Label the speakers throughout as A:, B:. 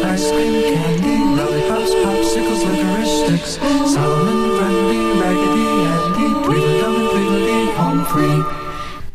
A: ice cream, candy, lollipops, popsicles, licorice sticks, Solomon, Grundy, Raggedy Andy, Tweedledum and Tweedledee, home free.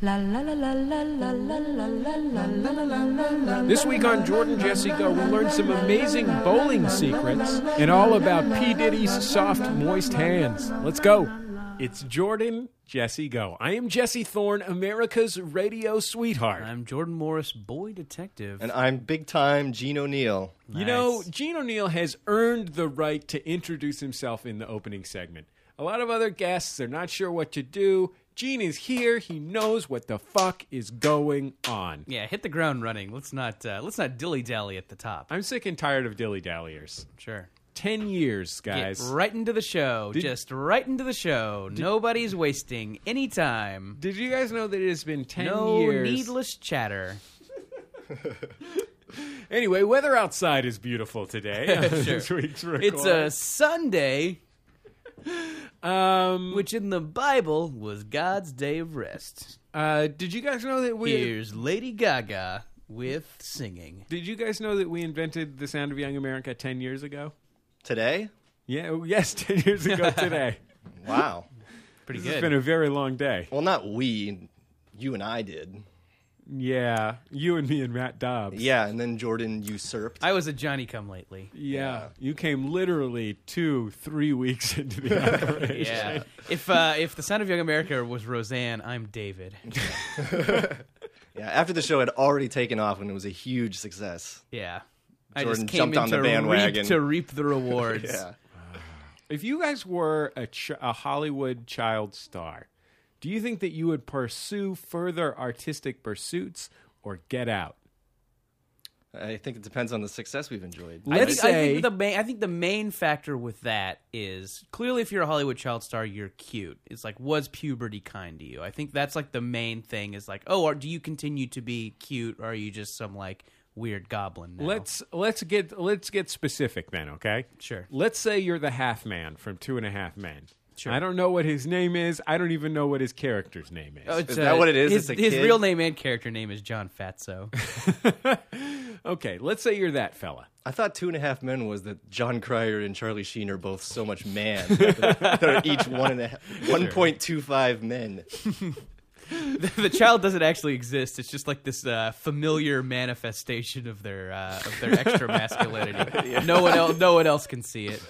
B: La la la la la la la la la la la la la la la.
C: This week on Jordan Jesse Go, we learned some amazing bowling secrets and all about P. Diddy's soft, moist hands. Let's go. It's Jordan Jesse Go. I am Jesse Thorne, America's radio sweetheart.
D: I'm Jordan Morris, boy detective.
E: And I'm big time Gene O'Neill.
D: Nice.
C: You know, Gene O'Neill has earned the right to introduce himself in the opening segment. A lot of other guests are not sure what to do. Gene is here. He knows what the fuck is going on.
D: yeah, hit the ground running. Let's not uh, let's not dilly dally at the top.
C: I'm sick and tired of dilly dalliers.
D: sure.
C: 10 years, guys.
D: Get right into the show. Just right into the show. Nobody's wasting any time.
C: Did you guys know that it has been 10
D: No
C: years?
D: needless chatter.
C: Anyway, weather outside is beautiful today. on this week's
D: It's a Sunday,
C: a. Um,
D: which in the Bible was God's day of rest.
C: uh, did you guys know that we.
D: Here's Lady Gaga with singing.
C: Did you guys know that we invented the sound of young America 10 years ago?
E: Today?
C: Yeah, oh, yes, 10 years ago today.
E: Wow.
D: Pretty
C: It's
D: good.
C: been a very long day.
E: well, not we. You and I did.
C: Yeah, you and me and Matt Dobbs.
E: Yeah, and then Jordan usurped.
D: I was a Johnny come lately.
C: Yeah, you came literally two, three weeks into the operation.
D: Yeah. if uh, if the Sound of Young America was Roseanne, I'm David.
E: Yeah, after the show had already taken off and it was a huge success.
D: Yeah. I
E: Jordan
D: just came
E: jumped
D: in
E: on
D: to
E: the bandwagon.
D: reap, to reap the rewards.
E: Yeah.
C: If you guys were a, ch- a Hollywood child star, do you think that you would pursue further artistic pursuits or get out?
E: I think it depends on the success we've enjoyed.
D: I
C: Let's
D: think, I think
C: say-
D: the main, I think the main factor with that is clearly if you're a Hollywood child star, you're cute. It's like was puberty kind to you? I think that's like the main thing is like, oh, are, do you continue to be cute, or are you just some like weird goblin? Now?
C: Let's let's get let's get specific then, okay?
D: Sure.
C: Let's say you're the half man from Two and a Half Men. Sure. I don't know what his name is. I don't even know what his character's name is.
D: Oh, it's,
E: Is that what it is?
D: His,
E: It's a
D: his
E: kid?
D: real name and character name is John Fatso.
C: okay, let's say you're that fella.
E: I thought Two and a Half Men was that John Cryer and Charlie Sheen are both so much man. They're each one and a half, 1.25 men.
D: the child doesn't actually exist. It's just like this uh, familiar manifestation of their uh, of their extra masculinity. No one else, no one else can see it.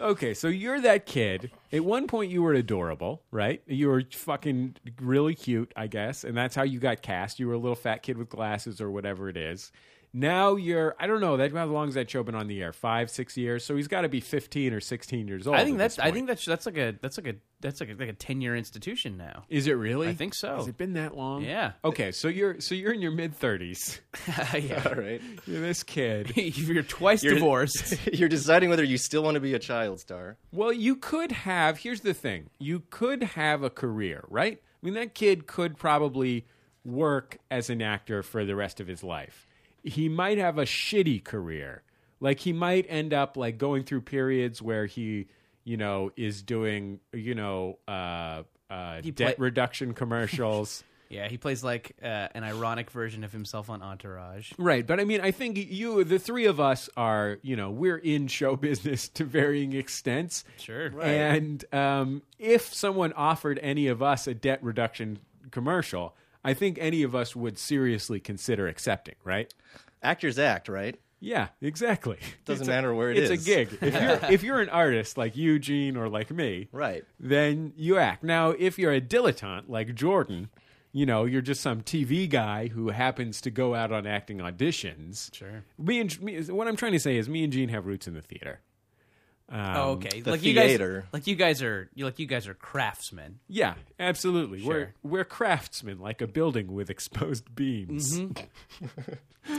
C: Okay, so you're that kid. At one point, you were adorable, right? You were fucking really cute, I guess, and that's how you got cast. You were a little fat kid with glasses or whatever it is. Now you're, I don't know, that, how long has that show been on the air? Five, six years? So he's got to be 15 or 16 years old.
D: I think
C: at
D: that's
C: this
D: I
C: point.
D: think that's that's like a that's like a that's like a, like a ten year institution now.
C: Is it really?
D: I think so.
C: Has it been that long?
D: Yeah.
C: Okay, so you're so you're in your mid 30s.
D: yeah,
E: All right.
C: You're this kid.
D: you're twice divorced.
E: You're deciding whether you still want to be a child star.
C: Well, you could have. Here's the thing: you could have a career, right? I mean, that kid could probably work as an actor for the rest of his life. He might have a shitty career. Like he might end up like going through periods where he, you know, is doing, you know, uh, uh, debt
D: play-
C: reduction commercials.
D: yeah, he plays like uh, an ironic version of himself on Entourage.
C: Right, but I mean, I think you, the three of us, are you know we're in show business to varying extents.
D: Sure. Right.
C: And um, if someone offered any of us a debt reduction commercial, I think any of us would seriously consider accepting. Right?
E: Actors act, right?
C: Yeah, exactly.
E: Doesn't
C: It's a-
E: matter where it
C: it's
E: is.
C: a gig. If you're if you're an artist like Eugene or like me,
E: Right.
C: Then you act. Now, if you're a dilettante like Jordan. You know, you're just some TV guy who happens to go out on acting auditions.
D: Sure.
C: Me and me, what I'm trying to say is, me and Gene have roots in the theater.
D: oh, okay.
E: the
D: like you guys,
E: theater.
D: like you guys are, you like you guys are craftsmen.
C: Yeah, absolutely. We're
D: Sure.
C: we're craftsmen, like a building with exposed beams,
D: Mm-hmm.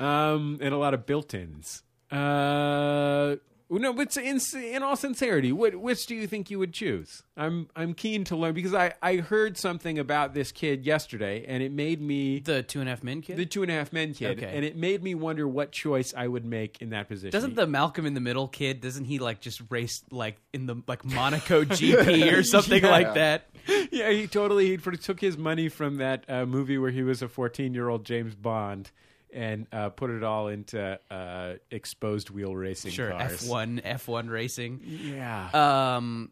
C: um, and a lot of built-ins. Uh, No, but in in all sincerity, what which do you think you would choose? I'm I'm keen to learn because I I heard something about this kid yesterday, and it made me
D: The Two and a Half Men kid.
C: the two and a half men kid,
D: Okay.
C: and it made me wonder what choice I would make in that position.
D: doesn't the Malcolm in the Middle kid? Doesn't he like just race like in the like Monaco GP or something
C: Yeah.
D: like that?
C: yeah, he totally he pr- took his money from that uh, movie where he was a fourteen-year-old James Bond and uh, put it all into uh, exposed wheel racing
D: Sure,
C: cars.
D: F one F one racing.
C: Yeah,
D: Um,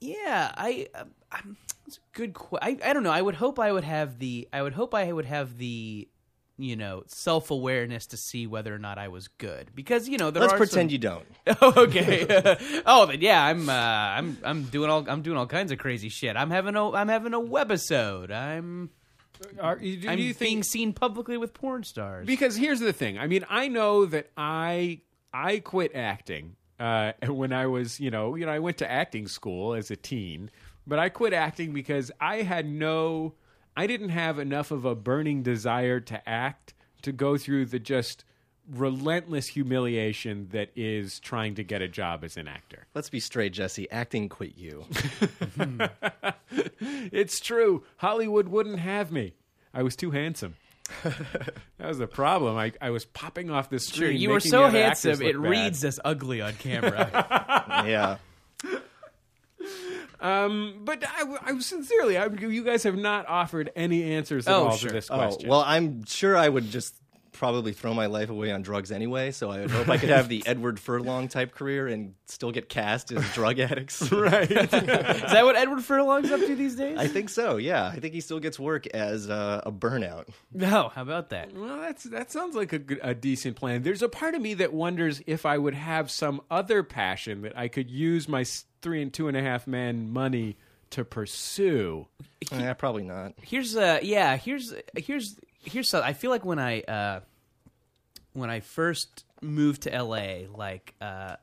D: yeah, I, uh, I'm, it's a good. Qu- I, I don't know. I would hope I would have the. I would hope I would have the, you know, self awareness to see whether or not I was good because you know there
E: Let's
D: are some-
E: pretend you don't.
D: okay. oh, then yeah, I'm uh, I'm I'm doing all I'm doing all kinds of crazy shit. I'm having a I'm having a webisode. I'm
C: Are, you- do
D: I'm
C: you
D: being
C: think
D: seen publicly with porn stars.
C: because here's the thing. I mean, I know that I I quit acting uh, when I was, you know, you know, I went to acting school as a teen, but I quit acting because I had no, I didn't have enough of a burning desire to act to go through the just relentless humiliation that is trying to get a job as an actor.
E: Let's be straight, Jesse. Acting quit you.
C: It's true. Hollywood wouldn't have me. I was too handsome. that was the problem. I, I was popping off the
D: Sure,
C: screen.
D: you were
C: making
D: so
C: the other actors
D: handsome.
C: look
D: It
C: bad.
D: reads as ugly on camera.
E: yeah.
C: Um, But I, I sincerely, I, you guys have not offered any answers at
D: Oh,
C: all
D: sure.
C: to this
E: Oh,
C: question.
E: well, I'm sure I would just probably throw my life away on drugs anyway, so I would hope I could have the Edward Furlong type career and still get cast as drug addicts.
D: Is that what Edward Furlong's up to these days?
E: I think so, yeah. I think he still gets work as uh, a burnout.
D: no. How about that?
C: Well, that's that sounds like a, good- a decent plan. There's a part of me that wonders if I would have some other passion that I could use my s- three and two and a half man money to pursue.
E: Uh, Yeah, probably not.
D: here's uh yeah here's here's here's some- I feel like when I uh when I first moved to LA like uh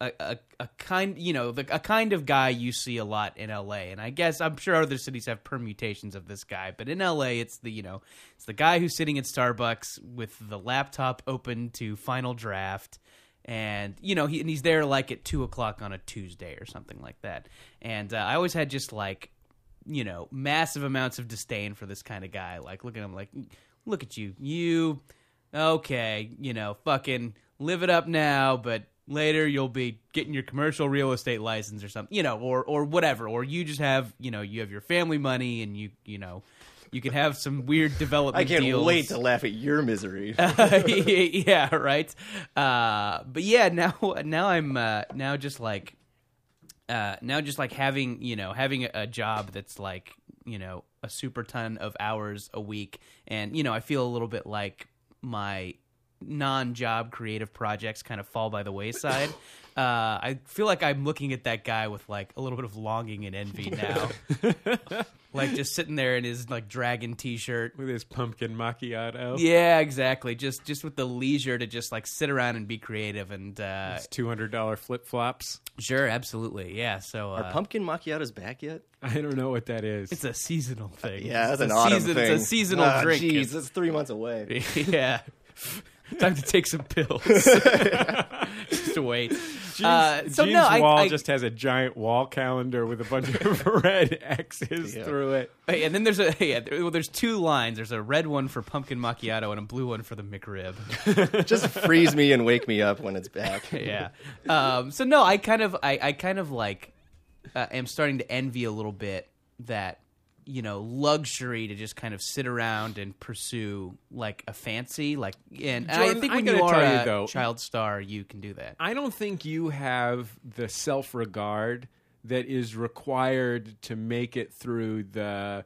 D: a, a, a kind you know the, a kind of guy you see a lot in LA and I guess I'm sure other cities have permutations of this guy but in LA it's the you know it's the guy who's sitting at Starbucks with the laptop open to final draft and you know he and he's there like at two o'clock on a Tuesday or something like that and uh, I always had just like you know, massive amounts of disdain for this kind of guy. Like, look at him, like, look at you. You, okay, you know, fucking live it up now, but later you'll be getting your commercial real estate license or something, you know, or, or whatever. Or you just have, you know, you have your family money and you, you know, you can have some weird development
E: I can't
D: deals
E: wait to laugh at your misery.
D: yeah, right. Uh, but yeah, now now I'm uh, now just like uh, now just like having you know having a, a job that's like you know a super ton of hours a week, and you know I feel a little bit like my non-job creative projects kind of fall by the wayside. Uh, I feel like I'm looking at that guy with like a little bit of longing and envy now, like just sitting there in his like dragon t-shirt,
C: With his pumpkin macchiato,
D: yeah, exactly. Just just with the leisure to just like sit around and be creative and uh
C: two hundred dollar flip flops.
D: sure, absolutely. Yeah, so uh,
E: Are pumpkin macchiatos back yet?
C: I don't know what that is.
D: it's a seasonal thing.
E: Yeah, that's
D: it's
E: an
D: a
E: autumn
D: season-
E: thing.
D: It's a seasonal
E: Ah,
D: drink.
E: Jeez, that's three months away.
D: yeah. Time to take some pills. just to wait. Uh, so
C: Gene's
D: no, I,
C: wall
D: I-
C: just has a giant wall calendar with a bunch of red X's
E: Yeah.
C: through it.
D: Hey, and then there's a yeah, there, well, there's two lines. There's a red one for pumpkin macchiato and a blue one for the McRib.
E: Just freeze me and wake me up when it's back.
D: yeah. Um, so no, I kind of, I, I kind of like, uh, am starting to envy a little bit that you know luxury to just kind of sit around and pursue like a fancy like and, and
C: Jordan,
D: I think
C: I
D: when
C: gotta
D: you are
C: tell you,
D: a
C: though-
D: child star you can do that.
C: I don't think you have the self regard that is required to make it through the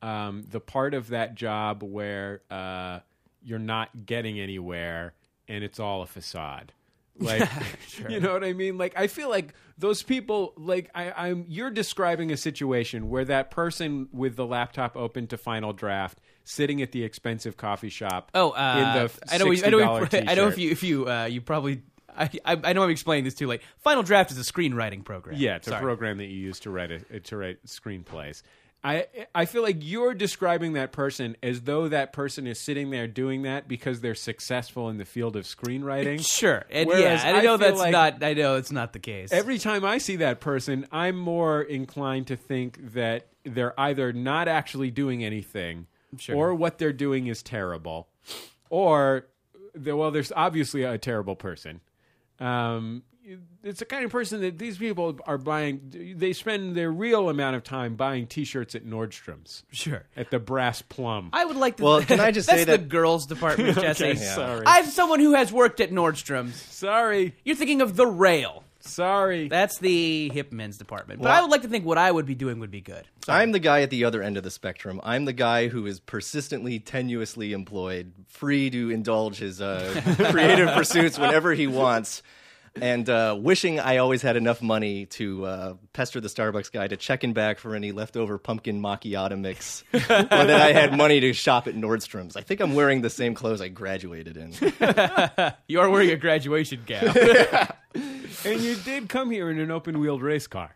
C: um, the part of that job where uh, you're not getting anywhere and it's all a facade. Like you know what I mean? Like I feel like those people like I, I'm you're describing a situation where that person with the laptop open to final draft sitting at the expensive coffee shop
D: Oh, uh,
C: in the
D: I know, I know,
C: $60
D: I know
C: t-shirt.
D: if you if you uh, you probably. I, I, I know I'm explaining this too late. Final Draft is a screenwriting program.
C: Yeah, it's
D: Sorry.
C: a program that you use to write a, to write uh, screenplays. I I feel like you're describing that person as though that person is sitting there doing that because they're successful in the field of screenwriting.
D: Sure. And
C: Whereas
D: yeah, I
C: feel
D: know that's
C: like
D: not. I know it's not the case.
C: Every time I see that person, I'm more inclined to think that they're either not actually doing anything,
D: Sure.
C: or what they're doing is terrible, or they're, well, there's obviously a terrible person. Um, it's the kind of person that these people are buying. They spend their real amount of time buying T-shirts at Nordstrom's,
D: Sure.
C: at the Brass Plum.
D: I would like to.
E: Well, can I just
D: that's
E: say
D: the
E: that-
D: girls' department, Jesse?
C: sorry.
D: I'm someone who has worked at Nordstrom's.
C: sorry,
D: You're thinking of the rail.
C: sorry.
D: That's the hip men's department. But
E: Well-
D: I would like to think what I would be doing would be good.
E: I'm the guy at the other end of the spectrum. I'm the guy who is persistently, tenuously employed, free to indulge his uh, creative pursuits whenever he wants, and uh, wishing I always had enough money to uh, pester the Starbucks guy to check in back for any leftover pumpkin macchiato mix, or that I had money to shop at Nordstrom's. I think I'm wearing the same clothes I graduated in.
D: You are wearing a graduation gown.
C: and you did come here in an open wheeled race car.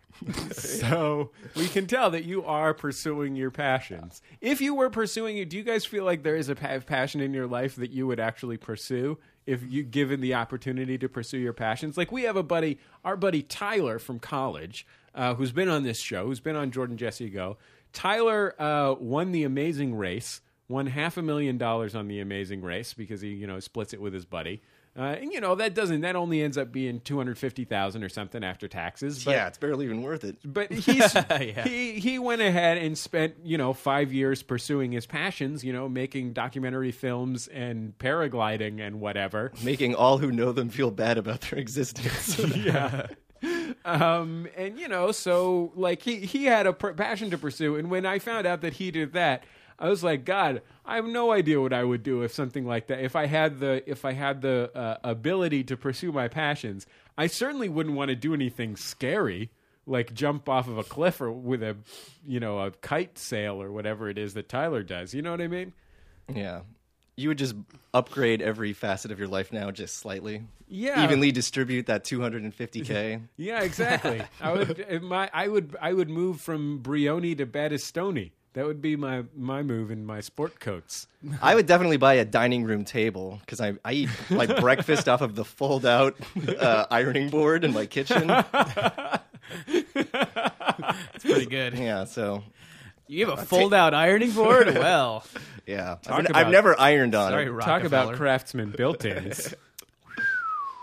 C: so we can tell that you are pursuing your passions. If you were pursuing it, do you guys feel like there is a pa- passion in your life that you would actually pursue if you given the opportunity to pursue your passions? Like we have a buddy, our buddy Tyler from college, uh, who's been on this show, who's been on Jordan Jesse Go. Tyler uh, won the amazing race won half a million dollars on the amazing race because he you know splits it with his buddy uh, and you know that doesn't that only ends up being 250000 or something after taxes but
E: yeah, it's barely even worth it.
C: but he's, he he went ahead and spent you know five years pursuing his passions you know making documentary films and paragliding and whatever
E: Making all who know them feel bad about their existence.
C: um, and you know, so like he he had a pr- passion to pursue, and when I found out that he did that, I was like, God, I have no idea what I would do if something like that. If I had the if I had the uh, ability to pursue my passions, I certainly wouldn't want to do anything scary. Like jump off of a cliff or with a, you know, a kite sail or whatever it is that Tyler does. You know what I mean?
E: Yeah. You would just upgrade every facet of your life now just slightly.
C: Yeah.
E: Evenly distribute that 250K.
C: Yeah, exactly. I would if my I would I would move from Brioni to Battistoni. That would be my my move in my sport coats.
E: I would definitely buy a dining room table because I, I eat my breakfast off of the fold out uh, ironing board in my kitchen.
D: It's pretty good.
E: Yeah, so. Uh,
D: You have a fold-out ironing board. Well,
E: Yeah, I've, been-
C: Talk
E: I've
C: about-
E: never ironed on
D: sorry,
E: it.
C: Talk about
D: Rockefeller.
C: craftsman built-ins.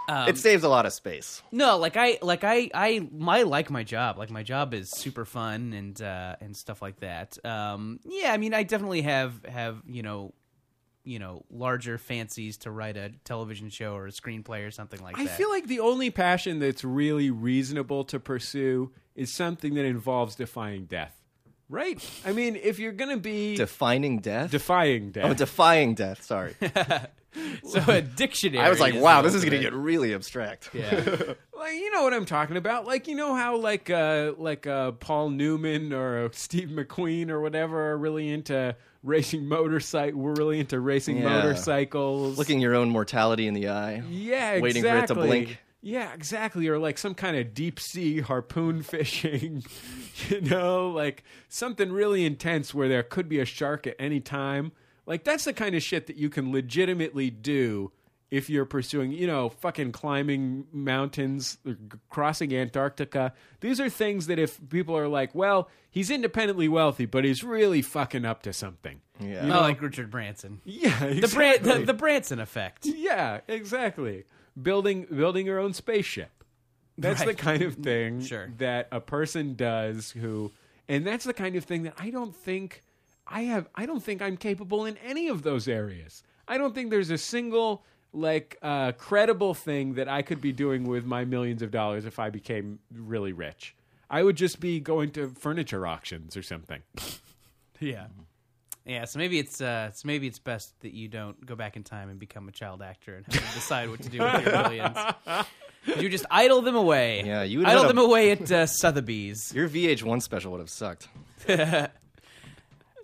D: Um,
E: it saves a lot of space.
D: No, like I like I I my like my job. Like my job is super fun and uh and stuff like that. Um yeah, I mean I definitely have have, you know, you know, larger fancies to write a television show or a screenplay or something like
C: I
D: that.
C: feel like the only passion that's really reasonable to pursue is something that involves defying death. Right? I mean, if you're going to be
E: Defining death?
C: defying death.
E: oh, defying death, sorry.
D: so a dictionary.
E: I was like,
D: is
E: wow,
D: the
E: this is going to get
D: ultimate.
E: really abstract.
C: like you know what I'm talking about. Like you know how like uh like uh Paul Newman or uh, Steve McQueen or whatever are really into racing motorcycle. We're really into racing
E: Yeah.
C: motorcycles.
E: Looking your own mortality in the eye.
C: yeah,
E: waiting for it to
C: exactly.
E: blink.
C: Yeah, exactly. Or like some kind of deep sea harpoon fishing, you know, like something really intense where there could be a shark at any time. Like that's the kind of shit that you can legitimately do if you're pursuing, you know, fucking climbing mountains, or g- crossing Antarctica. These are things that if people are like, well, he's independently wealthy, but he's really fucking up to something.
E: Yeah.
D: Oh, like Richard Branson.
C: Yeah,
D: The, Bran-
C: exactly.
D: the, the Branson effect.
C: Yeah, exactly. Building building your own spaceship. That's the
D: Right.
C: kind of thing
D: Sure.
C: that a person does who and that's the kind of thing that I don't think I have I don't think I'm capable in any of those areas. I don't think there's a single like uh, credible thing that I could be doing with my millions of dollars if I became really rich. I would just be going to furniture auctions or something.
D: Yeah. Mm-hmm. Yeah, so maybe it's uh, so maybe it's best that you don't go back in time and become a child actor and have to decide what to do with your millions. You just idle them away.
E: Yeah, you would
D: idle
E: have
D: them
E: a-
D: away at uh, Sotheby's.
E: Your VH1 special would have sucked.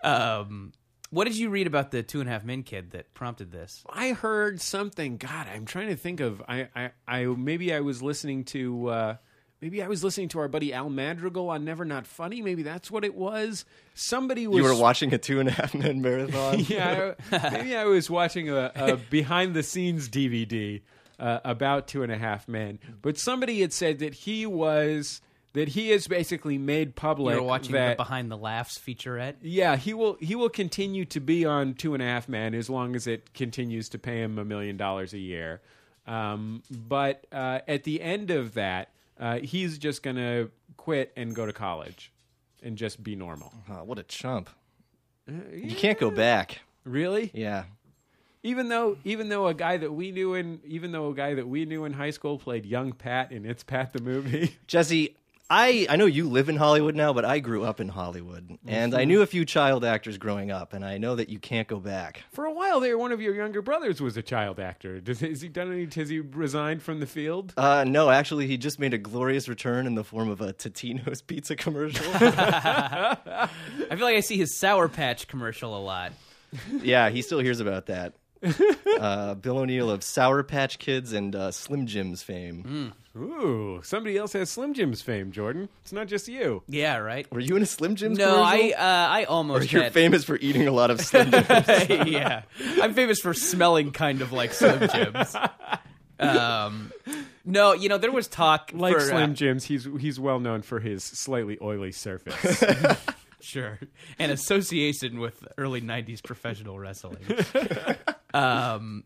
D: Um, what did you read about the two and a half men kid that prompted this?
C: I heard something. God, I'm trying to think of. I, I, I maybe I was listening to uh, Maybe I was listening to our buddy Al Madrigal on Never Not Funny. Maybe that's what it was. Somebody was
E: You were watching a two and a half minute marathon.
C: yeah, I, maybe I was watching a, a behind the scenes DVD uh, about Two and a Half Men, but somebody had said that he was that he has basically made public
D: You're watching the
C: that
D: behind the laughs featurette.
C: yeah he will he will continue to be on Two and a Half Men as long as it continues to pay him a million dollars a year. Um, but uh, at the end of that, uh, he's just going to quit and go to college and just be normal. Uh,
E: Oh, what a chump. You can't go back.
C: Really?
E: Yeah.
C: even though even though a guy that we knew in even though a guy that we knew in high school played young Pat in It's Pat the movie.
E: Jesse, I, I know you live in Hollywood now, but I grew up in Hollywood. And
C: Mm-hmm.
E: I knew a few child actors growing up, and I know that you can't go back.
C: For a while there, one of your younger brothers was a child actor. Does, has he done any? Has he resigned from the field?
E: Uh, no, actually, he just made a glorious return in the form of a Totino's pizza commercial.
D: I feel like I see his Sour Patch commercial a lot.
E: yeah, he still hears about that. Uh, Bill O'Neill of Sour Patch Kids and uh, Slim Jim's fame.
C: Mm. Ooh, somebody else has Slim Jim's fame, Jordan. It's not just you.
D: Yeah, right.
E: Were you in a Slim Jim's
D: No, I
E: commercial?
D: uh, I
E: Or
D: almost
E: you're
D: had-
E: famous for eating a lot of Slim Jims.
D: yeah, I'm famous for smelling kind of like Slim Jims. Um, no, you know there was talk
C: Like
D: for, uh,
C: Slim Jim's, he's he's well known for his slightly oily surface.
D: sure, an association with early '90s professional wrestling. um,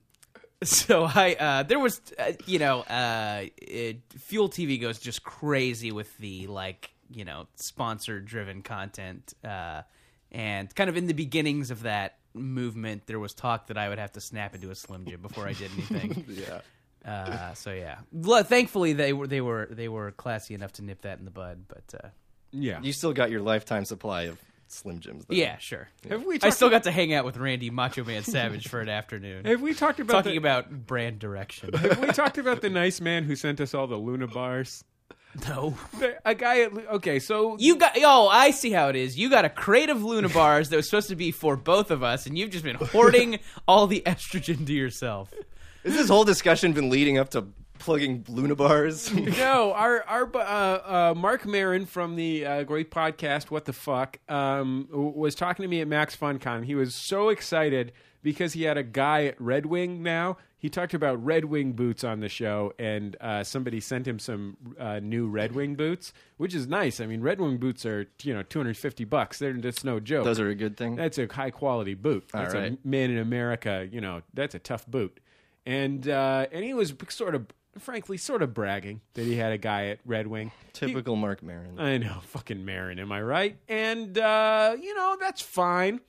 D: so I uh, there was uh, you know uh, it, Fuel TV goes just crazy with the like you know sponsor driven content uh, and kind of in the beginnings of that movement there was talk that I would have to snap into a Slim Jim before I did anything. yeah. Uh, so yeah, well, thankfully they were they were they were classy enough to nip that in the bud. But uh,
C: yeah,
E: you still got your lifetime supply of Slim Jims. Though.
D: yeah, sure.
C: have we?
D: I
C: Talked,
D: still got to hang out with Randy Macho Man Savage for an afternoon.
C: have we talked about
D: talking
C: the,
D: about brand direction.
C: Have we talked about the nice man who sent us all the Luna bars?
D: no.
C: The- A guy. At, Lu- okay, so
D: You got oh, I see how it is. You got a crate of Luna bars that was supposed to be for both of us, and you've just been hoarding all the estrogen to yourself.
E: Has this whole discussion been leading up to plugging Luna bars?
C: No, our our bu- uh, uh, Mark Marin from the uh, great podcast What the Fuck um, w- was talking to me at Max FunCon. He was so excited because he had a guy at Red Wing now. He talked about Red Wing boots on the show, and uh, somebody sent him some uh, new Red Wing boots, which is nice. I mean, Red Wing boots are you know two hundred fifty bucks. They're that's no joke.
E: Those are a good thing.
C: That's a high quality boot. That's a
E: right.
C: made in America. You know, that's a tough boot. And uh, and he was sort of, frankly, sort of bragging that he had a guy at Red Wing.
E: Typical Mark Maron.
C: I know, fucking Marin, am I right? And uh, you know that's fine.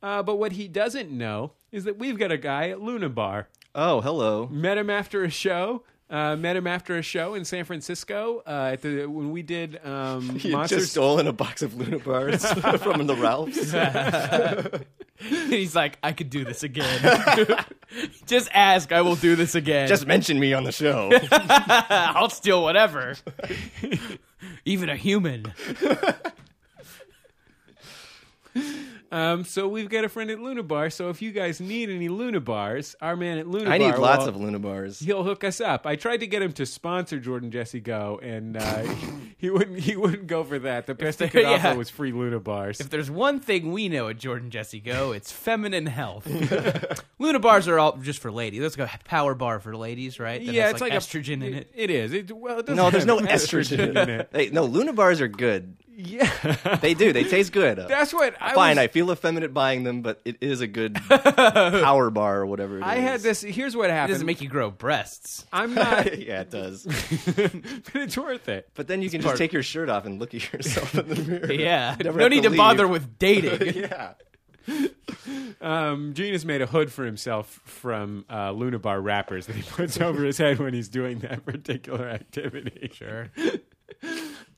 C: Uh, but what he doesn't know is that we've got a guy at Luna Bar
E: oh, hello.
C: met him after a show. Uh, met him after a show in San Francisco uh, at the when we did um,
E: He had
C: Monsters.
E: just stolen a box of Luna bars from the Ralphs.
D: And he's like, I could do this again. just ask, I will do this again.
E: Just mention me on the show.
D: I'll steal whatever. Even a human.
C: Um, so we've got a friend at Luna Bar. So if you guys need any Luna Bars, our man at Luna
E: I need
C: Bar
E: lots
C: will-
E: of Luna bars.
C: He'll hook us up. I tried to get him to sponsor Jordan Jesse Go, and uh, he wouldn't. He wouldn't go for that. The best he could
D: there- yeah.
C: offer was free Luna Bars.
D: If there's one thing we know at Jordan Jesse Go, it's feminine health. Luna bars are all just for ladies. Let's go power bar for ladies, right? That
C: yeah,
D: has,
C: it's
D: like,
C: like a-
D: estrogen in it.
C: It is. It, well, it doesn't
E: No, there's no
C: have
E: estrogen in it. Hey, no, Luna bars are good.
C: Yeah,
E: They do. They taste good.
C: that's what I
E: Fine,
C: was-
E: I feel effeminate buying them, but it is a good power bar or whatever it is.
C: I had this. Here's what
D: It
C: happened.
D: doesn't make you grow breasts.
C: I'm not.
E: yeah, it does.
C: but it's worth it.
E: But then you can just take your shirt off and look at yourself in the mirror.
D: Yeah.
E: Never
D: no
E: have
D: need
E: to
D: to, bother
E: leave.
D: with dating.
E: Yeah.
C: Um, Gene has made a hood for himself from uh, Luna Bar wrappers that he puts over his head when he's doing that particular activity. Sure.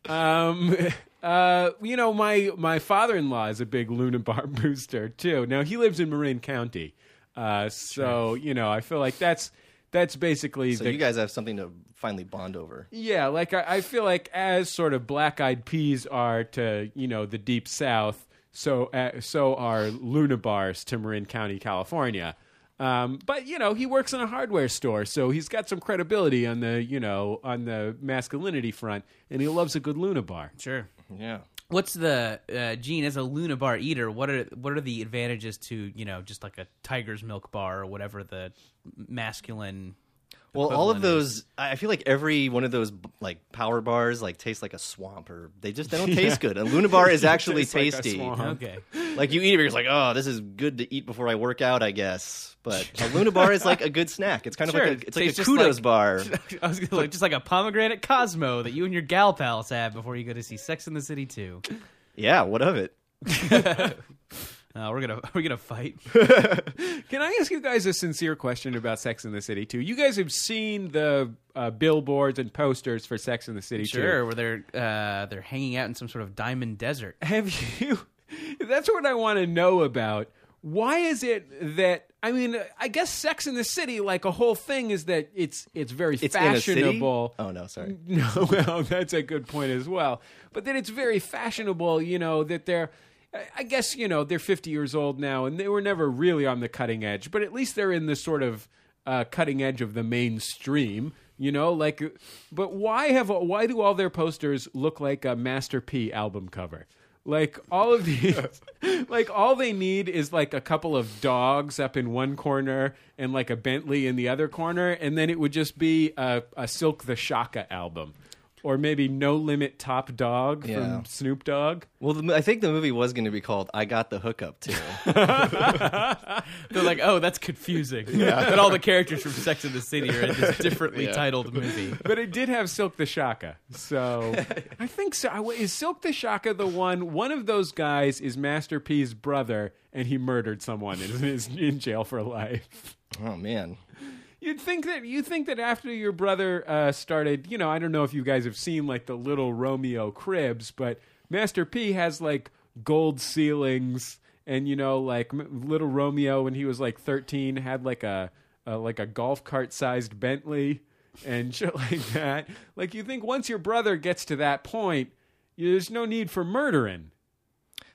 C: um, uh, you know, my my father in law is a big Luna Bar booster too. Now he lives in Marin County, uh, so you know I feel like that's that's basically
E: So
C: the
E: you guys have something to finally bond over.
C: yeah, like I, I feel like as sort of black eyed peas are to you know the deep south, so uh, so are Luna bars to Marin County, California. Um, but you know, he works in a hardware store, so he's got some credibility on the you know on the masculinity front, and he loves a good Luna bar.
D: Sure.
E: Yeah.
D: What's the uh, Gene as a Luna bar eater? What are what are the advantages to you know just like a tiger's milk bar or whatever the masculine?
E: Well, all of
D: equivalent
E: those, I I feel like every one of those b- like power bars like tastes like a swamp, or they just they don't taste good. A Luna bar is actually
C: Tastes like a
E: tasty.
C: swamp.
D: is? Okay,
E: Like you eat it, you're just like, oh, this is good to eat before I work out, I guess. But a Luna bar is like a good snack. It's kind of
D: Sure,
E: like a, it's like
D: tastes
E: a
D: just
E: kudos
D: like-
E: bar.
D: I was gonna, like just like a pomegranate Cosmo that you and your gal pals have before you go to see Sex in the City two.
E: Yeah, what of it?
D: Uh, we're gonna we're gonna fight.
C: Can I ask you guys a sincere question about Sex in the City too? You guys have seen the uh, billboards and posters for Sex in the City
D: Sure, where they're uh, they're hanging out in some sort of diamond desert.
C: Have you? That's what I want to know about. Why is it that? I mean, I guess Sex in the City, like a whole thing, is that it's it's very
E: It's in a city?
C: fashionable.
E: Oh, no, sorry.
C: No, well, that's a good point as well. But then it's very fashionable, you know, that they're. I- I guess you know they're 50 years old now, and they were never really on the cutting edge. But at least they're in the sort of uh, cutting edge of the mainstream, you know. Like, but why have why do all their posters look like a Master P album cover? Like all of these, like all they need is like a couple of dogs up in one corner and like a Bentley in the other corner, and then it would just be a, a Silk the Shaka album, or maybe No Limit Top Dog
E: Yeah.
C: from Snoop Dogg.
E: Well, the, mo- I think the movie was going to be called "I Got the Hookup" too.
D: They're like, oh, that's confusing. that all the characters from Sex in the City are in this differently titled movie.
C: But it did have Silk the Shaka, so I think so. I w- Is Silk the Shaka the one? One of those guys is Master P's brother, and he murdered someone and is in jail for life.
E: oh man,
C: You'd think that you think that after your brother uh, started, you know, I don't know if you guys have seen like the little Romeo cribs, but Master P has like gold ceilings, and you know, like m- little Romeo when he was like thirteen had like a, a like a golf cart sized Bentley and shit like that. Like you think once your brother gets to that point, you- there's no need for murdering.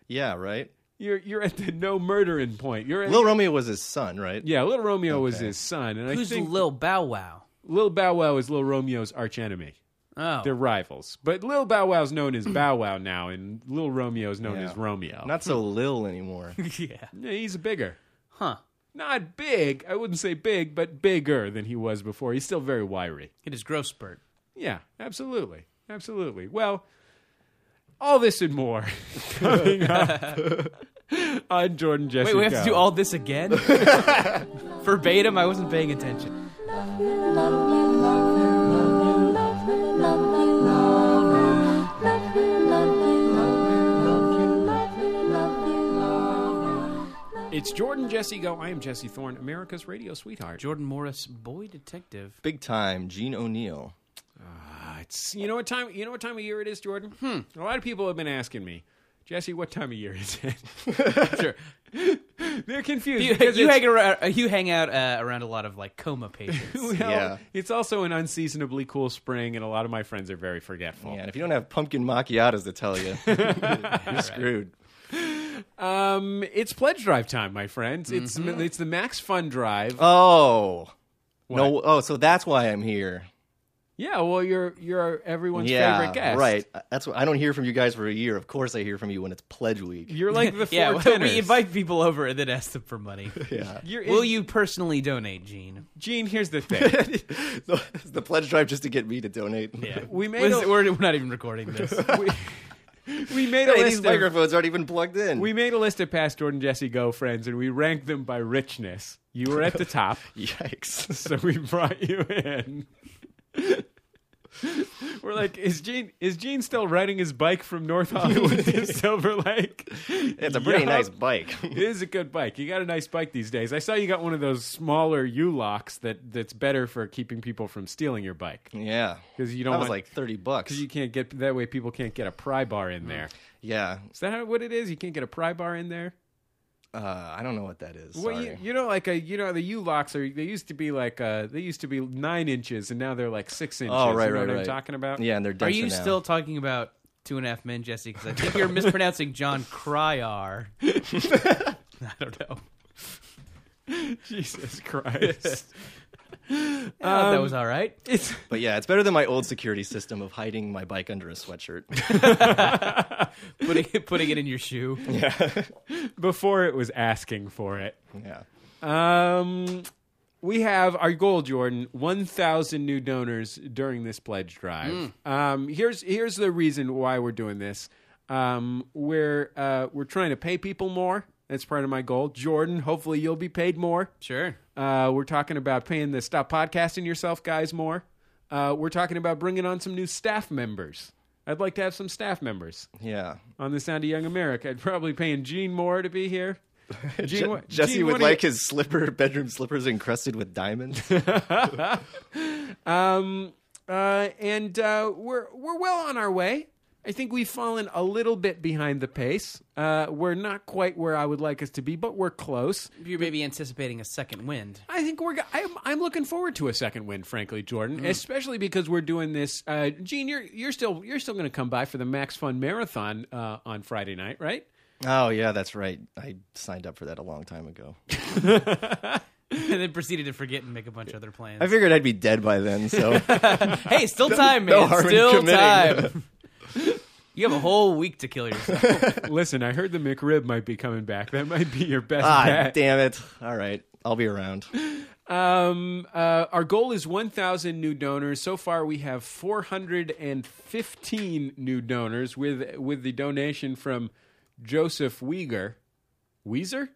E: yeah, right.
C: You're you're at the no murdering point. You're at,
E: Lil Romeo was his son, right?
C: yeah, little Romeo was
E: Okay.
C: his son, and
D: Who's
C: I think
D: Lil Bow Wow?
C: Lil Bow Wow is Lil Romeo's archenemy.
D: Oh,
C: They're rivals. But Lil Bow Wow's known as Bow Wow now, and Lil Romeo is known
E: Yeah.
C: as Romeo.
E: Not so Lil anymore.
D: yeah.
C: Yeah, he's bigger.
D: Huh.
C: Not big. I wouldn't say big, but bigger than he was before. He's still very wiry.
D: It is gross spurt.
C: Yeah, absolutely. Absolutely. Well, all this and more coming up on Jordan Jesse.
D: Wait, we have to
C: Go.
D: do all this again? Verbatim, I wasn't paying attention.
C: It's Jordan Jesse Go. I am Jesse Thorne, America's radio sweetheart.
D: Jordan Morris, boy detective.
E: Big time, Gene O'Neill.
C: Ah, it's you know what time you know what time of year it is, Jordan? Hmm. A lot of people have been asking me, Jesse, what time of year is it?
D: Sure.
C: They're confused.
D: You,
C: because
D: you
C: it's-
D: hang around, uh, you hang out uh, around a lot of like coma patients.
C: well,
E: Yeah.
C: It's also an unseasonably cool spring, and a lot of my friends are very forgetful.
E: Yeah, and if you don't have pumpkin macchiatos to tell you, you're screwed.
C: Um, it's pledge drive time, my friends. It's
E: Mm-hmm.
C: it's the Max Fun Drive.
E: Oh. No, oh, so that's why I'm here.
C: yeah, well, you're you're everyone's
E: yeah,
C: favorite guest,
E: right. Uh, That's what I don't hear from you guys for a year. Of course, I hear from you when it's pledge week.
C: You're like the four
D: yeah, we-
C: tenors.
D: we invite people over and then ask them for money.
E: Yeah,
C: You're in-
D: Will you personally donate, Gene?
C: Gene? Here's the thing.
E: the, the pledge drive just to get me to donate.
D: Yeah,
C: We made
D: We're,
C: a-
D: we're- we're not even recording this.
C: we, we made a
E: Hey,
C: list
E: these
C: of
E: microphones aren't even plugged in.
C: We made a list of past Jordan Jesse Go friends and we ranked them by richness. You were at the top,
E: Yikes!
C: so we brought you in. We're like, is Gene is Gene still riding his bike from North Hollywood to Silver Lake?
E: It's a pretty
C: Yup.
E: nice bike.
C: It is a good bike. You got a nice bike these days. I saw you got one of those smaller U locks that that's better for keeping people from stealing your bike
E: yeah,
C: because you
E: that
C: don't
E: was
C: want-
E: like thirty bucks. Mm.
C: you can't get that way people can't get a pry bar in there.
E: yeah,
C: Is that how, what it is? You can't get a pry bar in there.
E: uh, I don't know what that is.
C: Well,
E: Sorry.
C: you, you know, like a you know the U locks are they used to be like uh they used to be nine inches and now they're like six inches.
E: oh, right,
C: you know
E: right,
C: what
E: right.
C: I'm talking about.
E: Yeah, and they're
D: Are
E: denser
D: you
E: now.
D: still talking about Two and a Half Men, Jesse? Because I think you're mispronouncing John Cryar. I don't know.
C: Jesus Christ. Uh,
D: Oh, that was all right.
C: Um, it's
E: But yeah, it's better than my old security system of hiding my bike under a sweatshirt.
D: putting putting it in your shoe.
C: before it was asking for it.
E: yeah.
C: Um, we have our goal, Jordan. One thousand new donors during this pledge drive. Um, here's here's the reason why we're doing this. Um, we're uh, we're trying to pay people more. That's part of my goal, Jordan. Hopefully, you'll be paid more.
D: Sure.
C: Uh, we're talking about paying the stop podcasting yourself guys more. Uh, we're talking about bringing on some new staff members. I'd like to have some staff members
E: Yeah.
C: on the Sound of Young America. I'd probably paying Gene Moore to be here. Gene,
E: Je-
C: what-
E: Jesse
C: Gene, what
E: would
C: do you-
E: like his slipper, bedroom slippers encrusted with diamonds.
C: Um, uh, and uh, we're we're well on our way. I think we've fallen a little bit behind the pace. Uh, we're not quite where I would like us to be, but we're close.
D: You're maybe anticipating a second wind.
C: I think we're. go- I'm, I'm looking forward to a second win, frankly, Jordan.
D: Mm.
C: Especially because we're doing this. Uh, Gene, you're you're still you're still going to come by for the Max Fun Marathon uh, on Friday night, right?
E: oh, yeah, that's right. I signed up for that a long time ago.
D: and then proceeded to forget and make a bunch of other plans.
E: I figured I'd be dead by then, so
D: hey, still time,
E: no
D: man.
E: harm in
D: still
E: committing.
D: time. you have a whole week to kill yourself.
C: Listen, I heard the McRib might be coming back. That might be your best
E: ah,
C: bet.
E: damn it. All right, I'll be around.
C: Um, uh, our goal is 1,000 new donors. So far, we have 415 new donors with with the donation from Joseph Weger, Weezer,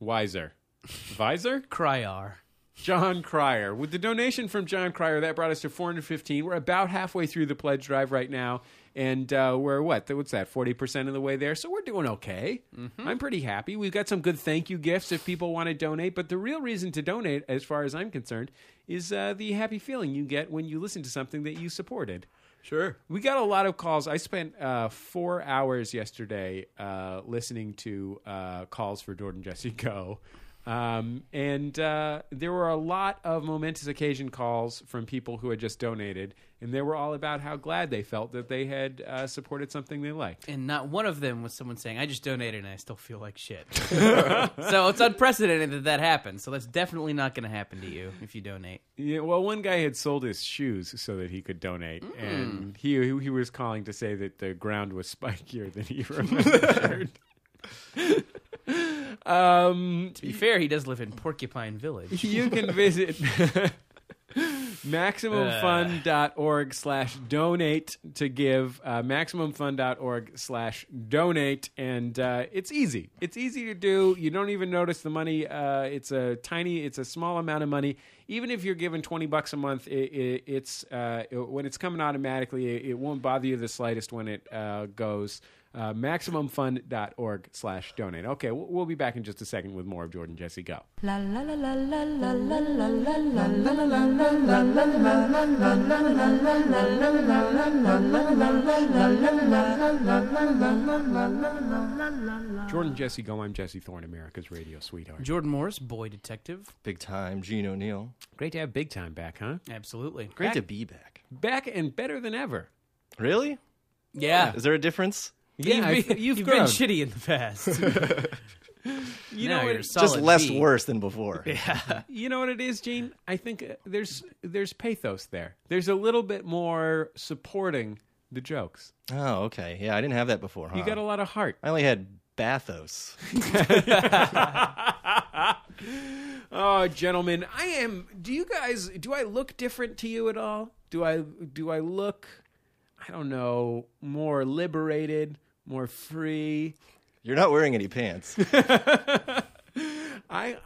C: Wiser, Visor,
D: Cryar.
C: John Cryer. With the donation from John Cryer, that brought us to 415. We're about halfway through the pledge drive right now, and uh, we're what? What's that? 40% of the way there. So we're doing okay. Mm-hmm. I'm pretty happy. We've got some good thank you gifts if people want to donate. But the real reason to donate, as far as I'm concerned, is uh, the happy feeling you get when you listen to something that you supported. Sure. We got a lot of calls. I spent uh, four hours yesterday uh, listening to uh, calls for Jordan Jesse Go. Um, and uh, there were a lot of momentous occasion calls from people who had just donated, and they were all about how glad they felt that they had uh, supported something they liked.
D: And not one of them was someone saying, I just donated and I still feel like shit. so it's unprecedented that that happens. So that's definitely not going to happen to you if you donate.
C: Yeah, well, one guy had sold his shoes so that he could donate, and he he was calling to say that the ground was spikier than he remembered. um,
D: To be fair, he does live in Porcupine Village.
C: you can visit
D: Uh,
C: maximumfund.org slash donate to give uh, maximumfund.org slash donate and uh, it's easy it's easy to do you don't even notice the money uh, it's a tiny it's a small amount of money even if you're given 20 bucks a month it, it, it's uh, it- when it's coming automatically it, it won't bother you the slightest when it uh, goes uh, maximumfund.org slash donate okay we'll, we'll be back in just a second with more of jordan jesse go
B: La la la la la la la la la la la
C: Jordan Jesse Go, I'm Jesse Thorne, America's radio sweetheart.
D: Jordan Morris, boy detective.
E: Big time, Gene O'Neill.
C: Great to have big time back, huh?
D: Absolutely.
E: Great to be back.
C: Back and better than ever.
E: Really? Uh,
D: Yeah.
E: Is there a difference?
C: Yeah,
D: you've been,
C: I've- you've
D: you've
C: grown.
D: been shitty in the past. you
C: know what-
D: you're a
C: Just
D: solid
E: Just less
D: B.
E: worse than before.
C: You know what it is, Gene? I think uh, there's there's pathos there. There's a little bit more supporting the jokes.
E: Oh, okay. Yeah, I didn't have that before, huh?
C: You got a lot of heart.
E: I only had bathos.
C: Oh, gentlemen, I am. Do you guys? Do I look different to you at all? Do I? Do I look? I don't know. More liberated, more free.
E: You're not wearing any pants.
C: I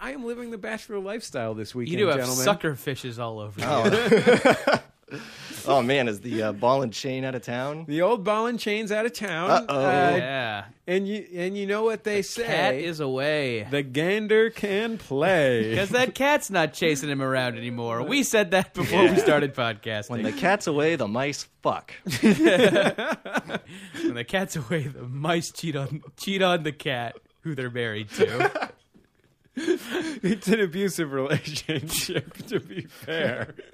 C: I am living the bachelor lifestyle this weekend.
D: You do have
C: gentlemen.
D: sucker fishes all over you.
E: oh man, is the uh, ball and chain out of town?
C: The old ball and chain's out of town.
E: Uh-oh.
D: Yeah.
C: And you and you know what they Uh, say?
D: Cat is away.
C: the gander can play.
D: Because that cat's not chasing him around anymore. We said that before we started podcasting.
E: When the cat's away, the mice fuck.
D: When the cat's away, the mice cheat on cheat on the cat who they're married to.
C: it's an abusive relationship, to be fair.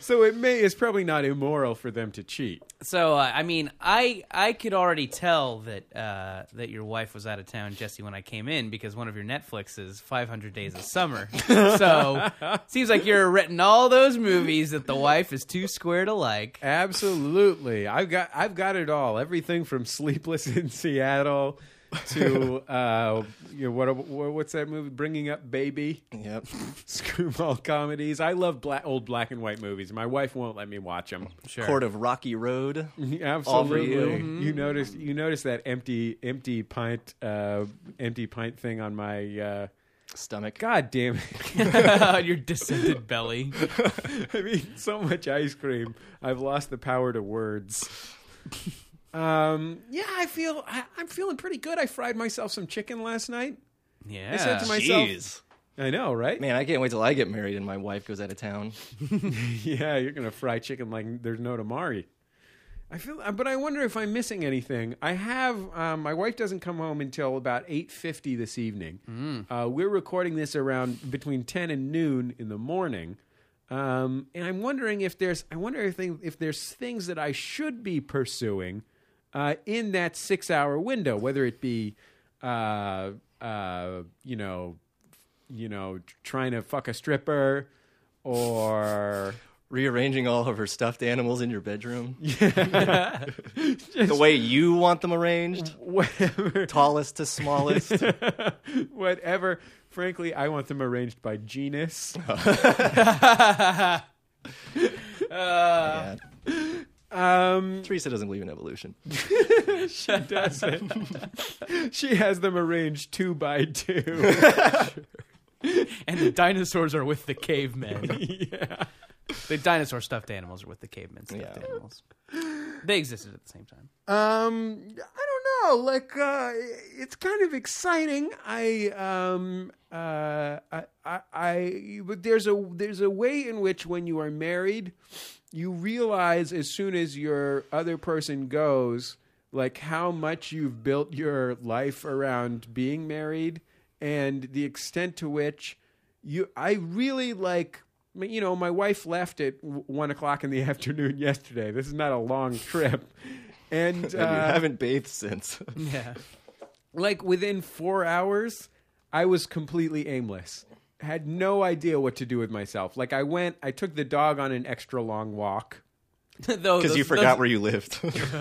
C: So it may it's probably not immoral for them to cheat.
D: So uh, I mean, I I could already tell that uh, that your wife was out of town, Jesse, when I came in because one of your Netflixes, 500 Days of Summer. so seems like you're renting all those movies that the wife is too square to like.
C: Absolutely. I've got I've got it all. Everything from Sleepless in Seattle to uh you know, what what's that movie Bringing Up Baby?
E: Yep.
C: Screwball comedies. I love black, old black and white movies. My wife won't let me watch them.
D: Sure.
E: Court of Rocky Road.
C: Absolutely.
E: you.
C: You noticed you noticed that empty empty pint uh empty pint thing on my uh
E: Stomach.
C: God damn it.
D: your descended belly.
C: I mean, so much ice cream. I've lost the power to words. Um, yeah, I feel I, I'm feeling pretty good. I fried myself some chicken last night.
D: Yeah.
C: I said to myself,
E: Jeez.
C: I know, right?
E: Man, I can't wait till I get married and my wife goes out of town.
C: Yeah, you're gonna fry chicken like there's no tomorrow. I feel, uh, but I wonder if I'm missing anything. I have um, my wife doesn't come home until about eight fifty this evening.
E: Mm.
C: Uh, we're recording this around between ten and noon in the morning, um, and I'm wondering if there's I wonder if, thing, if there's things that I should be pursuing uh, in that six hour window, whether it be uh, uh, you know you know tr- trying to fuck a stripper or.
E: Rearranging all of her stuffed animals in your bedroom. the way you want them arranged,
C: whatever
E: tallest to smallest.
C: whatever frankly i want them arranged by genus Uh,
E: Yeah.
C: um,
E: Teresa doesn't believe in evolution.
C: she does it she has them arranged two by two
D: and the dinosaurs are with the cavemen. The dinosaur stuffed animals are with the cavemen stuffed
E: Yeah.
D: animals. They existed at the same time.
C: um i don't know like uh it's kind of exciting i um uh i i, I but there's a there's a way in which when you are married you realize as soon as your other person goes like how much you've built your life around being married and the extent to which you i really like you know my wife left at w- one o'clock in the afternoon yesterday this is not a long trip and
E: And you
C: uh,
E: haven't bathed since.
D: Yeah.
C: like within four hours, I was completely aimless. Had no idea what to do with myself. Like I went, I took the dog on an extra long walk.
E: Because you forgot where you lived.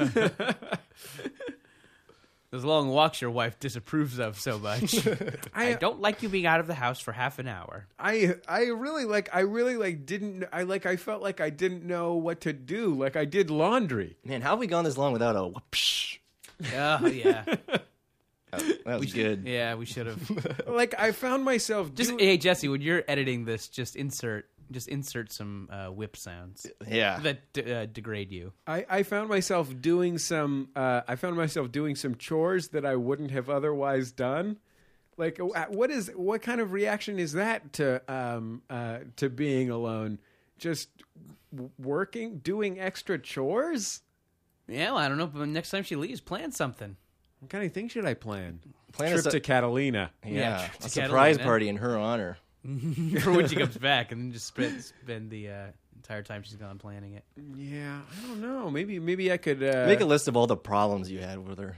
D: Those long walks your wife disapproves of so much. I, don't like you being out of the house for half an hour.
C: I I really like I really like didn't I like I felt like I didn't know what to do. Like I did laundry.
E: Man, how have we gone this long without a whoopsh?
D: Oh yeah,
E: That was good.
D: yeah. We should have.
C: Like I found myself
D: Just
C: doing-
D: hey Jesse, when you're editing this, just insert just insert some uh, whip sounds
E: Yeah.
D: that d- uh, degrade you.
C: I, I found myself doing some uh, I found myself doing some chores that I wouldn't have otherwise done. Like uh, what is what kind of reaction is that to um, uh, to being alone? Just w- working, doing extra chores.
D: Yeah, well, I don't know. But next time she leaves, plan something.
C: What kind of thing should I plan?
E: Plan
C: Trip
E: a-
C: to Catalina.
E: Yeah,
D: trip to
E: a surprise
D: Catalina.
E: party in her honor.
D: for when she comes back, and then just spend spend the uh, entire time she's gone planning it.
C: Yeah, I don't know. Maybe maybe I could uh,
E: Make a list of all the problems you had with her.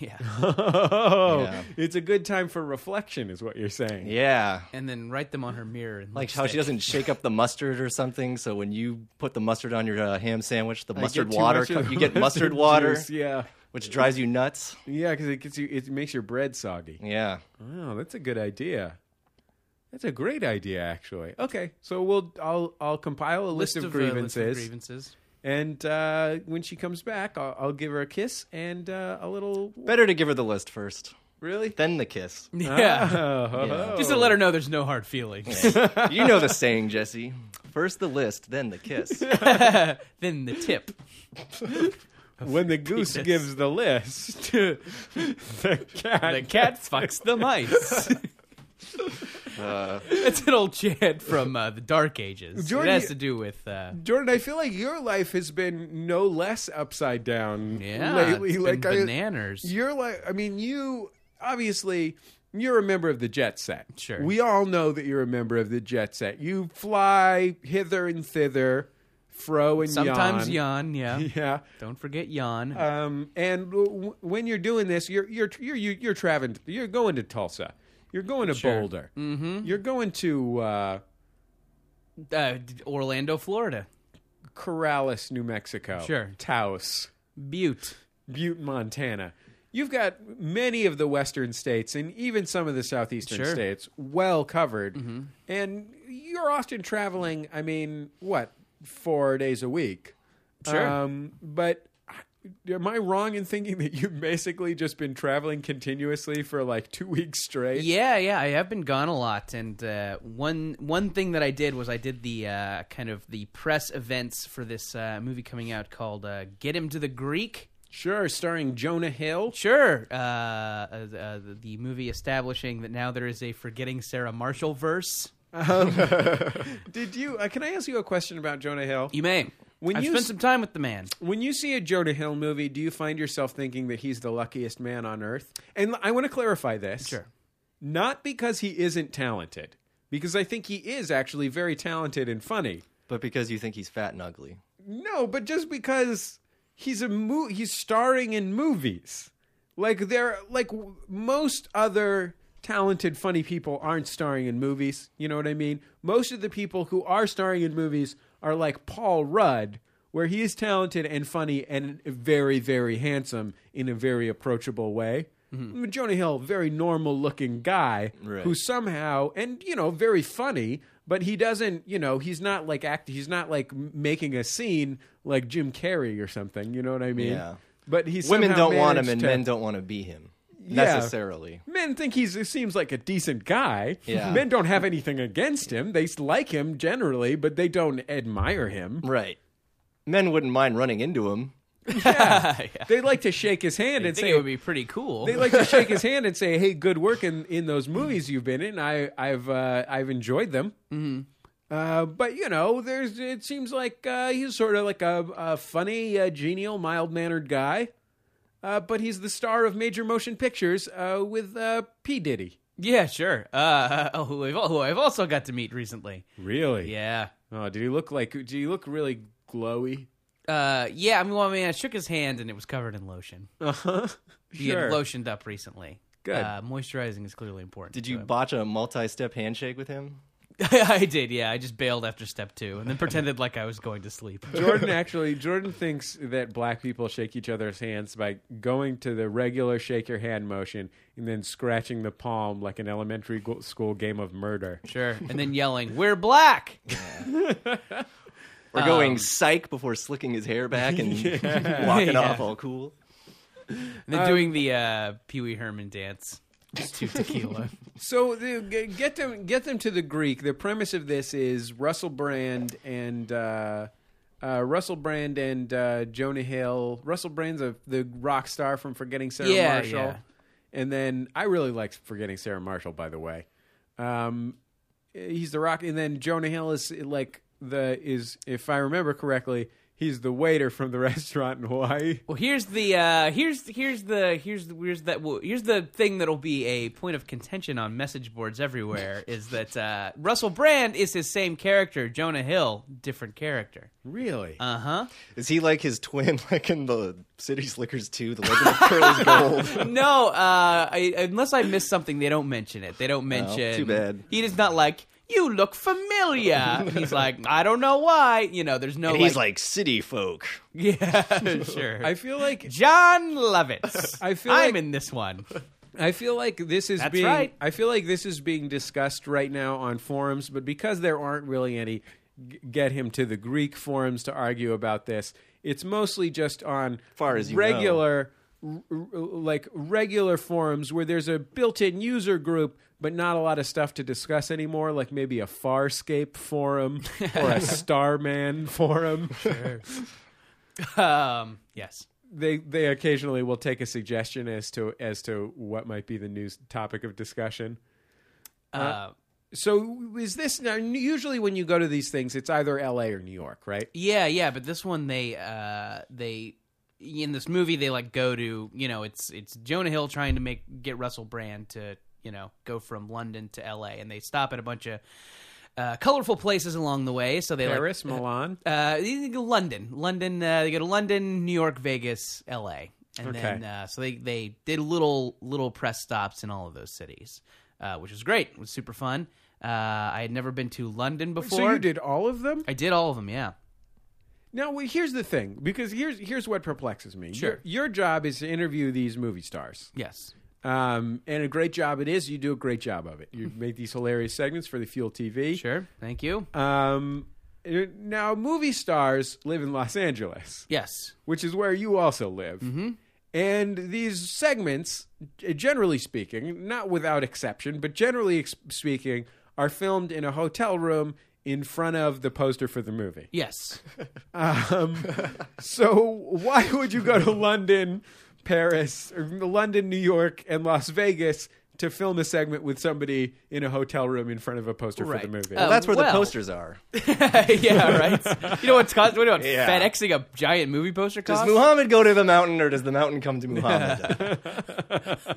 D: Yeah,
C: Oh,
E: Yeah.
C: it's a good time for reflection, is what you're saying.
E: Yeah.
D: and then write them on her mirror. And
E: Like how
D: lipstick.
E: she doesn't shake up the mustard or something. So when you put the mustard on your uh, ham sandwich, the
C: I
E: mustard
C: get too
E: water,
C: much
E: co-
C: of the
E: you get mustard water,
C: juice, Yeah,
E: which drives you nuts.
C: yeah, because it gets you. It makes your bread soggy.
E: Yeah.
C: Oh, that's a good idea. That's a great idea, actually. Okay, so we'll I'll I'll compile a list, of,
D: uh,
C: grievances,
D: grievances.
C: and uh, when she comes back, I'll, I'll give her a kiss and uh, a little.
E: Better to give her the list first,
C: Really?
E: then the kiss.
D: Yeah.
C: Oh,
D: Just to let her know there's no hard feelings.
E: you know the saying, Jesse. First the list, then the kiss.
D: then the tip.
C: when the goose
D: Penis.
C: gives the list, the cat.
D: The cat fucks the mice.
C: Uh,
D: That's an old chant from uh, the Dark Ages.
C: Jordan,
D: it has
C: you-
D: to do with. Uh,
C: Jordan, I feel like your life has been no less upside down
D: yeah,
C: lately.
D: it's
C: like
D: been
C: I-
D: bananas.
C: You're like, I mean, you obviously you're a member of the jet set.
D: Sure.
C: we all know that you're a member of the jet set. You fly hither and thither. fro and
D: Sometimes
C: yawn.
D: yawn, yeah.
C: Yeah.
D: Don't forget yawn.
C: Um, and w- w- when you're doing this, you're you're you're you're, you're traveling. You're going to Tulsa. You're going to Boulder. Mm-hmm. You're going to uh,
D: uh, d- Orlando, Florida.
C: Corrales, New Mexico.
D: Sure.
C: Taos,
D: Butte.
C: Butte, Montana. You've got many of the western states and even some of the southeastern
D: Sure. Mm-hmm.
C: states well covered. And you're often traveling, I mean, what, four days a week?
D: Sure.
C: Um, but am I wrong in thinking that you've basically just been traveling continuously for like two weeks straight?
D: Yeah, yeah, I have been gone a lot, and uh, one one thing that I did was I did the uh, kind of the press events for this uh, movie coming out called uh, "Get Him to the Greek."
C: Sure, starring Jonah Hill.
D: Sure, uh, uh, uh, the movie establishing that now there is a forgetting Sarah Marshall verse.
C: Um, Did you? Uh, can I ask you a question about Jonah Hill?
D: You may.
C: When
D: I've
C: you
D: spent
C: s-
D: some time with the man.
C: When you see a Jonah Hill movie, do you find yourself thinking that he's the luckiest man on earth? And I want to clarify this.
D: Sure.
C: Not because he isn't talented, because I think he is actually very talented and funny.
E: But because you think he's fat and ugly.
C: No, but just because he's a mo- he's starring in movies. Like they're like w- most other talented funny people aren't starring in movies, you know what I mean? Most of the people who are starring in movies are like Paul Rudd where he is talented and funny and very very handsome in a very approachable way. Jonah Hill, very normal looking guy
E: Mm-hmm. Right.
C: who somehow and you know very funny but he doesn't you know he's not like act he's not like m- making a scene like jim carrey or something you know what i mean
E: Yeah.
C: but he's
E: Women don't want him and men don't want to be him necessarily.
C: men think he's he seems like a decent guy
E: Yeah.
C: men don't have anything against him they s- like him generally but they don't admire him
E: Right. Men wouldn't mind running into him.
C: they like to shake his hand
D: I
C: and
D: think
C: say
D: it would be pretty cool.
C: they like to shake his hand and say, "Hey, good work in, in those movies you've been in. I, I've uh, I've enjoyed them." Mm-hmm. Uh, but you know, there's it seems like uh, he's sort of like a, a funny, uh, genial, mild mannered guy. Uh, but he's the star of major motion pictures uh, with uh, P Diddy.
D: yeah, sure. Uh, oh, who I've, who I've also got to meet recently.
C: Really?
D: Yeah.
C: Oh, did he look like? Did he look really glowy?
D: Uh, yeah, I mean, well, I mean, I shook his hand and it was covered in lotion.
C: Uh huh.
D: He
C: Sure.
D: had lotioned up recently.
C: Good.
D: Uh, moisturizing is clearly important.
E: Did
D: to
E: you
D: him.
E: botch a multi-step handshake with him?
D: I did, yeah. I just bailed after step two and then pretended like I was going to sleep.
C: Jordan actually Jordan thinks that black people shake each other's hands by going to the regular shake your hand motion and then scratching the palm like an elementary go- school game of murder.
D: Sure. And then yelling, We're black!
E: Or
C: Um,
E: going psych before slicking his hair back and walking
D: Yeah.
E: off all cool?
D: And then
C: Um,
D: doing the uh, Pee Wee Herman dance. Just to tequila.
C: So the, g- get them get them to the Greek. The premise of this is Russell Brand and uh, uh, Russell Brand and uh, Jonah Hill. Russell Brand's a, the rock star from Forgetting Sarah
D: Yeah,
C: Marshall.
D: yeah.
C: And then I really like Forgetting Sarah Marshall, by the way. Um, he's the rock, and then Jonah Hill is like the is if I remember correctly, he's the waiter from the restaurant in Hawaii.
D: well, here's the uh, here's here's the here's the here's that well, here's the thing that'll be a point of contention on message boards everywhere is that uh, Russell Brand is his same character, Jonah Hill, different character.
C: Really?
D: Uh huh.
E: Is he like his twin, like in the City Slickers 2, The Legend of Curly's Gold?
D: No, uh, I, unless I miss something, they don't mention it. They don't mention.
E: too bad.
D: He is not like you look familiar. he's like I don't know why. You know, there's no.
E: And he's like, city folk.
D: yeah, sure.
C: I feel like
D: John Lovitz.
C: I feel
D: I'm
C: like-
D: in this one.
C: I feel like this is
D: That's
C: being
D: right.
C: I feel like this is being discussed right now on forums, but because there aren't really any g- get him to the Greek forums to argue about this, it's mostly just on
E: Far as you know.
C: regular r- r- like regular forums where there's a built-in user group but not a lot of stuff to discuss anymore like maybe a farscape forum or a starman forum
D: Um, yes.
C: they they occasionally will take a suggestion as to as to what might be the news topic of discussion
D: Uh,
C: So is this now? Usually, when you go to these things, it's either L.A. or New York, right?
D: yeah, yeah. But this one, they uh, they in this movie, they like go to you know, it's it's Jonah Hill trying to make get Russell Brand to you know go from London to L.A. and they stop at a bunch of uh, colorful places along the way. So they like-
C: Paris, Milan.
D: uh, you go London, London. Uh, they go to London, New York, Vegas, L.A. And
C: Okay.
D: then uh, so they they did little little press stops in all of those cities, uh, which was great. It was super fun. Uh, I had never been to London before.
C: So you did all of them?
D: I did all of them. Yeah.
C: Now, well, here's the thing, because here's here's what perplexes me.
D: Sure.
C: Your, your job is to interview these movie stars,
D: Yes.
C: um, and a great job it is. You do a great job of it. You make these hilarious segments for the Fuel TV.
D: Mm-hmm. Sure. Thank you.
C: Um, now, movie stars live in Los Angeles,
D: yes. Mm-hmm.
C: which is where you also live. And these segments, g- generally speaking, not without exception, but generally ex- speaking, are filmed in a hotel room in front of the poster for the movie.
D: Yes.
E: Um,
C: So why would you go to London, Paris, or London, New York, and Las Vegas to film a segment with somebody in a hotel room in front of a poster for
D: Right.
C: the movie?
D: Uh,
E: That's where the
D: well-
E: posters are.
D: yeah. Right. You know what's cost? What about
E: Yeah.
D: FedExing a giant movie poster
E: Does
D: cost?
E: Muhammad go to the mountain or does the mountain come to Muhammad?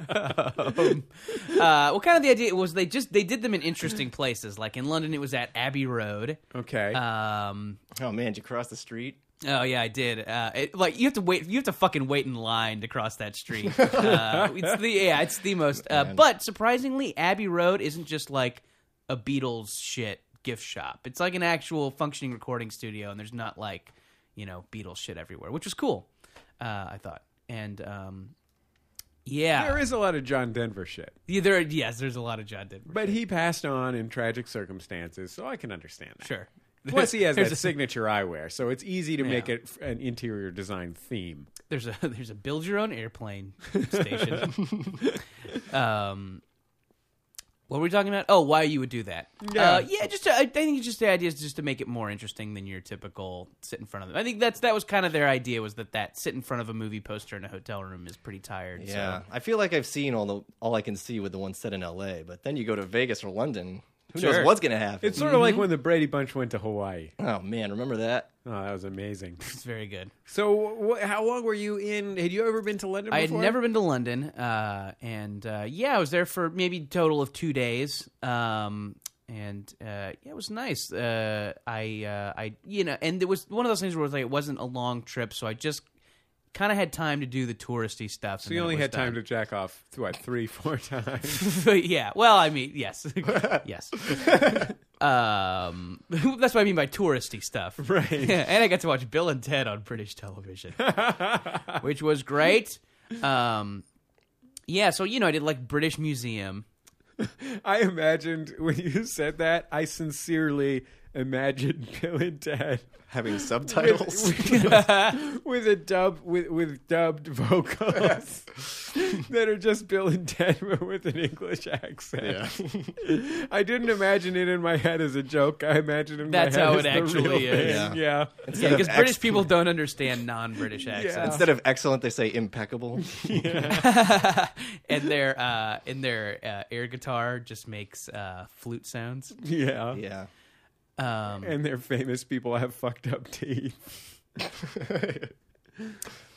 D: Uh, well, kind of the idea was they just they did them in interesting places. Like in London, it was at Abbey Road.
C: okay.
D: Um,
E: oh man, did you cross the street?
D: Oh yeah, I did. Uh, it, like you have to wait, you have to fucking wait in line to cross that street. uh, it's the yeah, it's the most. Uh, but surprisingly, Abbey Road isn't just like a Beatles shit gift shop. It's like an actual functioning recording studio, and there's not like you know Beatles shit everywhere, which was cool. Uh, I thought, and um, yeah,
C: there is a lot of John Denver shit,
D: yeah, there. Yes, there's a lot of John Denver.
C: but he passed on in tragic circumstances, so I can understand that.
D: sure,
C: Plus, he has
D: There's
C: that
D: a-
C: signature eyewear, so it's easy to make
D: Yeah.
C: it f- an interior design theme.
D: there's a there's a build your own airplane station. um, what were we talking about? Oh, why you would do that?
C: Yeah.
D: uh, yeah. Just to, I I think it's just the idea is just to make it more interesting than your typical sit in front of them. I think that's that was kind of their idea was that that sit in front of a movie poster in a hotel room is pretty tired. so-
E: Yeah, I feel like I've seen all the all I can see with the one set in L.A. But then you go to Vegas or London, who
C: Sure.
E: knows what's gonna happen?
C: It's sort of
D: Mm-hmm.
C: like when the Brady Bunch went to Hawaii.
E: oh man, remember that?
C: Oh, that was amazing.
D: it's very good.
C: So, wh- how long were you in? Had you ever been to London?
D: I had
C: before?
D: never been to London, uh, and uh, yeah, I was there for maybe a total of two days, um, and uh, yeah, it was nice. Uh, I, uh, I, you know, and it was one of those things where it was like it wasn't a long trip, so I just kind of had time to do the touristy stuff.
C: So you only had time to jack off what three, four times.
D: to, yeah. Well, I mean, yes, yes. um, that's what I mean by touristy stuff, right? and I got to watch Bill and Ted on British television, which was great. Um, yeah, so you know, I did like British Museum.
C: I imagined when you said that, I sincerely imagined Bill and Ted
E: Having subtitles.
C: with a dub with with dubbed vocals that are just Bill and Ted but with an English accent. I didn't imagine it in my head as a joke. I imagined it in
D: That's
C: my head
D: how
C: as
D: it
C: the real
D: actually is.
C: thing. Yeah.
D: Yeah, because
E: of
D: British
E: ex-
D: people don't understand non-British accents,
E: Instead of excellent, they say impeccable.
D: and their uh, and their uh, air guitar just makes uh, flute sounds.
C: yeah,
E: Yeah.
D: Um,
C: And they're famous people have fucked up teeth.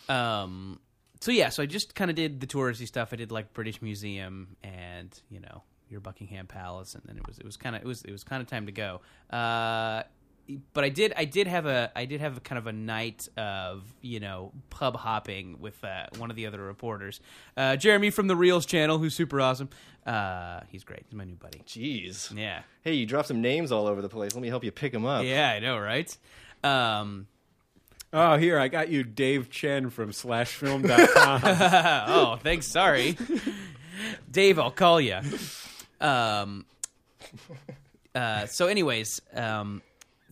D: Um, so yeah, so I just kind of did the touristy stuff. I did like British Museum and you know your Buckingham Palace, and then it was it was kind of it was it was kind of time to go. Uh, but I did I did have a I did have a kind of a night of you know pub hopping with uh, one of the other reporters, uh, Jeremy from the Reels channel, who's super awesome. Uh, he's great. He's my new buddy.
E: Jeez.
D: Yeah.
E: Hey, you dropped some names all over the place. Let me help you pick them up.
D: Yeah, I know, right? Um,
C: Oh, here I got you, Dave Chen from SlashFilm.com.
D: oh, thanks. Sorry, Dave. I'll call you. Um. Uh. So, anyways. Um.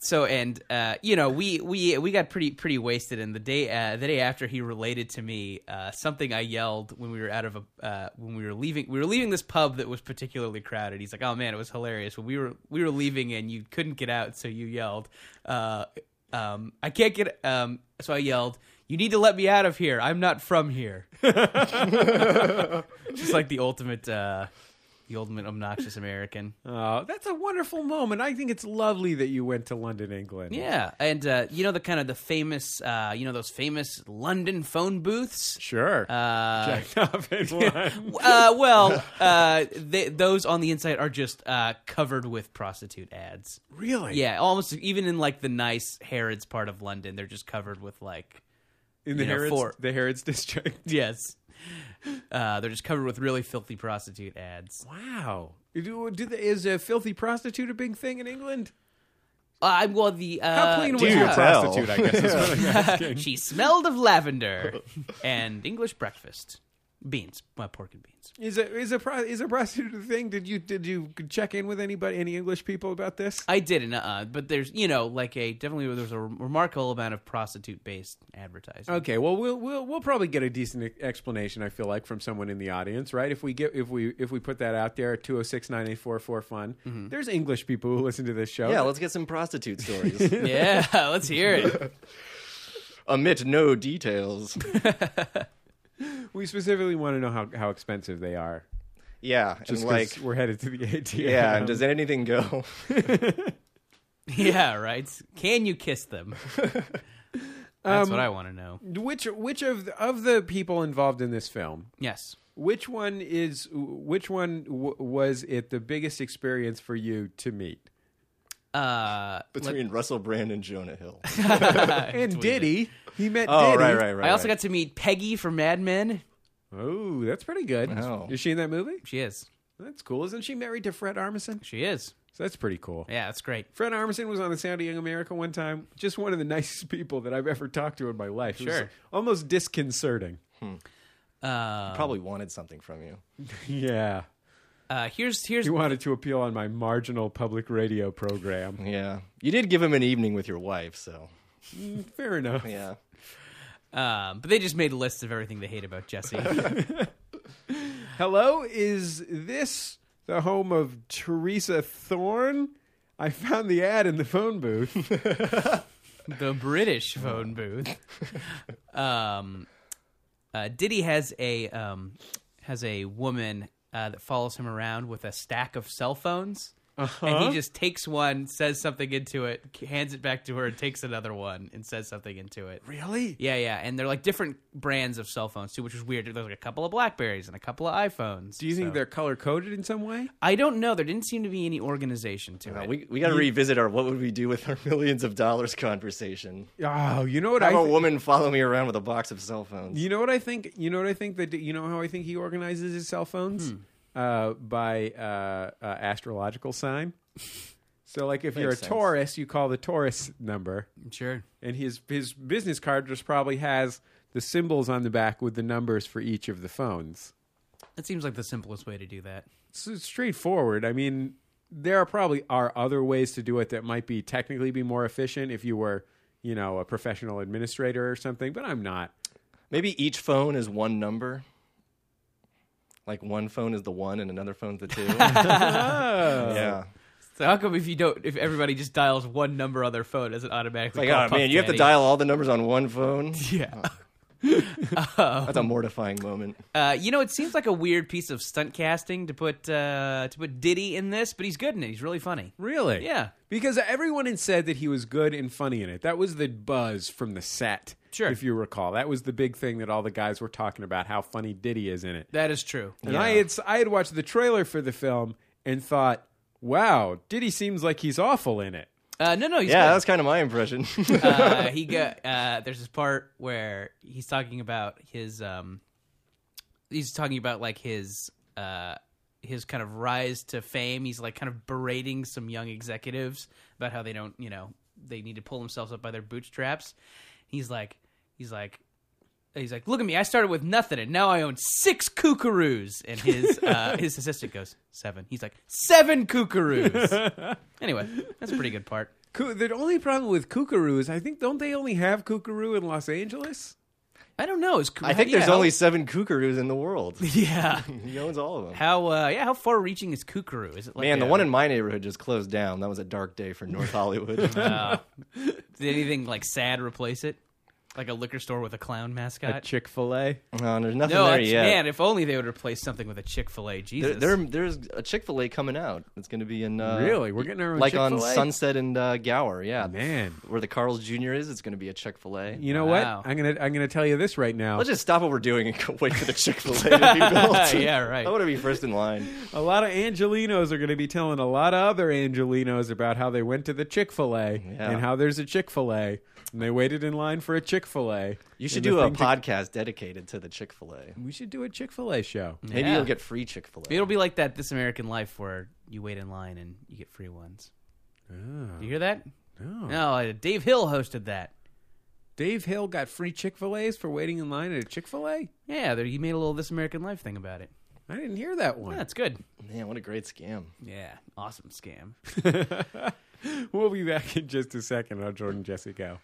D: So and uh, you know we we we got pretty pretty wasted and the day uh, the day after he related to me uh, something I yelled when we were out of a uh, when we were leaving we were leaving this pub that was particularly crowded he's like oh man it was hilarious when we were we were leaving and you couldn't get out so you yelled uh, um, I can't get um, so I yelled you need to let me out of here I'm not from here just like the ultimate uh, the ultimate obnoxious American.
C: Oh, that's a wonderful moment. I think it's lovely that you went to London, England.
D: Yeah, and uh, you know the kind of the famous, uh, you know those famous London phone booths.
C: Sure.
D: Uh,
C: Jacked up in one.
D: uh, well, uh, they, those on the inside are just uh, covered with prostitute ads.
C: Really?
D: Yeah, almost even in like the nice Harrods part of London, they're just covered with like
C: In the
D: you know,
C: Harrods,
D: for-
C: the Harrods district.
D: yes, uh, they're just covered with really filthy prostitute ads.
C: Wow. Do, do the, is a filthy prostitute a big thing in England?
D: Uh, I well the uh,
C: How clean was
E: do
C: your
E: tell.
C: prostitute? I guess is what I'm asking.
D: she smelled of lavender and English breakfast beans, well, pork and beans.
C: Is a is a pro, is a prostitute a thing? Did you did you check in with anybody, any English people about this?
D: I didn't, uh, but there's you know like a definitely there's a remarkable amount of prostitute based advertising.
C: Okay, well we'll we'll we'll probably get a decent e- explanation. I feel like from someone in the audience, right? If we get if we if we put that out there at two zero six nine eight four four fun,
D: Mm-hmm.
C: there's English people who listen to this show.
E: Yeah, let's get some prostitute stories.
D: Yeah, let's hear it.
E: Omit no details.
C: we specifically want to know how, how expensive they are.
E: Yeah,
C: Just
E: and
C: 'cause
E: like
C: we're headed to the ATM.
E: yeah, and does anything go?
D: Yeah, right. Can you kiss them? That's what I want to know.
C: Um, which which of the, of the people involved in this film
D: Yes.
C: Which one is which one w- was it the biggest experience for you to meet?
D: Uh,
E: Between Russell Brand and Jonah Hill.
C: and Diddy, he met
E: Oh,
C: Diddy.
E: right, right, right.
D: I also
E: right.
D: got to meet Peggy from Mad Men.
C: Oh, that's pretty good.
E: Wow.
C: Is she in that movie?
D: She is.
C: That's cool. Isn't she married to Fred Armisen?
D: She is.
C: So that's pretty cool.
D: Yeah, that's great.
C: Fred Armisen was on the Sound of Young America one time. Just one of the nicest people that I've ever talked to in my life. It was
D: Sure.
C: almost disconcerting.
D: Uh,
E: Hmm. probably wanted something from you.
C: Yeah.
D: uh, here's here's
C: He wanted to appeal on my marginal public radio program.
E: Yeah, you did give him an evening with your wife, so
C: Fair enough.
E: yeah.
D: Mm, um, but they just made lists of everything they hate about Jesse.
C: Hello, is this the home of Teresa Thorne? I found the ad in the phone booth.
D: the British phone booth. Um, uh, Diddy has a um, has a woman uh, that follows him around with a stack of cell phones,
C: Uh-huh.
D: and he just takes one, says something into it, hands it back to her, and takes another one and says something into it.
C: really?
D: Yeah, yeah, and they're like different brands of cell phones too, which is weird. There's like a couple of Blackberries and a couple of iPhones.
C: Do you think
D: so-
C: they're color coded in some way?
D: I don't know. There didn't seem to be any organization to
E: Uh,
D: it.
E: we we got to revisit our what would we do with our millions of dollars conversation.
C: Oh, you know what
E: Have
C: I
E: a
C: thi-
E: woman follow me around with a box of cell phones.
C: You know what I think? You know what I think that you know how I think he organizes his cell phones?
E: Hmm.
C: Uh, by uh, uh, astrological sign. So like if you're a
E: Makes sense.
C: Taurus, you call the Taurus number.
D: sure.
C: and his his business card just probably has the symbols on the back with the numbers for each of the phones.
D: That seems like the simplest way to do that.
C: It's it's straightforward. I mean, there are probably are other ways to do it that might be technically be more efficient if you were, you know, a professional administrator or something. But I'm not.
E: Maybe each phone is one number. Like one phone is the one and another phone's the two. yeah.
D: So how come if you don't, if everybody just dials one number on their phone, it doesn't automatically?
E: Like,
D: call
E: oh
D: Puff
E: man, you have to
D: Daddy?
E: dial all the numbers on one phone.
D: Yeah.
E: That's a mortifying moment.
D: Uh, you know, it seems like a weird piece of stunt casting to put uh, to put Diddy in this, but he's good in it. He's really funny.
C: Really?
D: Yeah.
C: Because everyone had said that he was good and funny in it. That was the buzz from the set.
D: Sure.
C: If you recall, that was the big thing that all the guys were talking about how funny Diddy is in it.
D: That is true.
C: And I had I had watched the trailer for the film and thought, "Wow, Diddy seems like he's awful in it."
D: Uh, no, no, he's
E: Yeah,
D: good.
E: that's kind of my impression.
D: uh, he got uh, there's this part where he's talking about his um he's talking about like his uh his kind of rise to fame he's like kind of berating some young executives about how they don't you know they need to pull themselves up by their bootstraps he's like he's like He's like, look at me. I started with nothing, and now I own six kookaroos. And his uh, his assistant goes seven. He's like, seven kookaroos. anyway, that's a pretty good part.
C: Coo- The only problem with Kookaroo is I think don't they only have Kookaroo in Los Angeles?
D: I don't know. Is Koo-
E: I
D: how
E: think
D: do you-
E: there's
D: how-
E: only seven kookaroos in the world.
D: Yeah.
E: He owns all of them.
D: How uh yeah, how far reaching is Kukuru? Is it like
E: Man, the
D: a-
E: one in my neighborhood just closed down. That was a dark day for North Hollywood.
D: did anything like sad replace it? like a liquor store with a clown mascot.
C: A Chick Fil A.
E: No, there's nothing
D: no,
E: there
D: that's-
E: yet.
D: man, if only they would replace something with a Chick Fil A.
E: There,
D: Jesus,
E: there- there's a Chick Fil A coming out. It's going to be in uh,
C: Really? We're getting our own
E: like
C: Chick-fil-A?
E: on Sunset and uh, Gower. Yeah,
C: Man.
E: where the Carl's Jr. is, it's going to be a Chick Fil A.
C: You know
D: Wow.
C: what? I'm gonna I'm gonna tell you this right now.
E: Let's just stop what we're doing and go wait for the Chick Fil A to be built.
D: Yeah, right.
E: I want to be first in line.
C: A lot of Angelinos are going to be telling a lot of other Angelinos about how they went to the Chick Fil A and how there's a Chick Fil A and they waited in line for a Chick Fil A.
E: You should do a podcast dedicated to the Chick Fil A.
C: we should do a Chick Fil A show.
E: Maybe
D: Yeah.
E: you'll get free Chick Fil A.
D: it'll be like that This American Life where you wait in line and you get free ones.
C: Oh.
D: Do you hear that? No, uh, Dave Hill hosted that.
C: Dave Hill got free Chick Fil A's for waiting in line at a Chick Fil A.
D: Yeah, there, he made a little This American Life thing about it.
C: I didn't hear that one.
D: That's good.
E: Man, what a great scam!
D: Yeah, awesome scam.
C: We'll be back in just a second on Jordan Jesse Go.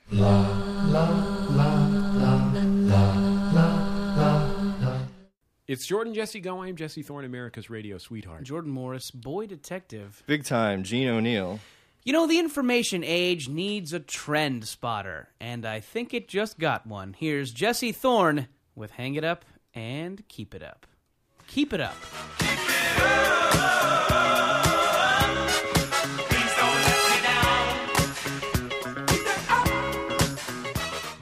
C: It's Jordan Jesse Go. I'm Jesse Thorne, America's radio sweetheart.
D: Jordan Morris, boy detective.
E: Big time, Gene O'Neill.
D: You know, the information age needs a trend spotter, and I think it just got one. Here's Jesse Thorne with Hang It Up and Keep It Up. Keep it up.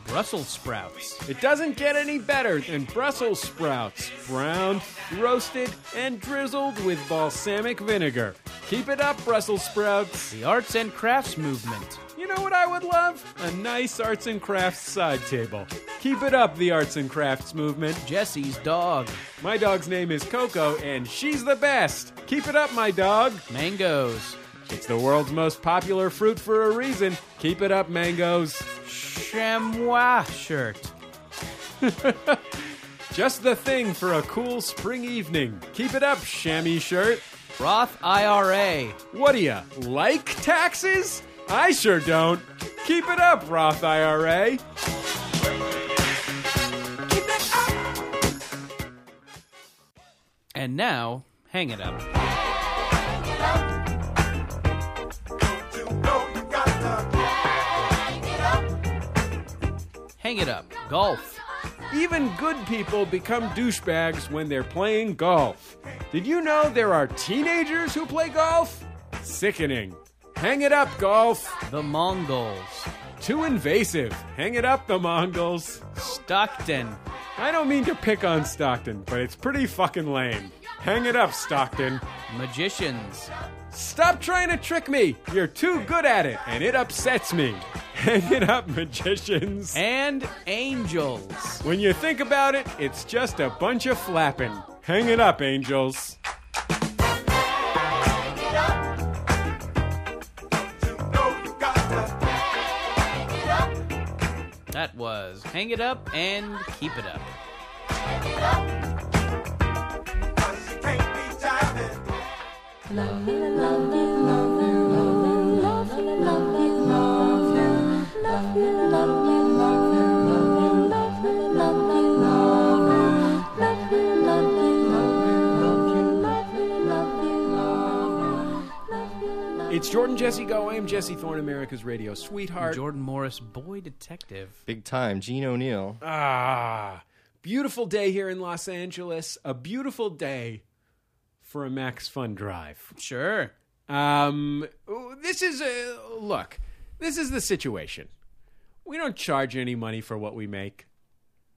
D: Brussels sprouts.
C: It doesn't get any better than Brussels sprouts, browned, roasted, and drizzled with balsamic vinegar. Keep it up, Brussels sprouts.
D: The arts and crafts movement.
C: You know what I would love? A nice arts and crafts side table. Keep it up, the arts and crafts movement.
D: Jesse's dog.
C: My dog's name is Coco, and she's the best. Keep it up, my dog.
D: Mangoes.
C: It's the world's most popular fruit for a reason. Keep it up, mangoes.
D: Chamois shirt.
C: Just the thing for a cool spring evening. Keep it up, chamois shirt.
D: Roth IRA.
C: What do you like taxes? I sure don't. Keep it up, Roth IRA.
D: And now, hang it up. Hang it up. Golf.
C: Even good people become douchebags when they're playing golf. Did you know there are teenagers who play golf? Sickening. Hang it up, golf.
D: The Mongols.
C: Too invasive. Hang it up, the Mongols.
D: Stockton.
C: I don't mean to pick on Stockton, but it's pretty fucking lame. Hang it up, Stockton.
D: Magicians.
C: Stop trying to trick me. You're too good at it, and it upsets me. Hang it up, magicians.
D: And angels.
C: When you think about it, it's just a bunch of flapping. Hang it up, angels.
D: That was Hang It Up and Keep It Up.
C: It's Jordan Jesse Go. I am Jesse Thorne, America's radio sweetheart.
D: Jordan Morris, boy detective.
E: Big time, Gene O'Neill.
C: Ah, beautiful day here in Los Angeles. A beautiful day for a Max Fun Drive.
D: Sure.
C: Um, this is a look. This is the situation. We don't charge any money for what we make.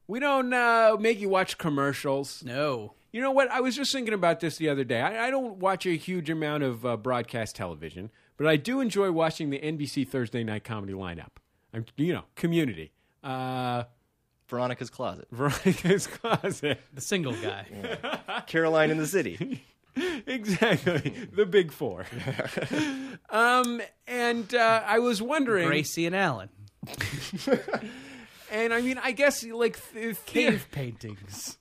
C: We don't uh, make you watch commercials.
D: No.
C: You know what? I was just thinking about this the other day. I, I don't watch a huge amount of uh, broadcast television, but I do enjoy watching the NBC Thursday night comedy lineup. I'm, you know, Community, uh,
E: Veronica's Closet.
C: Veronica's Closet,
D: The single guy.
E: Caroline in the City.
C: exactly the Big Four. um, and uh, I was wondering,
D: Gracie and Allen.
C: and I mean, I guess like th-
D: Cave paintings.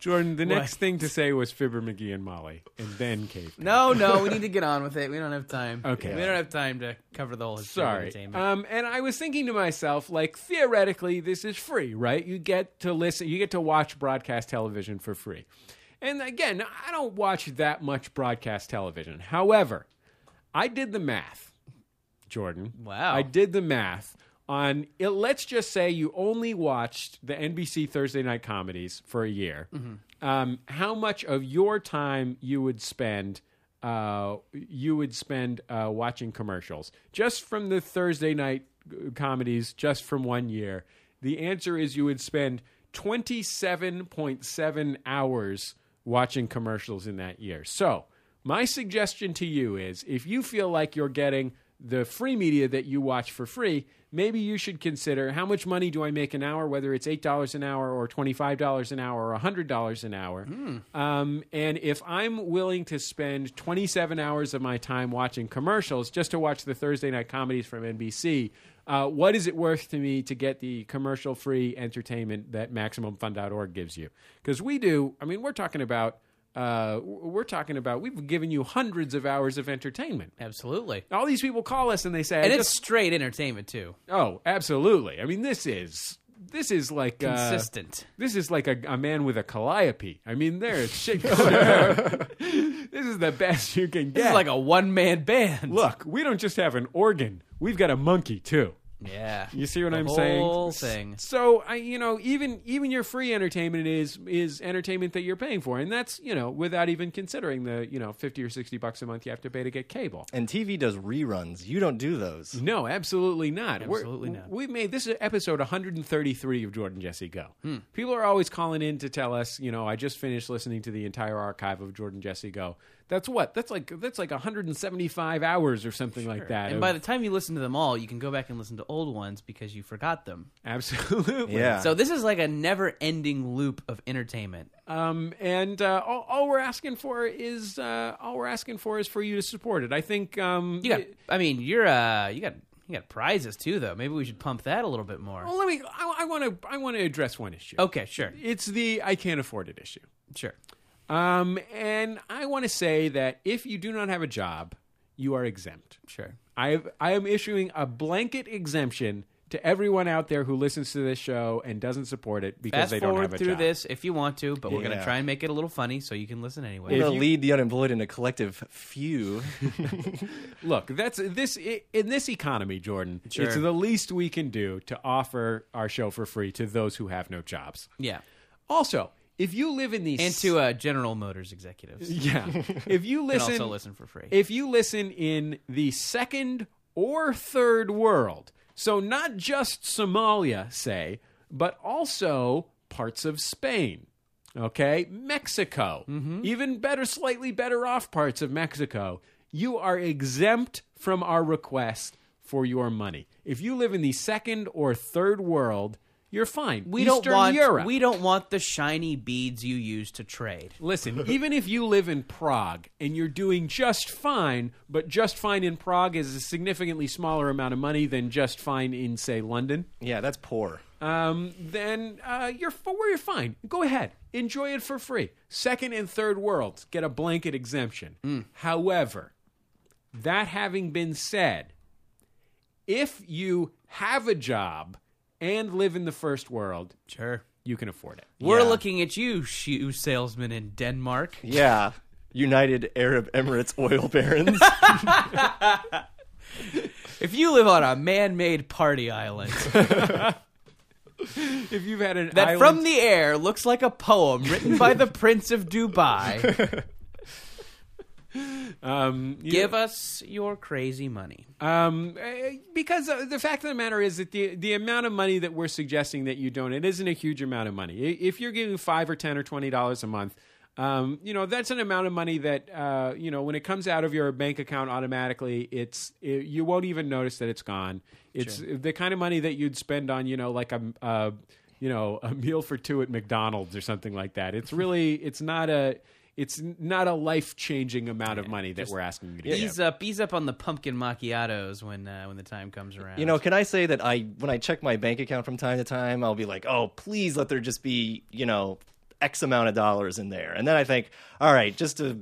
C: Jordan. The
D: next
C: next thing to say was Fibber McGee and Molly, and then Cave.
D: No, no, we need to get on with it. We don't have time.
C: Okay.
D: We don't have time to cover the whole history of
C: Sorry.
D: entertainment.
C: Um, and I was thinking to myself, like, theoretically, this is free, right? You get to listen, you get to watch broadcast television for free. And again, I don't watch that much broadcast television. However, I did the math, Jordan.
D: Wow.
C: I did the math on it, let's just say you only watched the NBC Thursday night comedies for a year, um, how much of your time you would spend uh, you would spend uh, watching commercials just from the Thursday night uh, comedies just from one year? The answer is you would spend 27.7 hours watching commercials in that year. So, my suggestion to you is if you feel like you're getting the free media that you watch for free, maybe you should consider how much money do I make an hour, whether it's $8 an hour or $25 an hour or $100 an hour. Um, and if I'm willing to spend 27 hours of my time watching commercials just to watch the Thursday night comedies from NBC, uh, what is it worth to me to get the commercial free entertainment that MaximumFun.org gives you? Because we do, I mean, we're talking about. Uh, we're talking about we've given you hundreds of hours of entertainment.
D: Absolutely.
C: All these people call us and they say,
D: And
C: I
D: it's
C: just-
D: straight entertainment too.
C: "Oh, absolutely." I mean, this is this is like uh,
D: Consistent.
C: this is like a, a man with a calliope. I mean, there's shit. this is the best you can get.
D: This is like a one man band.
C: look. We don't just have an organ; we've got a monkey too.
D: Yeah.
C: You see what
D: The
C: I'm saying?
D: whole thing.
C: So I, you know, even even your free entertainment is is entertainment that you're paying for, and that's you know without even considering the you know fifty or sixty bucks a month you have to pay to get cable.
E: And TV does reruns. You don't do those.
C: No, absolutely not.
D: Absolutely
C: We're,
D: not.
C: We made this is episode 133 of Jordan Jesse Go.
D: Hmm.
C: People are always calling in to tell us, you know, I just finished listening to the entire archive of Jordan Jesse Go. That's what. That's like that's like 175 hours or something like that.
D: And
C: of-
D: by the time you listen to them all, you can go back and listen to old ones because you forgot them.
C: absolutely.
E: Yeah.
D: So this is like a never ending loop of entertainment.
C: Um, and uh, all, all we're asking for is uh, all we're asking for is for you to support it. I think um,
D: You got I mean, you're uh you got you got prizes too though. Maybe we should pump that a little bit more.
C: well, let me. I want to. I want to address one issue.
D: Okay, sure.
C: It's the I can't afford it issue.
D: Sure.
C: Um, and I want to say that if you do not have a job, you are exempt.
D: Sure.
C: I've, I am issuing a blanket exemption to everyone out there who listens to this show and doesn't support it because
D: Fast
C: they don't have
D: forward
C: a
D: through
C: job.
D: this if you want to, but we're gonna
E: Yeah.
D: try and make it a little funny so you can listen anyway.
E: We're going to lead the unemployed in a collective few.
C: Look, that's this i- in this economy, Jordan.
D: Sure.
C: It's the least we can do to offer our show for free to those who have no jobs.
D: Yeah.
C: Also, if you live in these
D: And to uh, General Motors executives. You
C: yeah, if you
D: can
C: listen,
D: also listen for free.
C: if you listen in the second or third world, so not just Somalia, say, but also parts of Spain, okay, Mexico,
D: Mm-hmm.
C: even better, slightly better off parts of Mexico, you are exempt from our request for your money. If you live in the second or third world, you're fine.
D: we
C: Eastern
D: don't want
C: Europe.
D: we don't want the shiny beads you use to trade.
C: Listen, even if you live in Prague and you're doing just fine, but just fine in Prague is a significantly smaller amount of money than just fine in, say, London,
E: yeah, that's poor.
C: um, then uh, you're f- well, you're fine. Go ahead, enjoy it for free. Second and third worlds get a blanket exemption.
E: Hmm.
C: However, that having been said, if you have a job and live in the first world,
D: Sure.
C: you can afford it.
D: We're
E: Yeah.
D: looking at you, shoe salesman in Denmark.
E: Yeah. United Arab Emirates oil barons.
D: If you live on a man-made party island
C: If you've had an
D: that
C: island-
D: from the air looks like a poem written by the Prince of Dubai,
C: um, you-
D: give us your crazy money.
C: Um, eh, because uh, the fact of the matter is that the the amount of money that we're suggesting that you donate isn't a huge amount of money. I- If you're giving five or ten or twenty dollars a month, um, you know that's an amount of money that uh, you know when it comes out of your bank account automatically, it's it, you won't even notice that it's gone. It's the kind of money that you'd spend on you know like a. Uh, you know, a meal for two at McDonald's or something like that. It's really, it's not a, it's not a life changing amount of money that we're asking you to give.
D: Ease up, ease up on the pumpkin macchiatos when uh, when the time comes around.
E: You know, can I say that I when I check my bank account from time to time, I'll be like, "Oh, please let there just be, you know, X amount of dollars in there." And then I think, "All right, just to,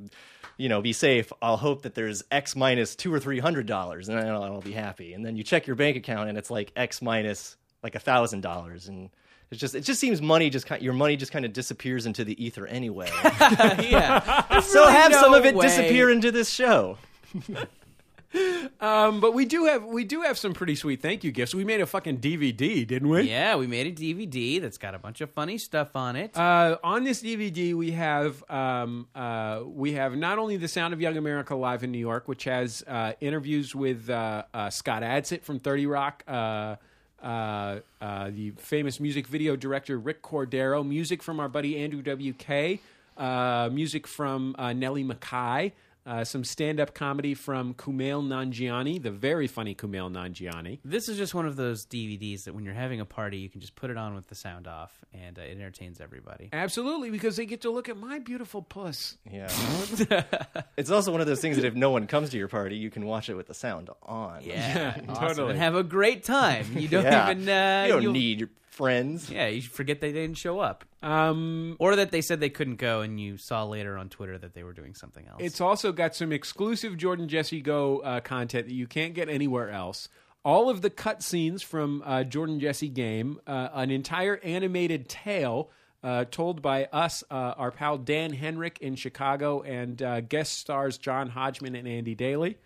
E: you know, be safe, I'll hope that there's X minus 2 or 300 dollars and then I'll, I'll be happy." And then you check your bank account and it's like X minus like $1,000 and it's just it just seems money just kind your money just kind of disappears into the ether anyway.
D: yeah.
E: so have some
D: no
E: of it
D: way.
E: disappear into this show.
C: Um, but we do have we do have some pretty sweet thank you gifts. We made a fucking DVD, didn't we?
D: Yeah, we made a DVD that's got a bunch of funny stuff on it.
C: Uh, on this DVD, we have um, uh, we have not only the Sound of Young America live in New York, which has uh, interviews with uh, uh, Scott Adsit from Thirty Rock, uh, uh, uh, the famous music video director Rick Cordero, music from our buddy Andrew WK, uh, music from uh, Nellie Mackay. Uh, some stand-up comedy from Kumail Nanjiani, the very funny Kumail Nanjiani.
D: this is just one of those DVDs that when you're having a party, you can just put it on with the sound off, and uh, it entertains everybody.
C: Absolutely, because they get to look at my beautiful puss.
E: Yeah. it's also one of those things that if no one comes to your party, you can watch it with the sound on.
D: Yeah, awesome.
C: totally.
D: And have a great time. You don't
E: Yeah.
D: even uh,
E: you don't
D: you'll-
E: need your friends.
D: Yeah, you should forget they didn't show up,
C: Um,
D: or that they said they couldn't go, and you saw later on Twitter that they were doing something else.
C: It's also got some exclusive Jordan Jesse Go uh, content that you can't get anywhere else. All of the cutscenes from uh, Jordan Jesse Game, uh, an entire animated tale uh, told by us, uh, our pal Dan Henrik in Chicago, and uh, guest stars John Hodgman and Andy Daly.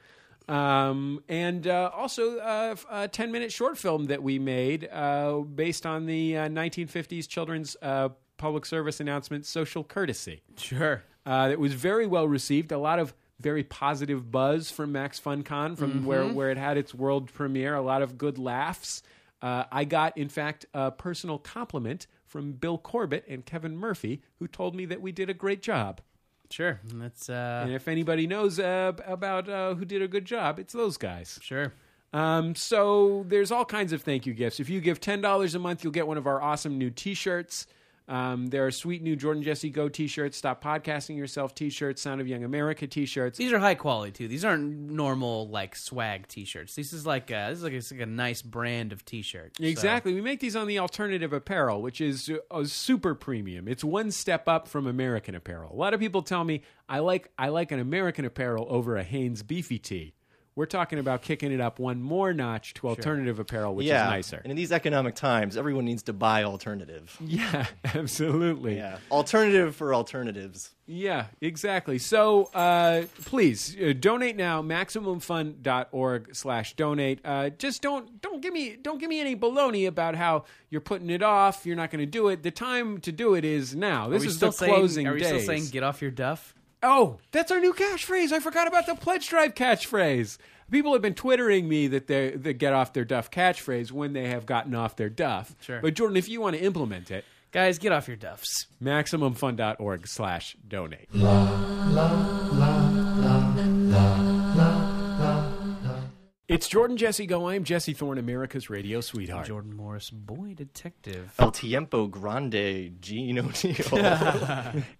C: Um, and uh, also uh, f- a 10 minute short film that we made uh, based on the uh, 1950s children's uh, public service announcement, Social Courtesy.
D: sure.
C: Uh, it was very well received. A lot of very positive buzz from Max FunCon from where, where it had its world premiere. A lot of good laughs. Uh, I got, in fact, a personal compliment from Bill Corbett and Kevin Murphy, who told me that we did a great job.
D: Sure. That's uh,
C: And if anybody knows uh, ab- about uh, who did a good job, it's those guys.
D: sure.
C: Um, so there's all kinds of thank you gifts. If you give ten dollars a month, you'll get one of our awesome new T-shirts. Um, there are sweet new Jordan Jesse Go T-shirts, Stop Podcasting Yourself T-shirts, Sound of Young America T-shirts.
D: These are high quality too. These aren't normal like swag T-shirts. This is like a, this is like, it's like a nice brand of T-shirt. So-
C: Exactly. We make these on the alternative apparel, which is uh, uh, super premium. It's one step up from American apparel. A lot of people tell me I like I like an American apparel over a Hanes beefy tee. We're talking about kicking it up one more notch to alternative apparel, Oh, which
E: yeah.
C: is nicer.
E: And in these economic times, everyone needs to buy alternative.
C: Yeah, absolutely.
E: Yeah. Alternative for alternatives.
C: Yeah, exactly. So uh, please uh, donate now. MaximumFun.org slash donate. Uh, just don't don't give me don't give me any baloney about how you're putting it off. You're not going to do it. The time to do it is now.
D: Are
C: This
D: we
C: is
D: still
C: the
D: saying,
C: closing
D: Are we still
C: days.
D: saying get off your duff?
C: oh, that's our new catchphrase. I forgot about the pledge drive catchphrase. People have been twittering me that they the get off their duff catchphrase when they have gotten off their duff.
D: Sure.
C: But Jordan, if you want to implement it,
D: Guys, get off your duffs.
C: MaximumFun.org slash donate. It's Jordan Jesse Go. I'm Jesse Thorne, America's radio sweetheart.
D: Jordan Morris, boy detective.
E: El Tiempo Grande, Gene O'Neill.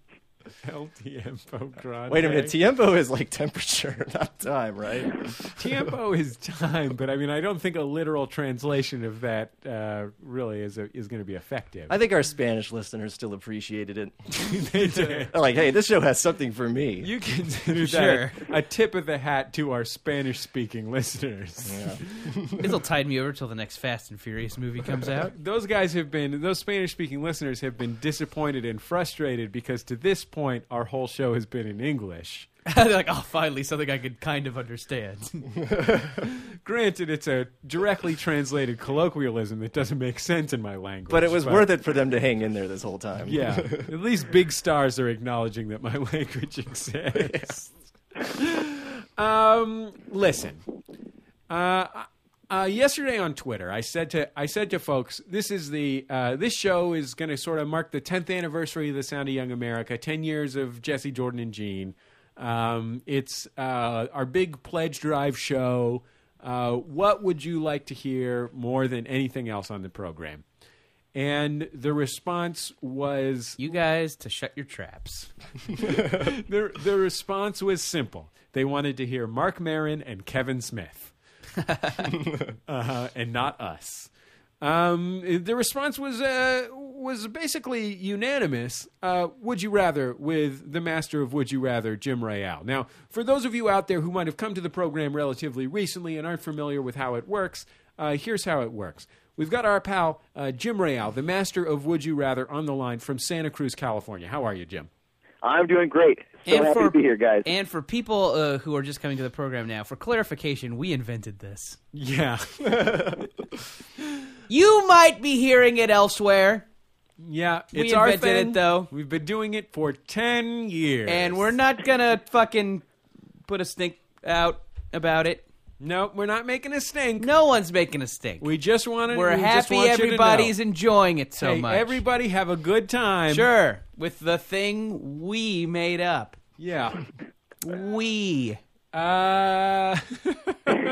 E: Wait a minute. Tiempo is like temperature, not time, right?
C: Tiempo is time, but I mean, I don't think a literal translation of that uh, really is, a, is going to be effective.
E: I think our Spanish listeners still appreciated it.
C: they did.
E: They're like, hey, this show has something for me.
C: You consider
D: Sure.
C: that a tip of the hat to our Spanish speaking listeners.
D: This'll tide me over till the next Fast and Furious movie comes out.
C: those guys have been those spanish speaking listeners have been disappointed and frustrated because to this point our whole show has been in english
D: They're like, oh, finally, something I could kind of understand.
C: granted it's a directly translated colloquialism that doesn't make sense in my language
E: but it was worth it for them to hang in there this whole time.
C: yeah at least big stars are acknowledging that my language exists um listen uh uh, yesterday on Twitter, I said to I said to folks, this is the uh, this show is going to sort of mark the 10th anniversary of the Sound of Young America, 10 years of Jesse Jordan and Gene. Um, it's uh, our big pledge drive show. Uh, what would you like to hear more than anything else on the program? And the response was
D: you guys to shut your traps.
C: the the response was simple. They wanted to hear Mark Marin and Kevin Smith, uh, and not us. Um, the response was uh, was basically unanimous. Uh, would you rather with the master of Would You Rather, Jim Rayal. Now, for those of you out there who might have come to the program relatively recently and aren't familiar with how it works, uh, here's how it works. We've got our pal uh, Jim Rayal, the master of Would You Rather, on the line from Santa Cruz, California. How are you, Jim?
F: I'm doing great. So happy to be here, guys.
D: And for people uh, who are just coming to the program now, for clarification, we invented this.
C: Yeah.
D: You might be hearing it elsewhere,
C: Yeah.
D: We
C: It's our
D: invented it,
C: thing.
D: though.
C: We've been doing it for 10 years.
D: and we're not gonna fucking put a stink out about it.
C: No, we're not making a stink.
D: No one's making a stink.
C: We just wanted
D: We're
C: we just
D: happy
C: want you to know.
D: everybody's enjoying it so
C: Hey,
D: much.
C: everybody have a good time.
D: sure, with the thing we made up.
C: Yeah.
D: We.
C: Uh,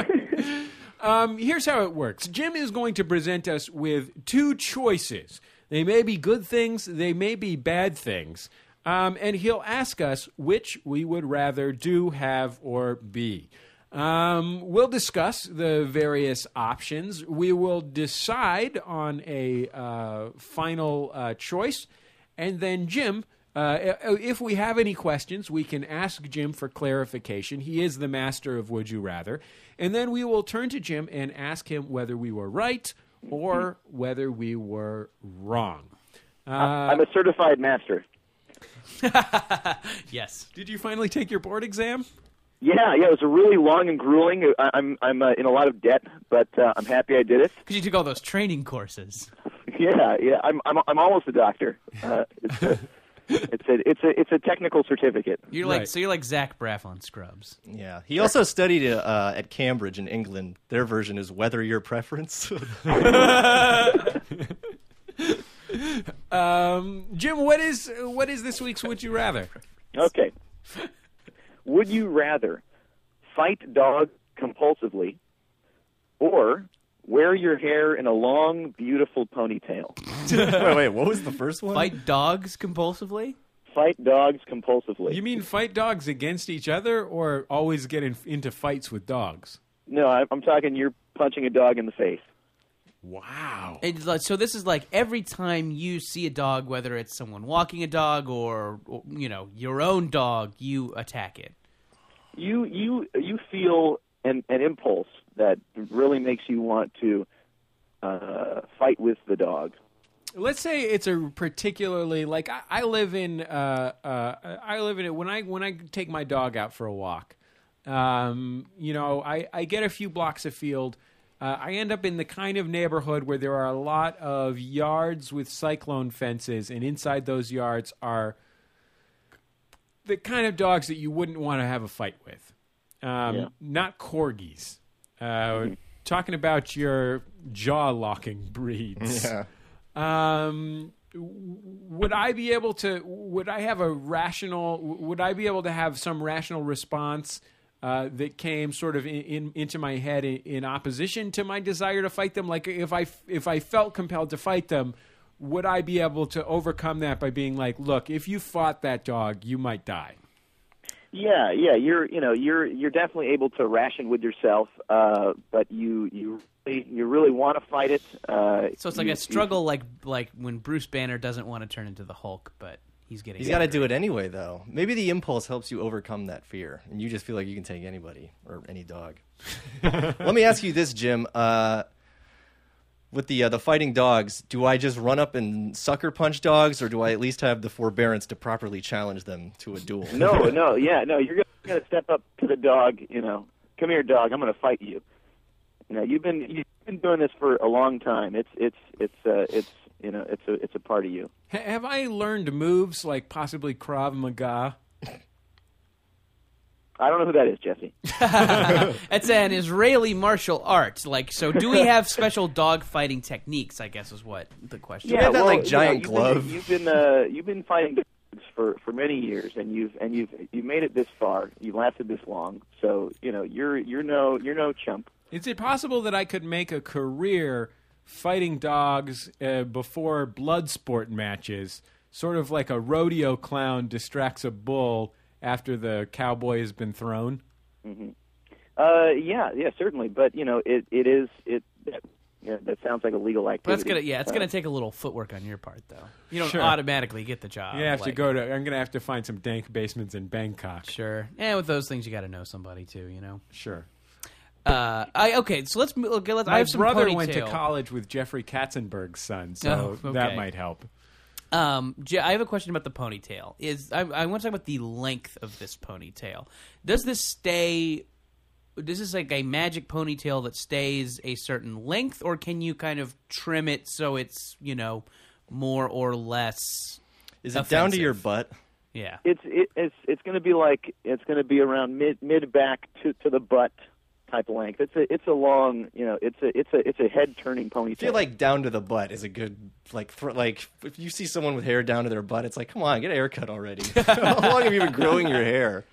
C: um, here's how it works Jim is going to present us with two choices. They may be good things, they may be bad things. Um, and he'll ask us which we would rather do, have, or be. Um, we'll discuss the various options. We will decide on a uh, final uh, choice. And then Jim, uh, if we have any questions, we can ask Jim for clarification. He is the master of Would You Rather. And then we will turn to Jim and ask him whether we were right or whether we were wrong. Uh,
F: I'm a certified master.
D: Yes.
C: Did you finally take your board exam?
F: Yeah, yeah, it was a really long and grueling. I- I'm I'm uh, in a lot of debt, but uh, I'm happy I did it.
D: Because you took all those training courses.
F: Yeah, yeah, I'm I'm I'm almost a doctor. Uh, it's, a, it's a it's a it's a technical certificate.
D: You're like
C: Right.
D: so. You're like Zach Braff on Scrubs.
E: Yeah, he also studied uh, at Cambridge in England. Their version is "Weather Your Preference."
C: Um, Jim, what is what is this week's Would You Rather?
F: Okay. Would you rather fight dogs compulsively or wear your hair in a long, beautiful ponytail?
E: wait, wait, what was the first one?
D: Bite dogs compulsively.
F: Fight dogs compulsively.
C: You mean fight dogs against each other, or always get in, into fights with dogs?
F: no, I- I'm talking you're punching a dog in the face.
C: Wow.
D: It's like, so this is like every time you see a dog, whether it's someone walking a dog or, or you know your own dog, you attack it.
F: You you you feel an, an impulse that really makes you want to uh, fight with the dog.
C: let's say it's a particularly like I, I live in uh, uh, I live in it when I when I take my dog out for a walk. Um, you know, I, I get a few blocks of field. Uh, I end up in the kind of neighborhood where there are a lot of yards with cyclone fences, and inside those yards are the kind of dogs that you wouldn't want to have a fight with. Um, Not corgis. Uh, talking about your jaw locking breeds. Um, w- would I be able to? Would I have a rational? Would I be able to have some rational response uh, that came sort of in, in, into my head in, in opposition to my desire to fight them? Like if I f- if I felt compelled to fight them, would I be able to overcome that by being like, look, if you fought that dog, you might die.
F: Yeah, yeah, you're you know you're you're definitely able to ration with yourself, uh, but you you really, you really want to fight it. Uh,
D: So it's like
F: you-
D: a struggle, like like when Bruce Banner doesn't want to turn into the Hulk, but he's getting.
E: He's got to do it anyway, though. Maybe the impulse helps you overcome that fear, and you just feel like you can take anybody or any dog. Let me ask you this, Jim. Uh, with the uh, the fighting dogs, do I just run up and sucker punch dogs, or do I at least have the forbearance to properly challenge them to a duel?
F: you- no, no, yeah, no. You're gonna, you're gonna step up to the dog. You know, come here, dog. I'm gonna fight you. You know, you've been you've been doing this for a long time. It's it's it's uh, it's you know it's a it's a part of you.
C: Ha- have I learned moves like possibly Krav Maga?
F: I don't know who that is, Jesse.
D: It's an Israeli martial art. Like, so do we have special dog fighting techniques? I guess is what the question.
E: have that, like,
F: you know,
E: giant
F: you've
E: glove?
F: Been, you've been uh, you've been fighting dogs for for many years, and you've and you've you've made it this far. You've lasted this long, so you know you're you're no you're no chump.
C: Is it possible that I could make a career fighting dogs uh, before blood sport matches, sort of like a rodeo clown distracts a bull after the cowboy has been thrown?
F: Uh, yeah, yeah, certainly, but you know it it is it. Yeah, that sounds like a legal activity.
D: But that's gonna yeah, it's
F: Uh,
D: gonna take a little footwork on your part though. You don't
C: Sure.
D: automatically get the job.
C: I have to
D: Uh, like-
C: go to. I'm gonna have to find some dank basements in Bangkok.
D: Sure. And Eh, with those things, you got to know somebody too. You know.
C: Sure.
D: Uh, I okay. So let's mo- okay, let's. I
C: My
D: have some
C: brother went to
D: ponytail.
C: college with Jeffrey Katzenberg's son, so
D: Oh, okay.
C: that might help.
D: Um, J- I have a question about the ponytail. Is I, I want to talk about the length of this ponytail. Does this stay? This is like a magic ponytail that stays a certain length, or can you kind of trim it so it's you know more or less?
E: Is it down to
D: offensive?
E: your butt?
D: Yeah.
F: it's it, it's it's going to be like it's going to be around mid mid back to to the butt type length. It's a it's a long you know it's a it's a it's a head turning ponytail.
E: I feel like down to the butt is a good like thr like if you see someone with hair down to their butt, it's like come on, get a haircut already. How long have you been growing your hair?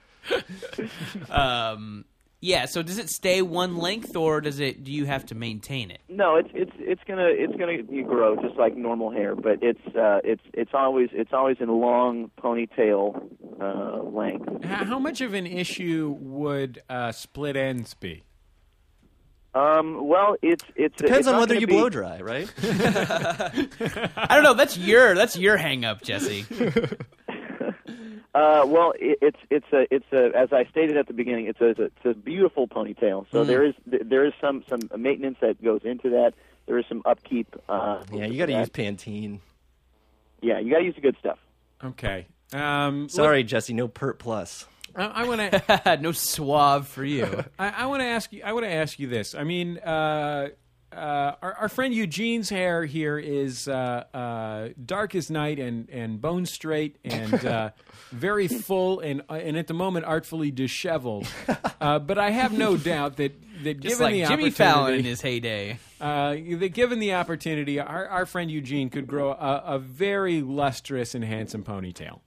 D: Um, Yeah. So does it stay one length, or does it? Do you have to maintain it?
F: no, it's it's it's gonna it's gonna grow just like normal hair, but it's uh it's it's always it's always in long ponytail uh, length.
C: H- How much of an issue would uh, split ends be?
F: Um, well, it's it's
E: Depends
F: it's
E: on
F: not
E: whether
F: gonna
E: you
F: be,
E: blow dry, right?
D: I don't know. That's your that's your hang up, Jesse.
F: Uh, well, it, it's it's a it's a as I stated at the beginning, it's a it's a, it's a beautiful ponytail. So there is there is some some maintenance that goes into that. There is some upkeep. Uh,
E: yeah, you got to
F: that.
E: use Pantene.
F: Yeah, you got to use the good stuff.
C: Okay. Um,
E: Sorry, Jesse, no Pert Plus.
C: I, I want to.
D: no suave for you.
C: I, I want to ask you. I want to ask you this. I mean, uh, uh, our, our friend Eugene's hair here is uh, uh, dark as night and and bone straight and uh, very full and uh, and at the moment artfully disheveled. Uh, but I have no doubt that that
D: Just
C: given
D: like
C: the
D: Jimmy
C: opportunity,
D: Fallon in his heyday.
C: uh, that given the opportunity, our, our friend Eugene could grow a, a very lustrous and handsome ponytail.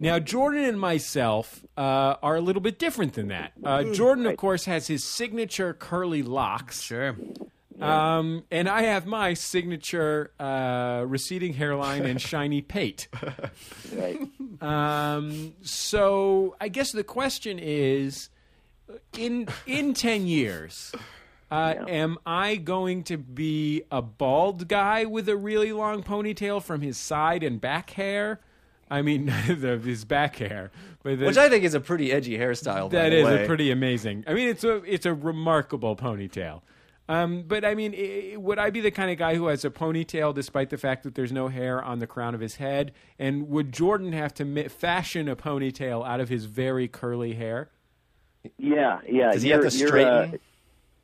C: Now, Jordan and myself uh, are a little bit different than that. Uh, Jordan, of course, has his signature curly locks,
D: Sure.
C: um, and I have my signature uh, receding hairline and shiny pate.
F: Right.
C: Um, so I guess the question is, in in ten years, uh, am I going to be a bald guy with a really long ponytail from his side and back hair? I mean, the, his back hair, but the,
E: Which I think is a pretty edgy hairstyle. by
C: that
E: the
C: is
E: way.
C: a pretty amazing. I mean, it's a it's a remarkable ponytail. Um, but I mean, i i- would I be the kind of guy who has a ponytail despite the fact that there's no hair on the crown of his head? And would Jordan have to mi- fashion a ponytail out of his very curly hair?
F: Yeah, yeah.
E: Does he have
F: You're-
E: to
F: you're,
E: straighten?
F: uh,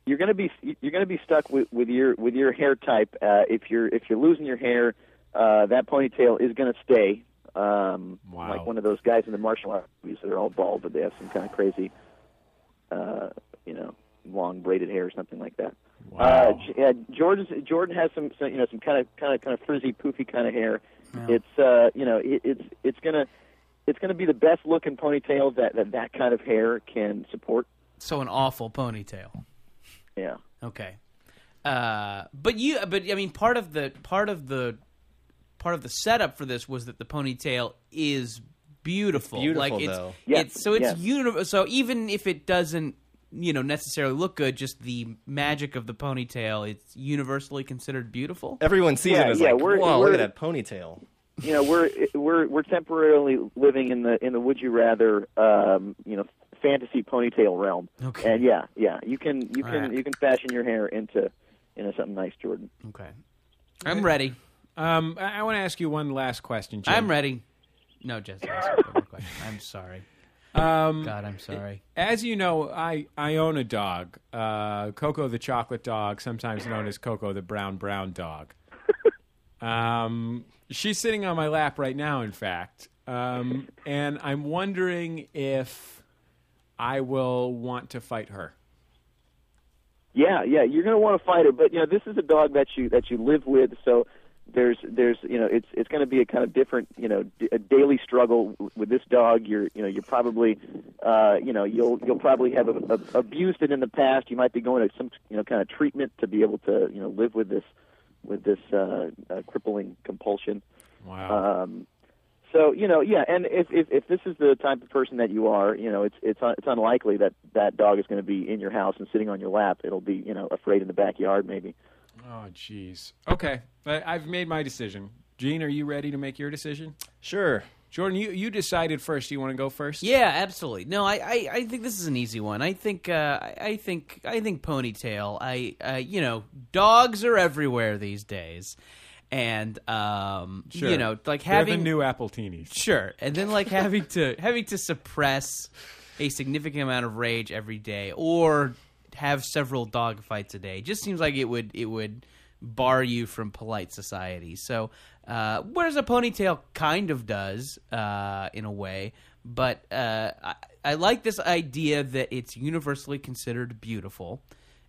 F: you're gonna be you're gonna be stuck with, with your with your hair type. Uh, if you're if you're losing your hair, uh, that ponytail is gonna stay. Um,
C: Wow.
F: Like one of those guys in the martial arts movies that are all bald, but they have some kind of crazy, uh, you know, long braided hair or something like that. Wow. Uh, J- yeah, Jordan's, Jordan has some, some you know some kind of kind of kind of frizzy poofy kind of hair. It's uh, you know it, it's it's gonna it's gonna be the best looking ponytail that that, that kind of hair can support.
D: So an awful ponytail.
F: Yeah.
D: Okay. Uh, but you, but I mean, part of the part of the part of the setup for this was that the ponytail is beautiful.
E: Beautiful,
D: like it's,
E: though.
F: Yes,
D: it's so it's
F: yes.
D: uni- So even if it doesn't, you know, necessarily look good, just the magic of the ponytail, it's universally considered beautiful.
E: Everyone sees
F: Yeah,
E: it as
F: yeah,
E: like,
F: we're-
E: whoa,
F: we're-
E: look at that ponytail.
F: you know we're we're we're temporarily living in the in the would you rather um, you know fantasy ponytail realm.
D: Okay.
F: And yeah, yeah, you can you can
D: Alright.
F: you can fashion your hair into into something nice, Jordan.
D: Okay. I'm ready.
C: Um, I, I want to ask you one last question, Jim.
D: I'm ready. No, Jess. that's not the question. I'm sorry. Um, God, I'm sorry.
C: As you know, I, I own a dog, uh, Coco the chocolate dog, sometimes known as Coco the brown brown dog. Um, she's sitting on my lap right now, in fact, um, and I'm wondering if I will want to fight her.
F: Yeah, yeah, you're going to want to fight it, but you know this is a dog that you that you live with, so there's there's you know it's it's going to be a kind of different you know d- a daily struggle w- with this dog. You're you know you're probably uh, you know you'll you'll probably have a, a, abused it in the past. You might be going to some you know kind of treatment to be able to you know live with this with this uh, uh, crippling compulsion.
C: Wow.
F: Um, so you know, yeah, and if, if if this is the type of person that you are, you know, it's it's un- it's unlikely that that dog is going to be in your house and sitting on your lap. It'll be you know afraid in the backyard maybe.
C: oh, jeez. Okay, I, I've made my decision. Gene, are you ready to make your decision?
E: Sure.
C: Jordan, you, you decided first. You want to go first?
D: Yeah, absolutely. No, I, I, I think this is an easy one. I think, uh, I I think, I think ponytail. I, uh, you know, dogs are everywhere these days, and um,
C: Sure.
D: you know, like
C: They're
D: having
C: the new Apple teenies.
D: Sure. And then like having to having to suppress a significant amount of rage every day or have several dog fights a day just seems like it would it would bar you from polite society. So uh, whereas a ponytail kind of does uh, in a way, but uh, I, I like this idea that it's universally considered beautiful.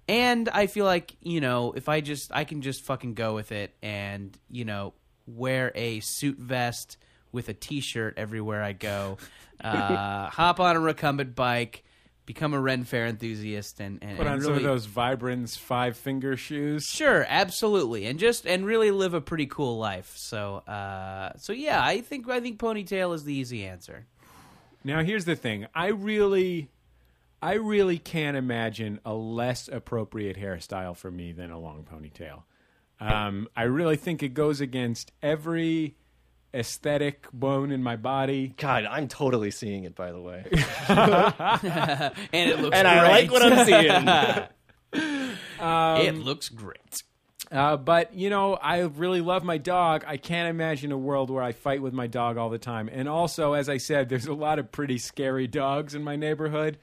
D: And I feel like, you know, if I just I can just fucking go with it and, you know, wear a suit vest with a t-shirt everywhere I go. Uh, hop on a recumbent bike, become a Ren Fair enthusiast and and,
C: Put on
D: and
C: some of
D: really-
C: those Vibrance five finger shoes.
D: Sure, absolutely. And just and really live a pretty cool life. So, uh so yeah, I think I think ponytail is the easy answer.
C: Now here's the thing. I really I really can't imagine a less appropriate hairstyle for me than a long ponytail. Um, I really think it goes against every aesthetic bone in my body.
E: God, I'm totally seeing it. By the way,
D: And it looks great.
E: and I like what I'm seeing.
C: Um,
E: Um,
D: it looks great.
C: Uh, but you know, I really love my dog. I can't imagine a world where I fight with my dog all the time. And also, as I said, there's a lot of pretty scary dogs in my neighborhood.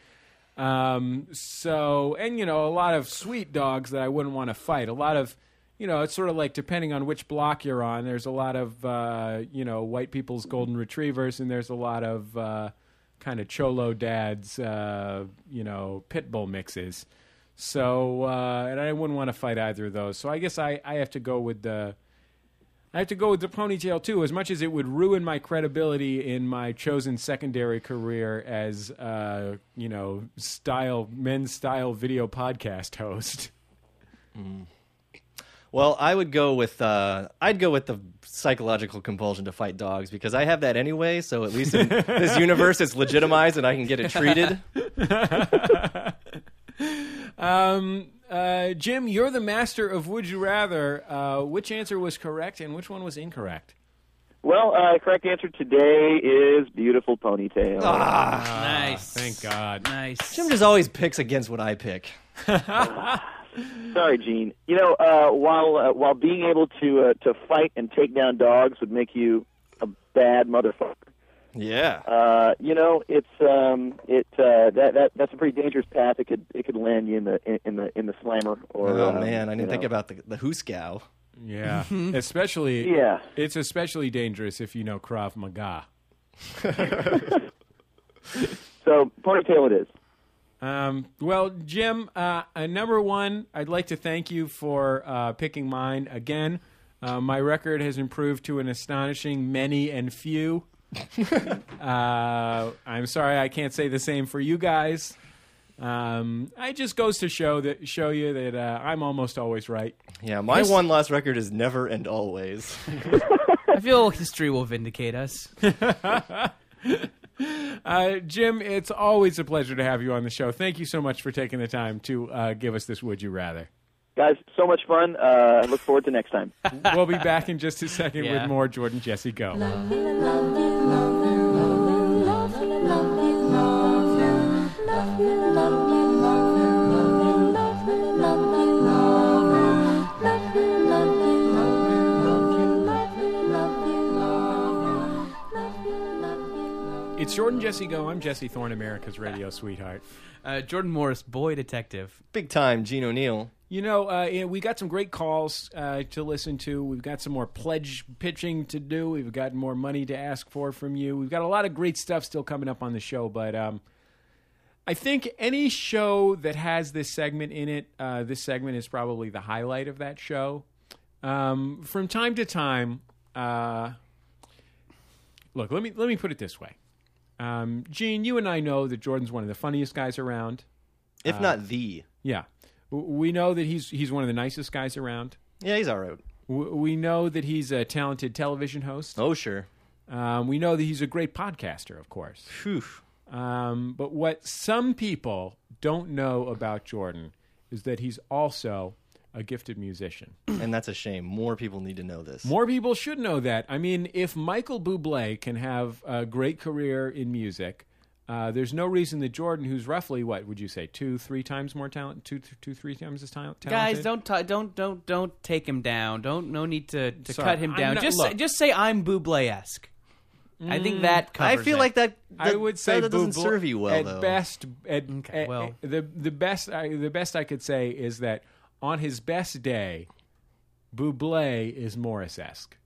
C: Um, so, and you know, a lot of sweet dogs that I wouldn't want to fight. A lot of, you know, it's sort of like depending on which block you're on. There's a lot of, uh, you know, white people's golden retrievers, and there's a lot of uh, kind of cholo dads, uh, you know, pit bull mixes. So, uh, and I wouldn't want to fight either of those. So I guess I, I have to go with the. I have to go with the ponytail too, as much as it would ruin my credibility in my chosen secondary career as, uh, you know, style men's style video podcast host.
E: Well, I would go with uh, I'd go with the psychological compulsion to fight dogs because I have that anyway. So at least in this universe, it's legitimized and I can get it treated.
C: Um, uh, Jim, you're the master of Would You Rather. Uh, which answer was correct and which one was incorrect?
F: Well, uh, correct answer today is beautiful ponytail.
E: Ah.
D: nice.
C: Ah, Thank God.
D: Nice.
E: Jim just always picks against what I pick.
F: Sorry, Gene. You know, uh, while uh, while being able to uh, to fight and take down dogs would make you a bad motherfucker.
E: Yeah.
F: Uh, you know, it's um, it uh, that that that's a pretty dangerous path. It could it could land you in the in, in the in the slammer. Or
E: oh
F: um,
E: man, I
F: you
E: didn't
F: know.
E: think about the the Hooskow.
C: Yeah.
E: Mm-hmm.
C: especially.
F: Yeah.
C: It's especially dangerous if you know Krav Maga.
F: So ponytail it is.
C: Um, well, Jim, uh, uh, number one, I'd like to thank you for uh, picking mine again. Uh, my record has improved to an astonishing many and few. uh, I'm sorry I can't say the same for you guys. Um, it just goes to show that show you that uh, I'm almost always right.
E: Yeah, my one last record is never and always.
D: I feel history will vindicate us.
C: Uh, Jim, it's always a pleasure to have you on the show. Thank you so much for taking the time to uh, give us this Would You Rather.
F: Guys, so much fun. Uh, I look forward to next time.
C: we'll be back in just a second
D: Yeah.
C: with more Jordan Jesse Go. It's Jordan Jesse Go. I'm Jesse Thorne, America's radio sweetheart.
D: Uh, Jordan Morris, boy detective.
E: Big time, Gene O'Neill.
C: You know, uh, yeah, we got some great calls uh, to listen to. We've got some more pledge pitching to do. We've got more money to ask for from you. We've got a lot of great stuff still coming up on the show, but um, I think any show that has this segment in it, uh, this segment is probably the highlight of that show. Um, from time to time, uh, look, let me let me put it this way, um, Gene. You and I know that Jordan's one of the funniest guys around. Uh,
E: If
D: Uh,
E: not the.
C: Yeah, W- we know that he's he's one of the nicest guys around.
E: Yeah, he's all right.
C: W- We know that he's a talented television host.
E: Oh sure.
C: Um, we know that he's a great podcaster, of course.
E: Phew.
C: Um, but what some people don't know about Jordan is that he's also Oh, a gifted musician.
E: And that's a shame. More people need to know this.
C: More people should know that. I mean, if Michael Bublé can have a great career in music, Uh, there's no reason that Jordan, who's roughly what would you say, two, three times more talent, two, th- two, three times as talent, talented.
D: Guys, don't ta- don't don't don't take him down. Don't no need to, to
C: Sorry,
D: cut him
C: I'm
D: down.
C: not-
D: just say,
C: look. Mm.
D: just say I'm Buble esque. I think that
E: I
D: covers.
E: feel
D: it.
E: like that,
C: I
E: that-
C: would say
E: that doesn't
C: Bubble-
E: serve you well
C: at
E: though.
C: best. At, at-
D: well.
C: the the best I, the best I could say is that on his best day, Buble is Morris esque.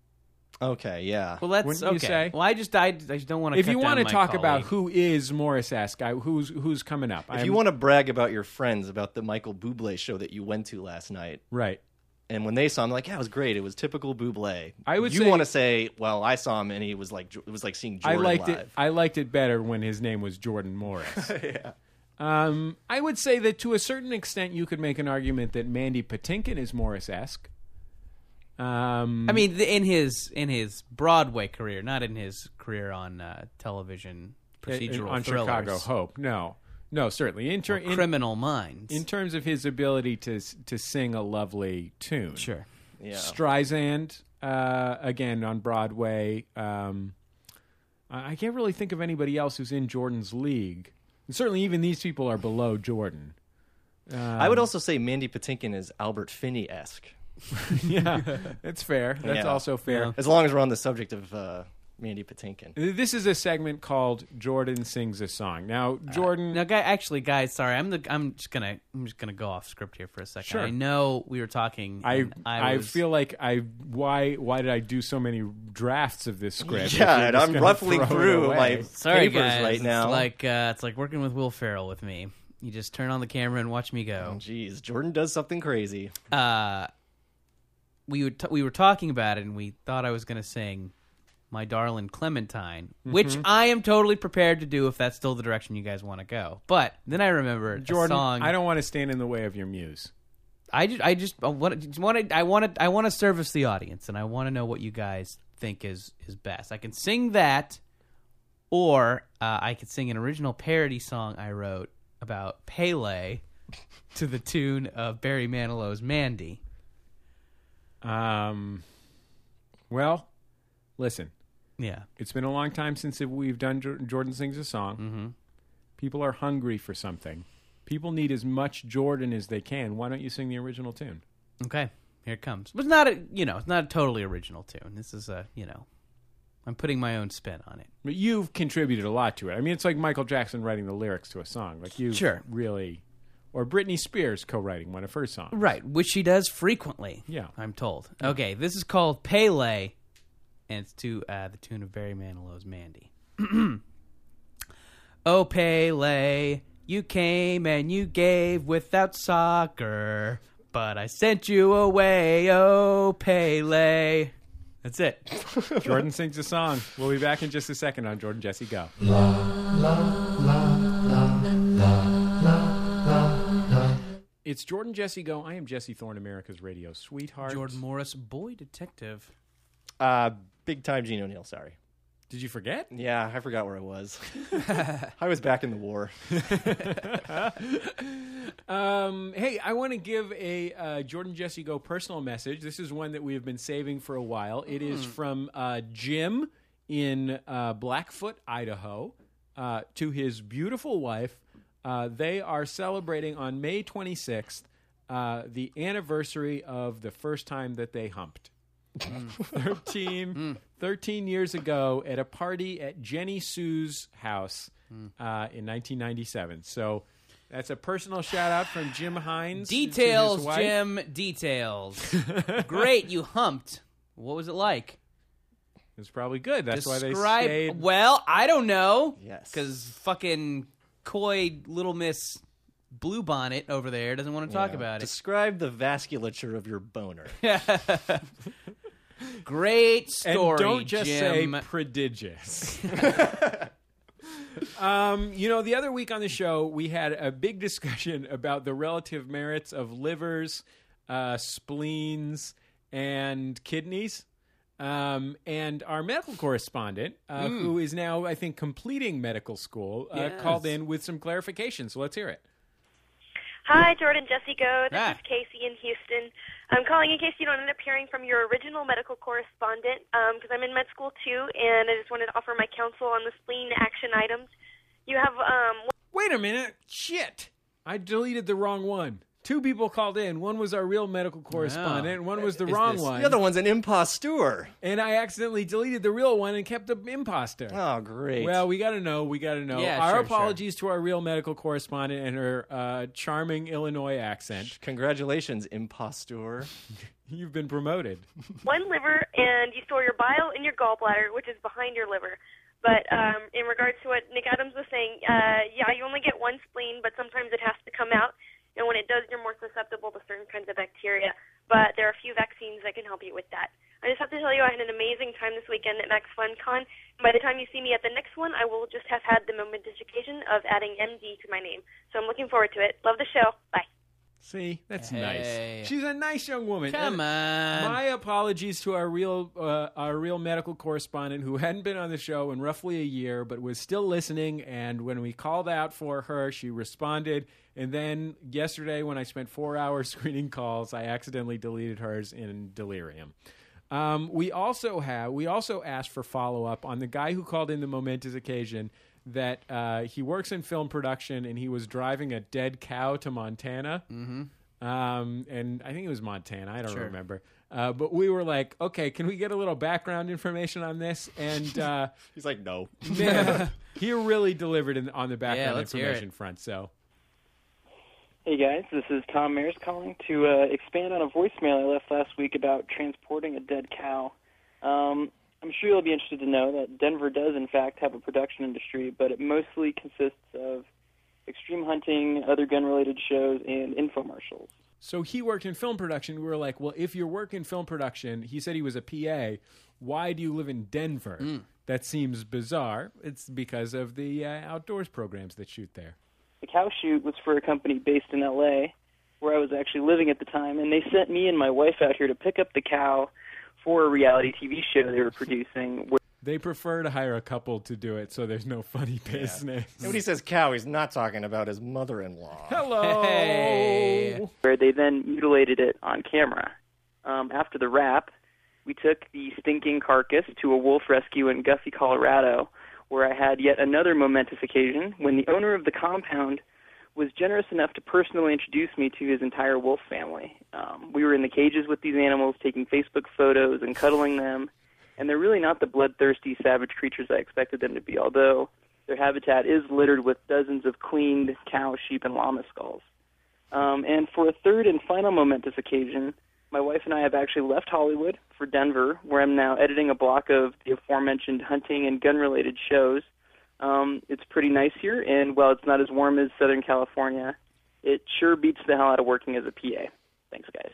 E: Okay, yeah.
D: Well, that's
C: Wouldn't you
D: okay.
C: say?
D: Well, I just I, I just don't want to.
C: If you
D: want to
C: talk about who is Morris esque, who's who's coming up?
E: if you want to brag about your friends about the Michael Bublé show that you went to last night,
C: right.
E: and when they saw him, like, yeah, it was great. It was typical Bublé.
C: I would
E: you
C: say-
E: want to say, well, I saw him, and he was like, it was like seeing
C: I
E: Jordan
C: liked
E: live.
C: it. I liked it better when his name was Jordan Morris. um, I would say that to a certain extent, you could make an argument that Mandy Patinkin is Morris-esque. Um,
D: I mean, the, in his in his Broadway career, not in his career on uh, television procedural
C: uh, on
D: thrillers
C: Chicago Hope. No, no, certainly. In, ter-
D: or
C: in,
D: Criminal Minds.
C: in terms of his ability to s- to sing a lovely tune,
D: sure.
E: Yeah.
C: Streisand uh, again on Broadway. Um, I I can't really think of anybody else who's in Jordan's league. And certainly, even these people are below Jordan.
E: I
C: Um,
E: would also say Mandy Patinkin is Albert Finney esque.
C: yeah, that's fair. That's
E: Yeah.
C: also fair.
E: As long as we're on the subject of uh, Mandy Patinkin,
C: This is a segment called Jordan Sings a Song. Now, Jordan,
D: Uh, Now, guy, actually, guys, sorry, I'm the I'm just gonna I'm just gonna go off script here for a second.
C: Sure.
D: I know we were talking.
C: I
D: and
C: I,
D: I, was-
C: feel like I why why did I do so many drafts of this script? if
E: yeah,
C: you're
E: and
C: just
E: I'm
C: gonna
E: ruffling
C: throw it
E: through
C: away?
E: my
D: sorry,
E: papers
D: guys.
E: right now.
D: It's like uh, it's like working with Will Ferrell with me. You just turn on the camera and watch me go.
E: Jeez, Jordan does something crazy.
D: uh, we would t- we were talking about it, and we thought I was going to sing "My Darling Clementine,"
E: Mm-hmm.
D: which I am totally prepared to do if that's still the direction you guys want to go. But then I remembered
C: Jordan.
D: a song.
C: I don't want to stand in the way of your muse.
D: I just I just I want want I want to I want to service the audience, and I want to know what you guys think is is best. I can sing that, or uh, I could sing an original parody song I wrote about Pele to the tune of Barry Manilow's "Mandy."
C: Um, well, listen,
D: Yeah.
C: it's been a long time since we've done Jor- Jordan Sings a Song. Mm-hmm. People are hungry for something. People need as much Jordan as they can. Why don't you sing the original tune?
D: Okay, here it comes. But it's not a you know, it's not a totally original tune. This is a you know, I'm putting my own spin on it.
C: But you've contributed a lot to it. I mean, it's like Michael Jackson writing the lyrics to a song. Like you
D: Sure.
C: really, or Britney Spears co-writing one of her songs.
D: Right, which she does frequently.
C: Yeah.
D: I'm told. Okay, this is called Pele, and it's to uh, the tune of Barry Manilow's Mandy. oh Pele, you came and you gave without soccer, but I sent you away. Oh Pele, that's it.
C: Jordan sings a song. We'll be back in just a second on Jordan Jesse Go. It's Jordan Jesse Go. I am Jesse Thorne, America's radio sweetheart.
D: Jordan Morris, boy detective.
E: Uh, big time Gene O'Neill. Sorry.
C: did you forget?
E: Yeah, I forgot where I was. I was back in the war.
C: Um, hey, I want to give a uh, Jordan Jesse Go personal message. This is one that we have been saving for a while. It is from uh, Jim in uh, Blackfoot, Idaho, uh, to his beautiful wife. Uh, they are celebrating on May 26th uh, the anniversary of the first time that they humped.
D: Mm.
C: 13, 13 years ago at a party at Jenny Sue's house
D: Mm.
C: uh, in 1997. So that's a personal shout out from Jim Hines. to his
D: Details,
C: wife.
D: Jim. Details. Great, you humped. What was it like?
C: It's probably good. That's why they
D: Describe.
C: stayed.
D: Well, I don't know.
E: Yes.
D: Because fucking coy little Miss Bluebonnet over there doesn't want to talk about it.
E: Describe the vasculature of your boner.
D: Great
C: and
D: story.
C: don't just
D: Jim.
C: say prodigious. um, you know, the other week on the show, we had a big discussion about the relative merits of livers, uh, spleens, and kidneys. Um, and our medical correspondent, uh, who is now, I think, completing medical school, uh,
D: Yes.
C: called in with some clarification. So let's hear it.
G: Hi, Jordan, Jesse Go. This
D: Ah.
G: is Casey in Houston. I'm calling in case you don't end up hearing from your original medical um, correspondent because I'm in med school too, and I just wanted to offer my counsel on the spleen action items. You have um,
C: Wait a minute. Shit. I deleted the wrong one. Two people called in. One was our real medical correspondent, and one was the
B: Is
C: wrong
B: this-
C: one.
E: Uh, The other one's an imposteur.
C: and I accidentally deleted the real one and kept the imposter.
E: Oh, great.
C: Well, we got to know. We got to know.
B: Yeah,
C: our
B: sure,
C: apologies to our real medical correspondent and her uh, charming Illinois accent.
E: congratulations, imposteur.
C: You've been promoted.
G: one liver and you store your bile in your gallbladder, which is behind your liver. But um, in regards to what Nick Adams was saying, uh, yeah, you only get one spleen, but sometimes it has to come out. And when it does, you're more susceptible to certain kinds of bacteria. But there are a few vaccines that can help you with that. I just have to tell you, I had an amazing time this weekend at Max Fun Con. By the time you see me at the next one, I will just have had the momentous occasion of adding MD to my name. So I'm looking forward to it. Love the show. Bye.
C: See, that's
B: Hey.
C: nice. She's a nice young woman.
B: Come
C: And
B: on.
C: My apologies to our real uh, our real medical correspondent who hadn't been on the show in roughly a year, but was still listening. And when we called out for her, she responded. And then yesterday, when I spent four hours screening calls, I accidentally deleted hers in delirium. Um, we also have we also asked for follow up on the guy who called in the momentous occasion that uh, he works in film production and he was driving a dead cow to Montana.
B: Mm-hmm.
C: Um, and I think it was Montana. I don't remember. Uh, but we were like, okay, can we get a little background information on this? And uh,
E: He's like, no.
C: man, he really delivered in, on the background
B: let's hear
C: information
B: it.
C: front. So
H: Hey guys, this is Tom Mears calling to uh, expand on a voicemail I left last week about transporting a dead cow. Um, I'm sure you'll be interested to know that Denver does, in fact, have a production industry, but it mostly consists of extreme hunting, other gun related shows, and infomercials.
C: So he worked in film production. We were like, well, if you work in film production, he said he was a PA. Why do you live in Denver? That seems bizarre. It's because of the uh, outdoors programs that shoot there.
H: The cow shoot was for a company based in LA, where I was actually living at the time, and they sent me and my wife out here to pick up the cow for a reality TV show they were producing. Where
C: They prefer to hire a couple to do it, so there's no funny business.
E: Nobody says cow. He's not talking about his mother-in-law.
C: Hello.
B: Hey.
H: where they then mutilated it on camera. Um, after the wrap, we took the stinking carcass to a wolf rescue in Guffey, Colorado, where I had yet another momentous occasion when the owner of the compound was generous enough to personally introduce me to his entire wolf family. Um, we were in the cages with these animals, taking Facebook photos and cuddling them, and they're really not the bloodthirsty, savage creatures I expected them to be, although their habitat is littered with dozens of cleaned cow, sheep, and llama skulls. Um, and for a third and final momentous occasion, my wife and I have actually left Hollywood for Denver, where I'm now editing a block of the aforementioned hunting and gun related shows. Um, it's pretty nice here, and while it's not as warm as Southern California, it sure beats the hell out of working as a PA. Thanks, guys.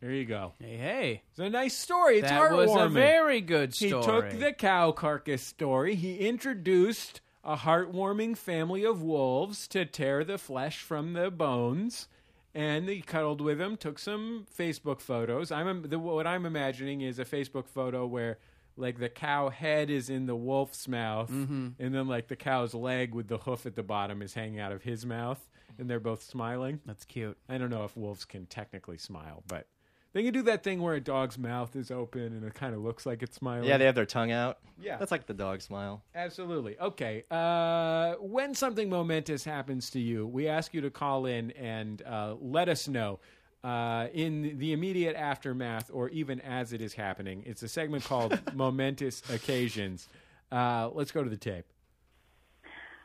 C: There you go.
B: hey, hey.
C: It's a nice story. It's
B: that was a
C: heartwarming.
B: very good
C: he
B: story.
C: took the cow carcass story. He introduced a heartwarming family of wolves to tear the flesh from the bones, and he cuddled with them. Took some Facebook photos. I'm the, what I'm imagining is a Facebook photo where like the cow head is in the wolf's mouth,
B: Mm-hmm.
C: and then like the cow's leg with the hoof at the bottom is hanging out of his mouth, and they're both smiling.
B: That's cute.
C: I don't know if wolves can technically smile, but they can do that thing where a dog's mouth is open and it kind of looks like it's smiling.
E: Yeah, they have their tongue out.
C: Yeah.
E: That's like the dog smile.
C: absolutely. Okay. Uh, when something momentous happens to you, we ask you to call in and uh, let us know uh, in the immediate aftermath or even as it is happening. It's a segment called Momentous Occasions. Uh, let's go to the tape.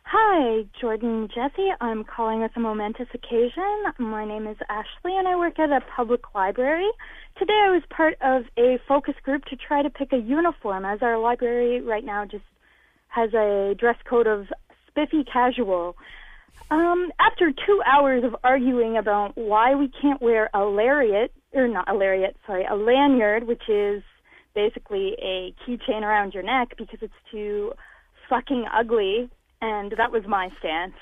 I: Hi, Jordan Jesse. I'm calling with a momentous occasion. My name is Ashley, and I work at a public library. Today, I was part of a focus group to try to pick a uniform, as our library right now just has a dress code of spiffy casual. Um, after two hours of arguing about why we can't wear a lariat, or not a lariat, sorry, a lanyard, which is basically a keychain around your neck because it's too fucking ugly, and that was my stance.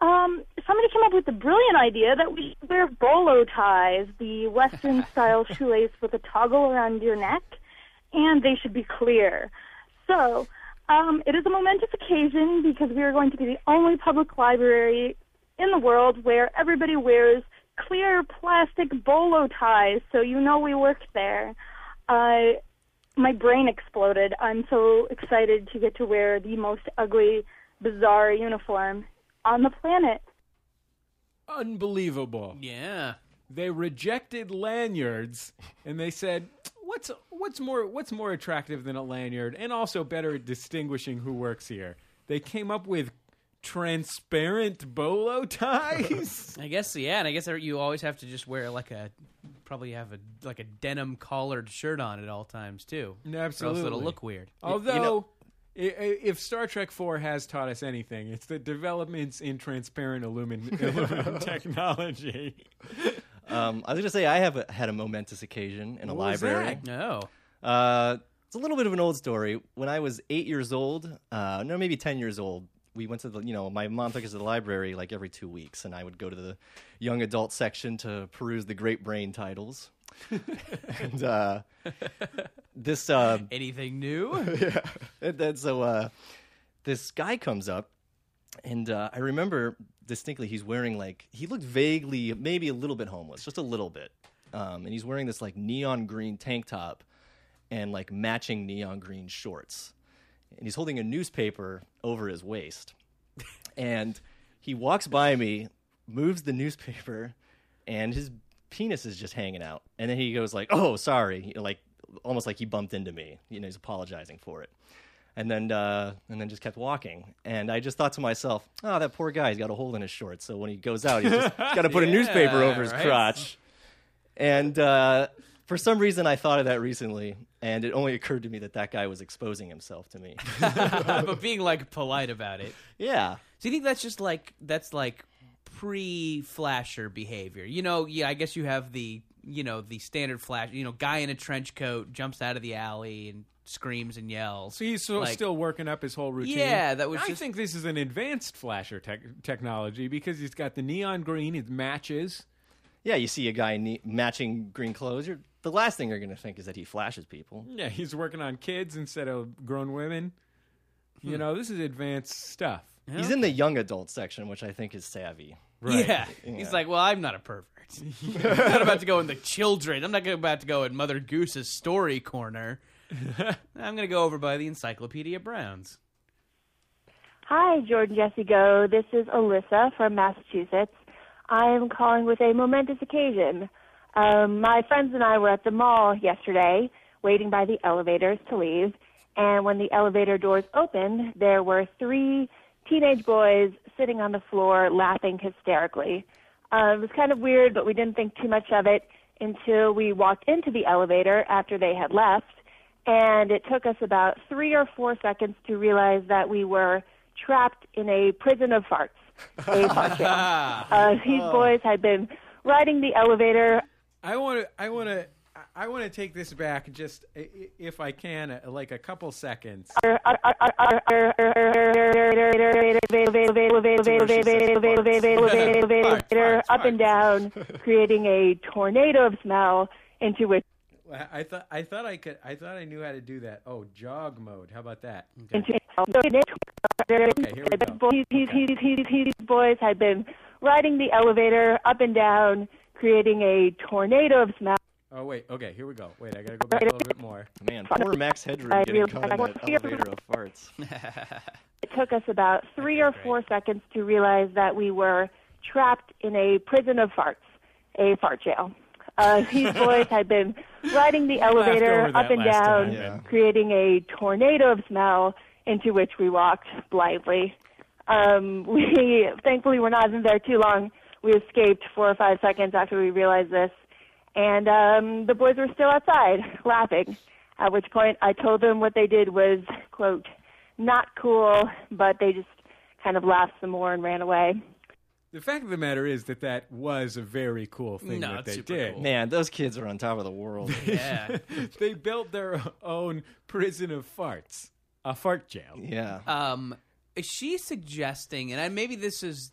I: Um, somebody came up with the brilliant idea that we should wear bolo ties, the Western style shoelace with a toggle around your neck, and they should be clear. So, um, it is a momentous occasion because we are going to be the only public library in the world where everybody wears clear plastic bolo ties, so you know we work there. Uh, my brain exploded. I'm so excited to get to wear the most ugly
J: bizarre uniform on the planet.
C: Unbelievable.
D: Yeah.
C: They rejected lanyards and they said, "What's what's more what's more attractive than a lanyard and also better at distinguishing who works here?" They came up with transparent bolo ties.
D: I guess yeah, and I guess you always have to just wear like a probably have a like a denim collared shirt on at all times too. Or else
C: Absolutely.
D: it'll look weird.
C: Although, i- i- if Star Trek Four has taught us anything, it's the developments in transparent aluminum, aluminum technology.
E: Um, I was going to say I have a, had a momentous occasion in a
C: What was
E: library.
C: that?
D: No.
E: Uh, it's a little bit of an old story. When I was eight years old, uh, no, maybe ten years old, we went to the, you know, my mom took us to the library like every two weeks, and I would go to the young adult section to peruse the great brain titles. and uh, this uh,
D: Anything new?
E: and then so uh, this guy comes up, and uh, I remember distinctly he's wearing like he looked vaguely, maybe a little bit homeless, just a little bit, um, and he's wearing this like neon green tank top and like matching neon green shorts, and he's holding a newspaper over his waist, and he walks by me, moves the newspaper, and his penis is just hanging out, and then he goes like, "Oh, sorry," you know, like almost like he bumped into me, you know, he's apologizing for it and then uh, and then just kept walking. And I just thought to myself, oh, that poor guy, he's got a hole in his shorts, so when he goes out, he's just got to put a newspaper over his
D: right.
E: crotch. And uh, for some reason, I thought of that recently, and it only occurred to me that that guy was exposing himself to me.
D: but being like polite about it.
E: yeah,
D: So you think that's just like that's like pre flasher behavior. You know, yeah, I guess you have the you know, the standard flash you know, guy in a trench coat jumps out of the alley and screams and yells.
C: So he's still,
D: Like,
C: still working up his whole routine.
D: Yeah, that was
C: I
D: just-
C: think this is an advanced flasher tech technology because he's got the neon green. It matches.
E: yeah. You see a guy in ne- matching green clothes, you're, the last thing you're going to think is that he flashes people.
C: Yeah, he's working on kids instead of grown women.
E: Hmm.
C: You know, this is advanced stuff.
E: He's in the young adult section, which I think is savvy.
D: Yeah. He's like, well, I'm not a pervert. I'm not about to go in the children. I'm not gonna- about to go in Mother Goose's story corner. I'm going to go over by the Encyclopedia Browns.
J: Hi, Jordan Jesse Go. This is Alyssa from Massachusetts. I am calling with a momentous occasion. Um, my friends and I were at the mall yesterday, waiting by the elevators to leave. And when the elevator doors opened, there were three teenage boys sitting on the floor laughing hysterically. Uh, it was kind of weird, but we didn't think too much of it until we walked into the elevator after they had left. And it took us about three or four seconds to realize that we were trapped in a prison of farts. A fart jail. Uh, these boys had been riding the elevator
C: I want to. I want to. I want to take this back just i- i- if I can, uh, like a couple seconds.
J: up and down, creating a tornado of smell into which
C: I I thought. I thought I could. I thought I knew how to do that. Oh, jog mode. How about that?
J: into
C: here we go.
J: Boys- these- these- these- these boys had been riding the elevator up and down, creating a tornado of smell.
C: Oh wait. Okay. Here we go. Wait. I gotta go back a little bit more.
E: Man, poor Max Headroom
J: I
E: getting caught in
J: realize-
E: that elevator of farts.
J: It took us about three or four seconds to realize that we were trapped in a prison of farts, a fart jail. Uh, these boys had been riding the elevator
C: over that
J: up and
C: last
J: down,
C: time, yeah.
J: creating a tornado of smell into which we walked blindly. Um, we thankfully were not in there too long. We escaped four or five seconds after we realized this, and um, the boys were still outside laughing. At which point, I told them what they did was quote not cool, but they just kind of laughed some more and ran away.
C: The fact of the matter is that that was a very cool thing
D: No,
C: that
D: it's
C: they
D: super
C: did.
D: cool.
E: Man, those kids are on top of the world.
D: Yeah.
C: they built their own prison of farts, a fart jail.
E: yeah.
D: um, is she suggesting, and I, maybe this is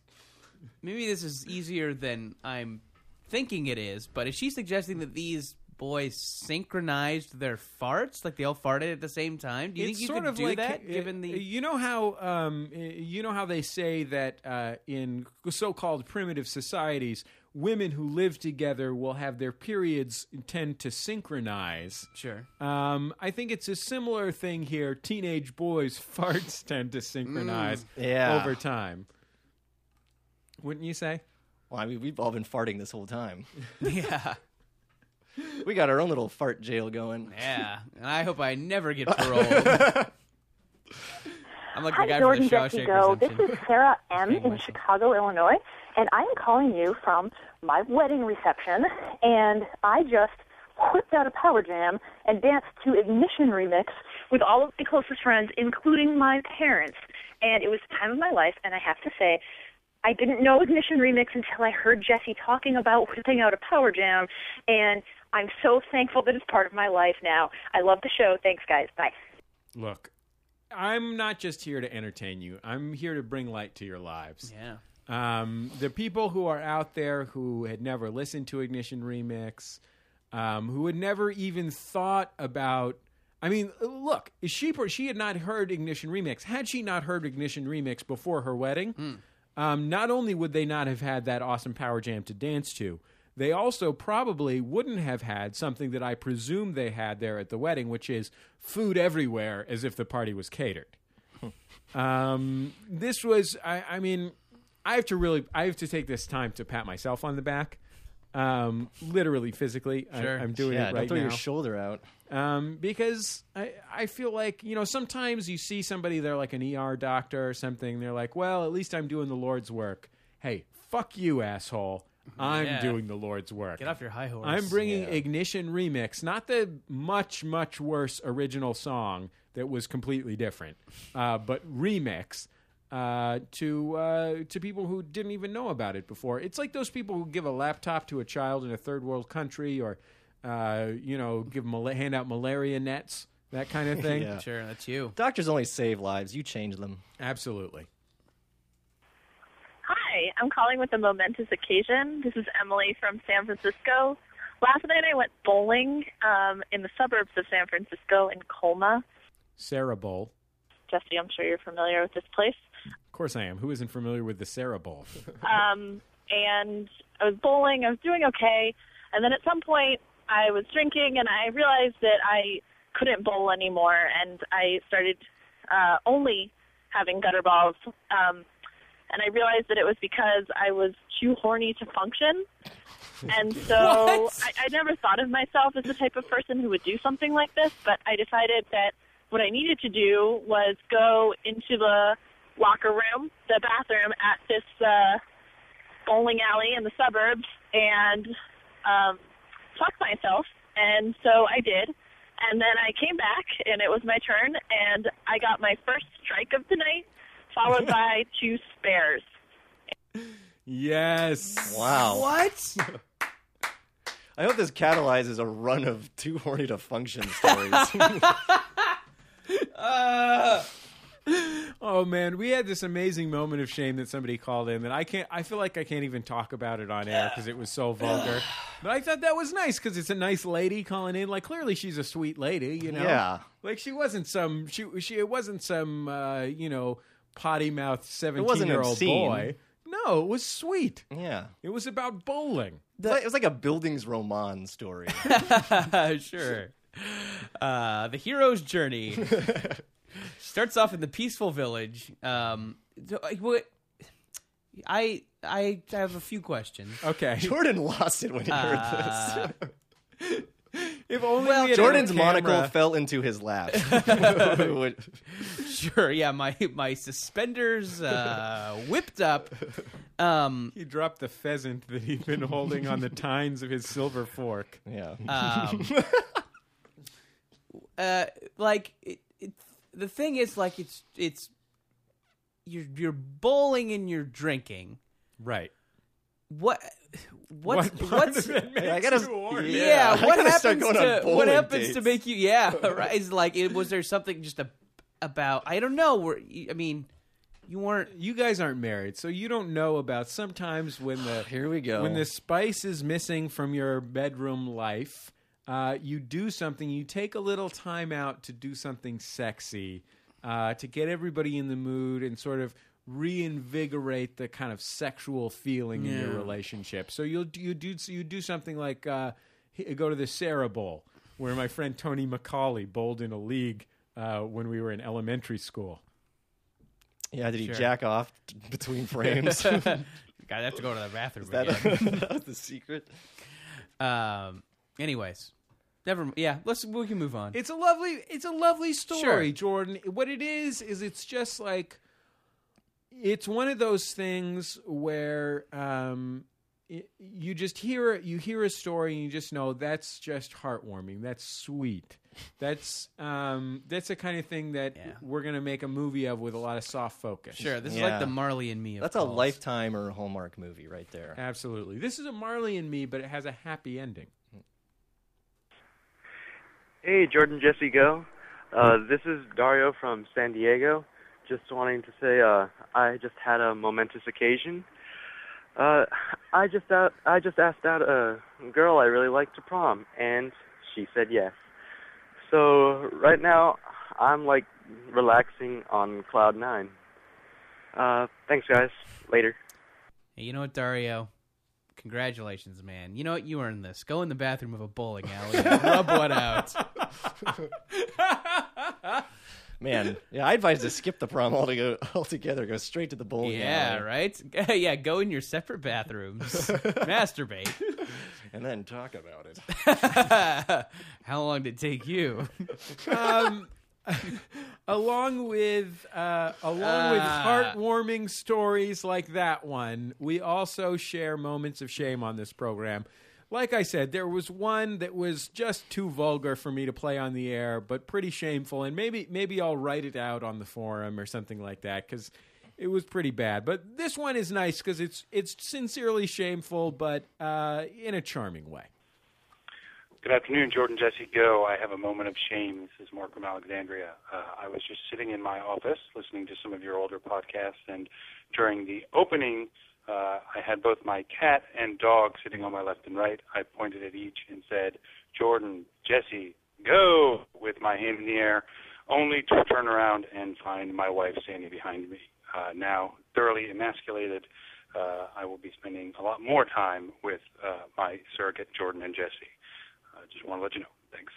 D: maybe this is easier than I'm thinking it is, but is she suggesting that these boys synchronized their farts, like they all farted at the same time? Do you think you could do that,
C: uh,
D: given the
C: you know how eh, um, uh, you know how they say that uh, in so-called primitive societies women who live together will have their periods tend to synchronize.
D: Sure.
C: Um, I think it's a similar thing here. Teenage boys' farts tend to synchronize
E: yeah.
C: over time. Wouldn't you say?
E: Well, I mean, we've all been farting this whole time.
D: Yeah.
E: We got our own little fart jail going.
D: Yeah. And I hope I never get paroled. I'm like the
J: Hi,
D: guy
J: Jordan
D: from the Shawshank
J: Jesse Go. This
D: Redemption.
J: is Sarah M.
D: Being
J: in
D: myself.
J: Chicago, Illinois, and I am calling you from my wedding reception. And I just whipped out a power jam and danced to Ignition Remix with all of my closest friends, including my parents. And it was the time of my life, and I have to say, I didn't know Ignition Remix until I heard Jesse talking about whipping out a power jam, and I'm so thankful that it's part of my life now. I love the show. Thanks, guys. Bye.
C: Look, I'm not just here to entertain you. I'm here to bring light to your lives.
D: Yeah.
C: Um, the people who are out there who had never listened to Ignition Remix, um, who had never even thought about. I mean, look, she she had not heard Ignition Remix. Had she not heard Ignition Remix before her wedding, um, not only would they not have had that awesome power jam to dance to, they also probably wouldn't have had something that I presume they had there at the wedding, which is food everywhere as if the party was catered. Um, this was, I, I mean, I have to really, I have to take this time to pat myself on the back. Um, literally, physically,
D: Sure.
C: I, am doing
E: Yeah,
C: it
E: don't
C: right
E: throw
C: now.
E: your shoulder out.
C: um, because I, I feel like you know sometimes you see somebody they're like an ER doctor or something. They're like, well, at least I'm doing the Lord's work. Hey, fuck you, asshole! I'm
D: Yeah.
C: doing the Lord's work.
D: Get off your high horse.
C: I'm bringing Ignition Remix, not the much, much worse original song that was completely different, uh, but Remix uh, to uh, to people who didn't even know about it before. It's like those people who give a laptop to a child in a third world country, or uh, you know, give mal- hand out malaria nets, that kind of thing.
E: Yeah.
D: Sure, that's you.
E: Doctors only save lives. You change them.
C: Absolutely.
K: Hi, I'm calling with a momentous occasion. This is Emily from San Francisco. Last night I went bowling um, in the suburbs of San Francisco in Colma.
C: Sarah Bowl.
K: Jesse, I'm sure you're familiar with this place.
C: Of course, I am. Who isn't familiar with the Sarah Bowl?
K: Um, and I was bowling, I was doing okay. And then at some point I was drinking and I realized that I couldn't bowl anymore and I started uh, only having gutter balls. Um, and I realized that it was because I was too horny to function. And so I, I never thought of myself as the type of person who would do something like this, but I decided that what I needed to do was go into the locker room, the bathroom at this uh, bowling alley in the suburbs, and um, fuck myself. And so I did. And then I came back, and it was my turn, and I got my first strike of the night, followed by two spares.
C: yes.
E: Wow. What? I hope this catalyzes a run of too horny to function stories.
C: Oh man, we had this amazing moment of shame that somebody called in that I can't. I feel like I can't even talk about it on air because it was so vulgar. But I thought that was nice because it's a nice lady calling in. Like clearly she's a sweet lady, you know.
E: Yeah.
C: Like she wasn't some. She she it wasn't some. Uh, you know, potty mouthed seventeen
E: wasn't
C: year old
E: obscene.
C: boy. No, it was sweet.
E: yeah.
C: It was about bowling.
E: It's like- it was like a buildings Roman story.
D: sure. Uh, the hero's journey starts off in the peaceful village. Um, so, like, what- I I have a few questions.
C: Okay.
E: Jordan lost it when he
D: Uh,
E: heard
C: if only we had
E: this. Jordan's
C: a camera.
E: monocle fell into his lap. What-
D: Sure, yeah, my my suspenders uh, whipped up. Um,
C: He dropped the pheasant that he'd been holding on the tines of his silver fork.
E: yeah.
D: Um, uh, like it, it, the thing is, like it's it's you're you're bowling and you're drinking.
C: Right.
D: What what's
C: What part
D: what's
C: of it makes
E: I gotta-
C: you horny?
D: Yeah,
E: I
D: what
E: gotta
D: happens
E: start going on
D: to what
E: bowling
D: happens to
E: dates.
D: make you? Yeah, right. It's like it was there something just a, about I don't know. Where I mean, you weren't.
C: you guys aren't married, so you don't know about sometimes when the
E: Here we go.
C: when the spice is missing from your bedroom life. Uh, you do something. You take a little time out to do something sexy uh, to get everybody in the mood and sort of reinvigorate the kind of sexual feeling in your
D: Yeah.
C: relationship. So you'll you do you do something like uh, he- go to the Sarah Bowl, where my friend Tony McCauley bowled in a league uh, when we were in elementary school.
E: Yeah, did he
C: Sure.
E: jack off t- between frames?
D: God, I have to go to the bathroom.
E: Is that-
D: again.
E: that's the secret.
D: Um. Anyways, never. m- Yeah, let's we can move on.
C: It's a lovely it's a lovely story,
D: Sure.
C: Jordan. What it is is it's just like it's one of those things where um it, you just hear you hear a story and you just know that's just heartwarming. That's sweet. That's um that's the kind of thing that we're going to make a movie of with a lot of soft focus.
E: Yeah. That's a
C: life.
E: lifetime or Hallmark movie right there.
C: Absolutely. This is a Marley and Me, but it has a happy ending.
L: Hey, Jordan, Jesse, go. Uh, this is Dario from San Diego. Just wanting to say, uh, I just had a momentous occasion. Uh, I just out, I just asked out a girl I really liked to prom, and she said yes. So right now, I'm like relaxing on cloud nine. Uh, thanks, guys. Later.
D: Hey, you know what, Dario? Congratulations, man. You know what? You earned this. Go in the bathroom of a bowling alley and rub one out.
E: Man, yeah, I advise to skip the prom altogether. altogether. Go straight to the bowling
D: Yeah,
E: alley.
D: right? yeah, go in your separate bathrooms. masturbate.
E: And then talk about it.
D: How long did it take you?
C: um, along with uh, along with
D: Ah.
C: heartwarming stories like that one, we also share moments of shame on this program. Like I said, there was one that was just too vulgar for me to play on the air, but pretty shameful, and maybe maybe I'll write it out on the forum or something like that because it was pretty bad. But this one is nice because it's it's sincerely shameful, but uh, in a charming way.
M: Good afternoon, Jordan Jesse Go. I have a moment of shame. This is Mark from Alexandria. Uh, I was just sitting in my office listening to some of your older podcasts, and during the opening, uh, I had both my cat and dog sitting on my left and right. I pointed at each and said, Jordan, Jesse, go, with my hand in the air, only to turn around and find my wife standing behind me. Uh, now, thoroughly emasculated, uh, I will be spending a lot more time with uh, my surrogate, Jordan and Jesse. I just want to let you know. Thanks.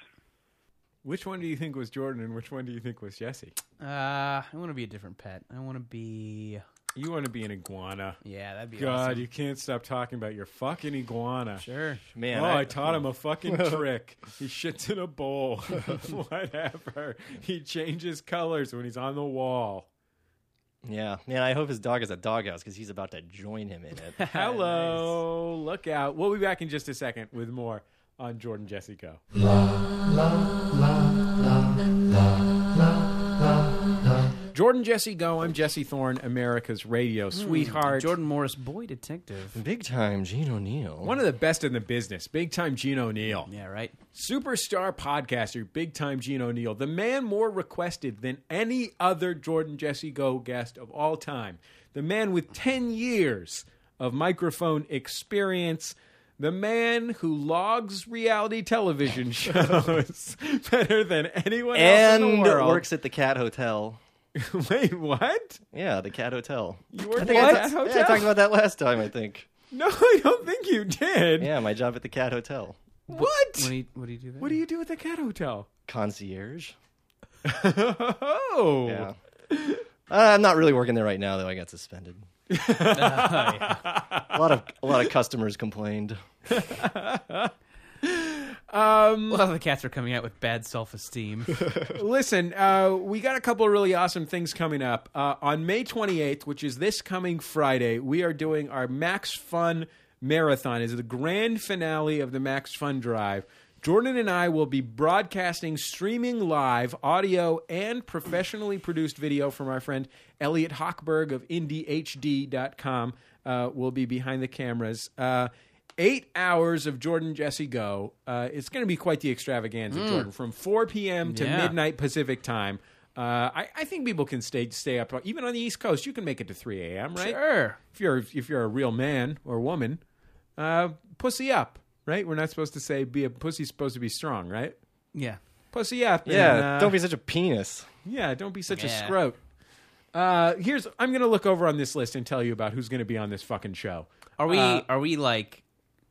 C: Which one do you think was Jordan, and which one do you think was Jesse?
D: Uh, I want to be a different pet. I want to be.
C: You want to be an iguana?
D: Yeah, that'd be
C: God,
D: awesome.
C: you can't stop talking about your fucking iguana.
D: Sure.
E: Man,
C: Oh, I,
E: I-
C: taught him a fucking trick. He shits in a bowl. Whatever. He changes colors when he's on the wall.
E: Yeah, man, I hope his dog is a doghouse because he's about to join him in it.
C: Hello. Look out. We'll be back in just a second with more on Jordan Jesse Go. Jordan Jesse Go. I'm Jesse Thorne, America's radio sweetheart.
D: Hmm. Jordan Morris, boy detective.
E: Big time Gene O'Neill.
C: One of the best in the business. Big time Gene O'Neill.
D: Yeah, right.
C: Superstar podcaster, big time Gene O'Neill. The man more requested than any other Jordan Jesse Go guest of all time. The man with 10 years of microphone experience. The man who logs reality television shows better than anyone else in
E: and
C: the world.
E: works at the Cat Hotel.
C: Wait, what?
E: Yeah, the Cat Hotel.
C: You work
E: I
C: at
E: think I
C: the
E: ta-
C: Cat
E: Yeah, I
C: Hotel?
E: talked about that last time, I think.
C: No, I don't think you did.
E: Yeah, my job at the Cat Hotel.
C: What?
D: What do you, what do, you do there?
C: What do you do at the Cat Hotel?
E: Concierge.
C: oh.
E: Yeah. Uh, I'm not really working there right now, though. I got suspended. A lot of a lot of customers complained.
D: Um, well, the cats are coming out with bad self esteem.
C: Listen, uh, we got a couple of really awesome things coming up. Uh, on May 28th, which is this coming Friday, we are doing our Max Fun Marathon. It's the grand finale of the Max Fun Drive. Jordan and I will be broadcasting, streaming live audio and professionally produced video from our friend Elliot Hochberg of IndieHD.com. Uh, will be behind the cameras. Uh, eight hours of Jordan Jesse Go. Uh, it's going to be quite the extravaganza,
D: Mm.
C: Jordan. From 4 p.m. to
D: Yeah.
C: midnight Pacific time. Uh, I, I think people can stay stay up even on the East Coast. You can make it to 3 a.m. Right?
D: Sure.
C: If you're if you're a real man or woman, uh, pussy up. Right? We're not supposed to say be a pussy's supposed to be strong. Right?
D: Yeah.
C: Pussy up.
E: Yeah,
C: and, uh,
E: don't be such a penis.
C: Yeah, don't be such a
E: Yeah.
C: scrote. Uh, here's I'm gonna look over on this list and tell you about who's gonna be on this fucking show.
D: Are we?
C: Uh,
D: are we like?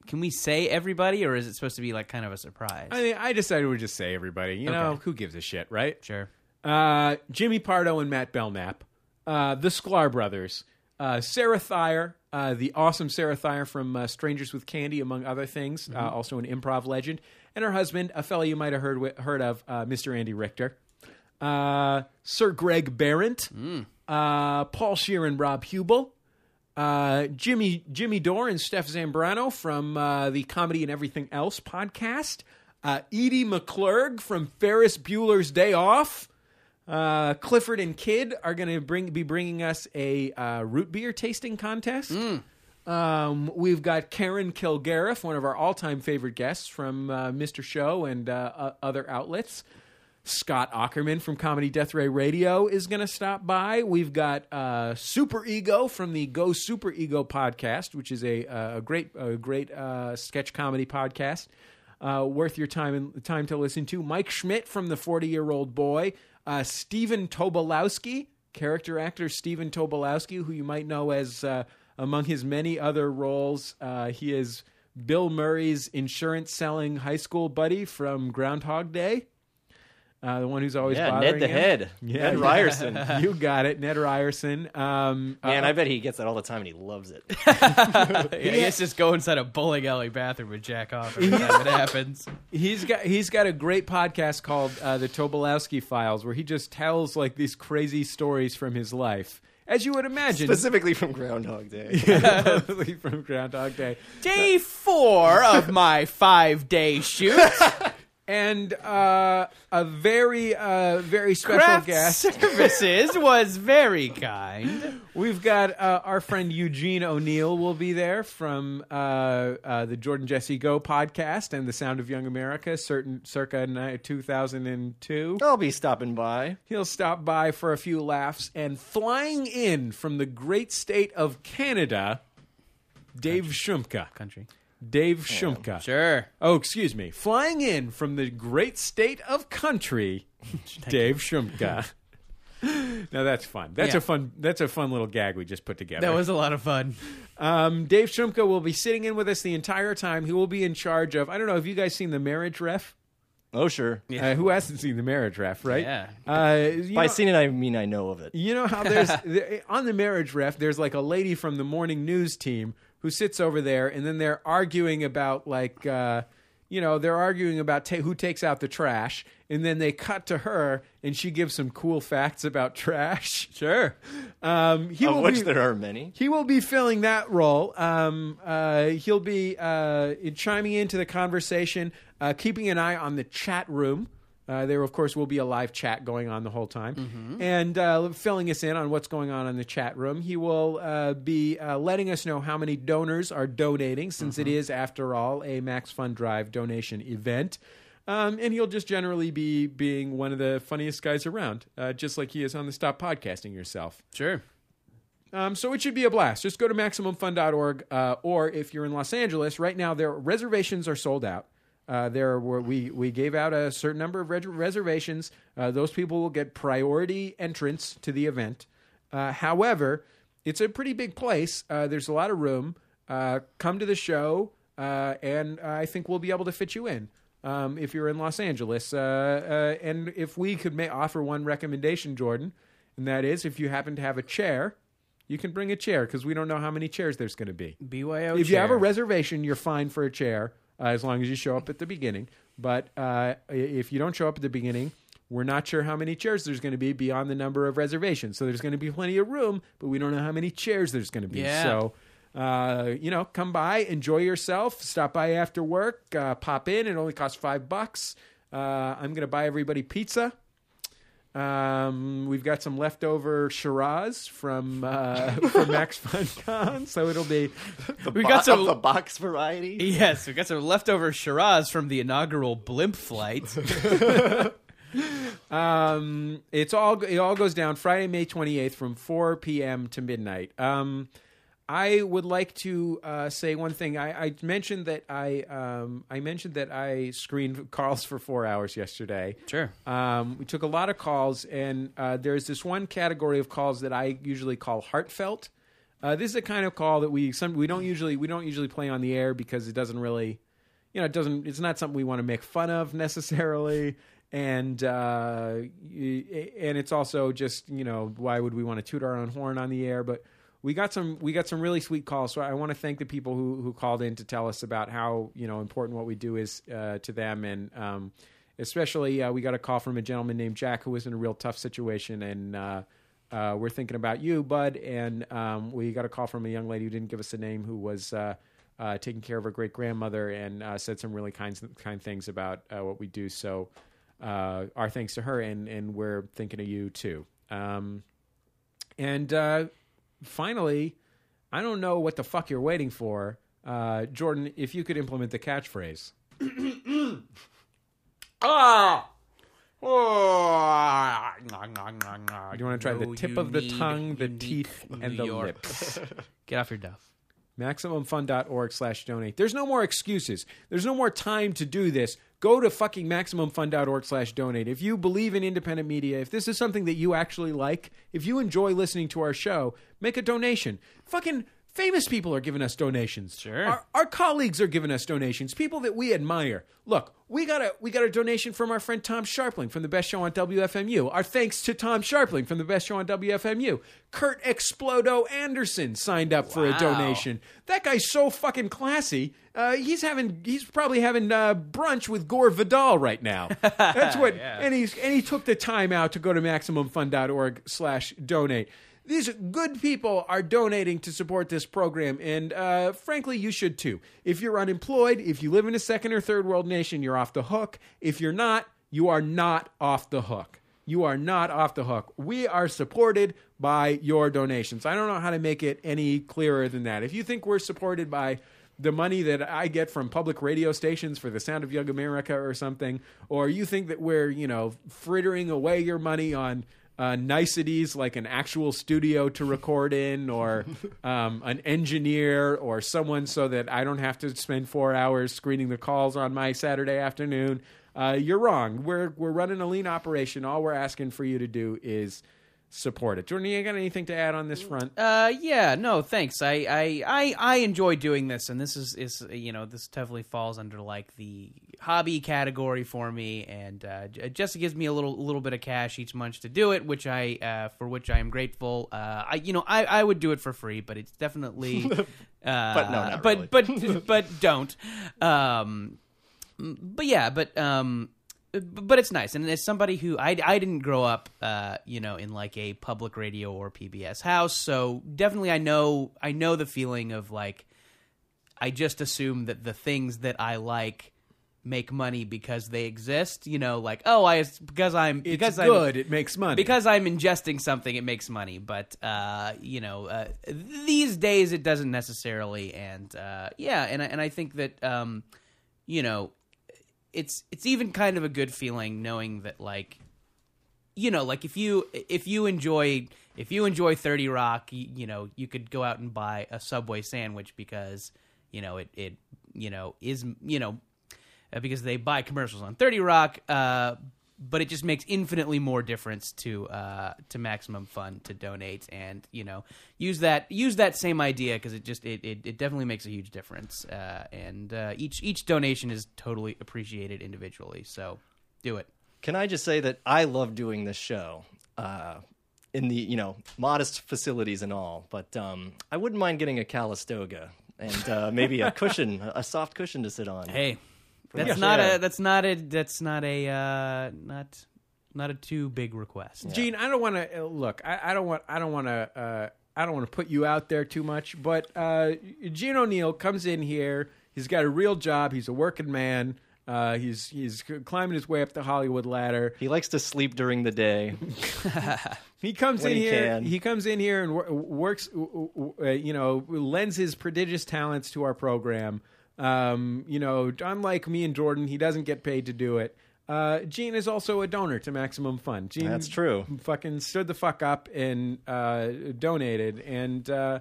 D: Can we say everybody, or is it supposed to be like kind of a surprise?
C: I mean, I decided we just say everybody. You
D: Okay.
C: know, who gives a shit, right?
D: Sure.
C: Uh, Jimmy Pardo and Matt Belknap, uh, the Sklar brothers, uh, Sarah Thayer, uh, the awesome Sarah Thayer from uh, Strangers with Candy, among other things, uh,
N: Mhm.
C: also an improv legend, and her husband, a fellow you might have heard wi- heard of, uh, Mr. Andy Richter, uh, Sir Greg Barrett, uh, Paul Shear and Rob Hubel. Uh, Jimmy Jimmy Dore and Steph Zambrano from uh, the Comedy and Everything Else podcast. Uh, Edie McClurg from Ferris Bueller's Day Off. Uh, Clifford and Kid are going to bring be bringing us a uh, root beer tasting contest. Um, we've got Karen Kilgariff, one of our all time favorite guests from uh, Mr. Show and uh, o- other outlets. Scott Ackerman from Comedy Death Ray Radio is going to stop by. We've got uh, Super Ego from the Go Super Ego podcast, which is a, uh, a great, a great uh, sketch comedy podcast. Uh, worth your time and time to listen to. Mike Schmidt from the Forty Year Old Boy. Uh, Stephen Tobolowski, character actor Stephen Tobolowski, who you might know as uh, among his many other roles, uh, he is Bill Murray's insurance selling high school buddy from Groundhog Day. Uh, the one who's always
E: Yeah, Ned
C: bothering
E: the
C: him.
E: Head. Ned Ryerson.
C: you got it, Ned Ryerson. Um,
E: Man,
C: uh,
E: I bet he gets that all the time and he loves it.
D: yeah,
C: Yeah.
D: Let's just go inside a bowling alley bathroom and jack off every time it happens.
C: He's got he's got a great podcast called uh, the Tobolowski Files, where he just tells like these crazy stories from his life, as you would imagine,
E: Specifically from Groundhog Day.
C: specifically from Groundhog Day.
D: Day four of my five day shoot.
C: and uh, a very uh, very special
D: Craft
C: guest.
D: Services was very kind.
C: We've got uh, our friend Eugene O'Neill will be there from uh, uh, the Jordan Jesse Go podcast and the Sound of Young America, certain circa ni- 2002.
E: I'll be stopping by.
C: He'll stop by for a few laughs and flying in from the great state of Canada, Dave Shumka.
D: Country.
C: Dave Shumka.
D: Sure.
C: Oh, excuse me. Flying in from the great state of country, Dave Shumka. now that's fun. That's
D: Yeah.
C: a fun. That's a fun little gag we just put together.
D: That was a lot of fun.
C: Um, Dave Shumka will be sitting in with us the entire time. He will be in charge of. I don't know. Have you guys seen the Marriage Ref?
E: Oh, sure.
C: Uh, who hasn't seen the Marriage Ref, right?
E: Yeah.
C: Uh, you
E: By
C: know-
E: seen it, I mean I know of it.
C: you know how there's there, on the marriage ref, there's like a lady from the morning news team who sits over there, and then they're arguing about like, uh, you know, they're arguing about ta- who takes out the trash, and then they cut to her, and she gives some cool facts about trash. Sure, um, he
E: Of
C: will
E: which
C: be-
E: there are many.
C: He will be filling that role. Um, uh, he'll be uh, chiming into the conversation, uh, keeping an eye on the chat room. Uh, there, of course, will be a live chat going on the whole time. And uh, filling us in on what's going on in the chat room. He will uh, be uh, letting us know how many donors are donating, since it is, after all, a Max Fund Drive donation event. Um, and he'll just generally be being one of the funniest guys around, uh, just like he is on the Stop Podcasting Yourself.
D: Sure.
C: Um, so it should be a blast. Just go to MaximumFun.org, uh, or if you're in Los Angeles right now, their reservations are sold out. Uh, there were we we gave out a certain number of res- reservations. Uh, those people will get priority entrance to the event. Uh, however, it's a pretty big place. Uh, there's a lot of room. Uh, come to the show, uh, and I think we'll be able to fit you in um, if you're in Los Angeles. Uh, uh, and if we could may offer one recommendation, Jordan, and that is if you happen to have a chair, you can bring a chair because we don't know how many chairs there's going to be.
D: BYO.
C: if you have a
D: chair.
C: reservation, you're fine for a chair uh, as long as you show up at the beginning. But uh, i- if you don't show up at the beginning, we're not sure how many chairs there's going to be beyond the number of reservations. So there's going to be plenty of room, but we don't know how many chairs there's going to be.
D: Yeah.
C: So, uh, you know, come by, enjoy yourself, stop by after work, uh, pop in. It only costs five bucks. Uh, I'm going to buy everybody pizza. Um, we've got some leftover Shiraz from uh, from Max FunCon, so it'll be
D: We got some
E: box variety.
D: Yes, we got some leftover Shiraz from the inaugural blimp flight.
C: Um, it's all it all goes down Friday, May twenty eighth, from four p.m. to midnight. Um, I would like to uh, say one thing. I, I mentioned that I um, I mentioned that I screened calls for four hours yesterday.
D: Sure.
C: Um, we took a lot of calls, and uh, there's this one category of calls that I usually call heartfelt. Uh, this is a kind of call that we some we don't usually we don't usually play on the air because it doesn't really, you know, it doesn't. It's not something we want to make fun of necessarily, and uh, y- and it's also just you know why would we want to toot our own horn on the air? But we got some we got some really sweet calls. So I want to thank the people who who called in to tell us about how you know important what we do is uh, to them and. Um, Especially, uh, we got a call from a gentleman named Jack who was in a real tough situation, and uh, uh, we're thinking about you, bud. And um, we got a call from a young lady who didn't give us a name, who was uh, uh, taking care of her great grandmother, and uh, said some really kind kind things about uh, what we do. So, uh, our thanks to her, and and we're thinking of you too. Um, and uh, finally, I don't know what the fuck you're waiting for, uh, Jordan. If you could implement the catchphrase.
D: Ah.
C: Ah!
D: Oh. Do
C: you want to try the tip of the tongue, the teeth, and the
D: York.
C: lips?
D: Get off your duff.
C: MaximumFun.org slash donate. There's no more excuses. There's no more time to do this. Go to fucking MaximumFun.org slash donate. If you believe in independent media, if this is something that you actually like, if you enjoy listening to our show, make a donation. Fucking famous people are giving us donations. Sure. Our, our colleagues are giving us donations. People that we admire. Look, we got a we got a donation from our friend Tom Sharpling from the best show on WFMU. Our thanks to Tom Sharpling from the best show on WFMU. Kurt Explodo Anderson signed up for a
N: Wow.
C: donation. That guy's so fucking classy. Uh, he's having he's probably having uh, brunch with Gore Vidal right now. That's what
N: Yeah.
C: and he's and he took the time out to go to maximumfund.org slash donate. These good people are donating to support this program, and uh, frankly, you should too. If you're unemployed, if you live in a second or third world nation, you're off the hook. If you're not, you are not off the hook. You are not off the hook. We are supported by your donations. I don't know how to make it any clearer than that. If you think we're supported by the money that I get from public radio stations for the Sound of Young America or something, or you think that we're, you know, frittering away your money on uh, niceties like an actual studio to record in or um, an engineer or someone so that I don't have to spend four hours screening the calls on my Saturday afternoon. Uh, you're wrong. We're, we're running a lean operation. All we're asking for you to do is support it. Jordan, you got anything to add on this front?
D: Uh, yeah, no, thanks. I, I, I, I enjoy doing this, and this is, is you know, this definitely falls under like the hobby category for me, and uh, J- Jessica gives me a little, little bit of cash each month to do it, which I, uh, for which I am grateful. Uh, I, you know, I, I would do it for free, but it's definitely, uh,
E: But no, not
D: but, but, but don't. Um, but yeah, but um, but it's nice. And as somebody who I, I didn't grow up, uh, you know, in like a public radio or PBS house, so definitely I know I know the feeling of like I just assume that the things that I like make money because they exist. You know, like oh, I because I'm because
C: good,
D: I'm,
C: it makes money.
D: because I'm ingesting something, it makes money. But uh, you know, uh, these days it doesn't necessarily. And uh, yeah, and I, and I think that um, you know, it's it's even kind of a good feeling knowing that like you know like if you if you enjoy if you enjoy 30 rock you, you know you could go out and buy a subway sandwich because you know it it you know is you know uh, because they buy commercials on 30 rock uh but it just makes infinitely more difference to uh, to maximum fun to donate and you know use that use that same idea because it just it, it, it definitely makes a huge difference uh, and uh, each each donation is totally appreciated individually so do it
E: Can I just say that I love doing this show, uh, in the you know modest facilities and all, but um, I wouldn't mind getting a Calistoga and uh, maybe a cushion, a soft cushion to sit on.
D: Hey,
E: For
D: that's
E: my
D: not
E: chair.
D: a that's not a that's not a uh, not not a too big request.
C: Gene, I don't want to look. I, I don't want. I don't want to. Uh, I don't want to put you out there too much. But uh, Gene O'Neill comes in here. He's got a real job. He's a working man. Uh, he's he's climbing his way up the Hollywood ladder.
E: He likes to sleep during the day.
C: He comes
E: When
C: in
E: he
C: here.
E: can.
C: He comes in here and wor- works. w- w- uh, You know, lends his prodigious talents to our program. Um, you know, unlike me and Jordan, he doesn't get paid to do it. Uh, Gene is also a donor to Maximum Fun. Gene,
E: That's true.
C: Fucking stood the fuck up and uh, donated, and uh,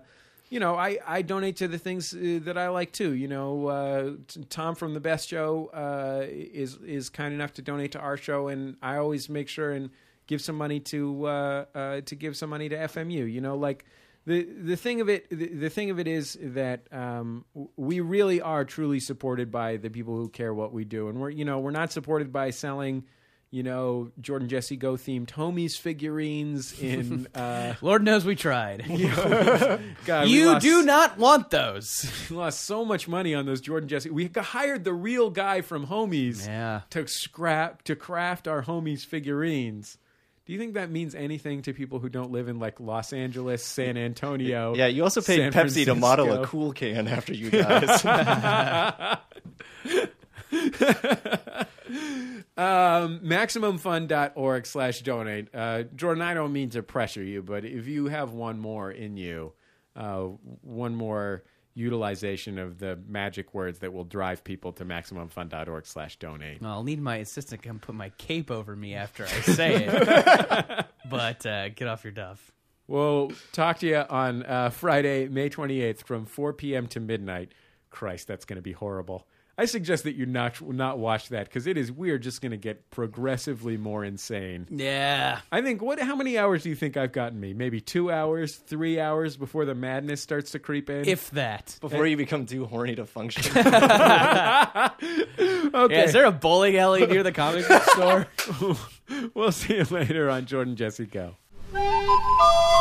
C: you know, I, I donate to the things uh, that I like too. You know, uh, t- Tom from the Best Show uh, is is kind enough to donate to our show, and I always make sure and give some money to uh, uh, to give some money to FMU. You know, like the the thing of it the, the thing of it is that um, w- we really are truly supported by the people who care what we do, and we're you know we're not supported by selling. You know, Jordan Jesse Go themed homies figurines in. Uh,
D: Lord knows we tried.
C: God, we
D: you
C: lost-
D: do not want those.
C: We lost so much money on those Jordan Jesse. We got- hired the real guy from Homies to scrap to craft our Homies figurines. Do you think that means anything to people who don't live in like Los Angeles, San Antonio?
E: Yeah, you also paid
C: San
E: Pepsi to model a
C: Francisco?
E: cool can after you guys.
C: um, MaximumFun.org slash donate. Uh, Jordan, I don't mean to pressure you, but if you have one more in you, uh, one more utilization of the magic words that will drive people to MaximumFun.org slash donate.
D: I'll need my assistant to come put my cape over me after I say it. but uh, get off your duff.
C: We'll talk to you on uh, Friday, May 28th from 4 p.m. to midnight. Christ, that's going to be horrible. I suggest that you not not watch that because it is we're just going to get progressively more insane.
D: Yeah.
C: I think what? How many hours do you think I've gotten me? Maybe two hours, three hours before the madness starts to creep in.
D: If that.
E: Before you become too horny to function.
C: okay.
D: Yeah, is there a bowling alley near the comic book store?
C: we'll see you later on Jordan Jesse Go.
A: Bye.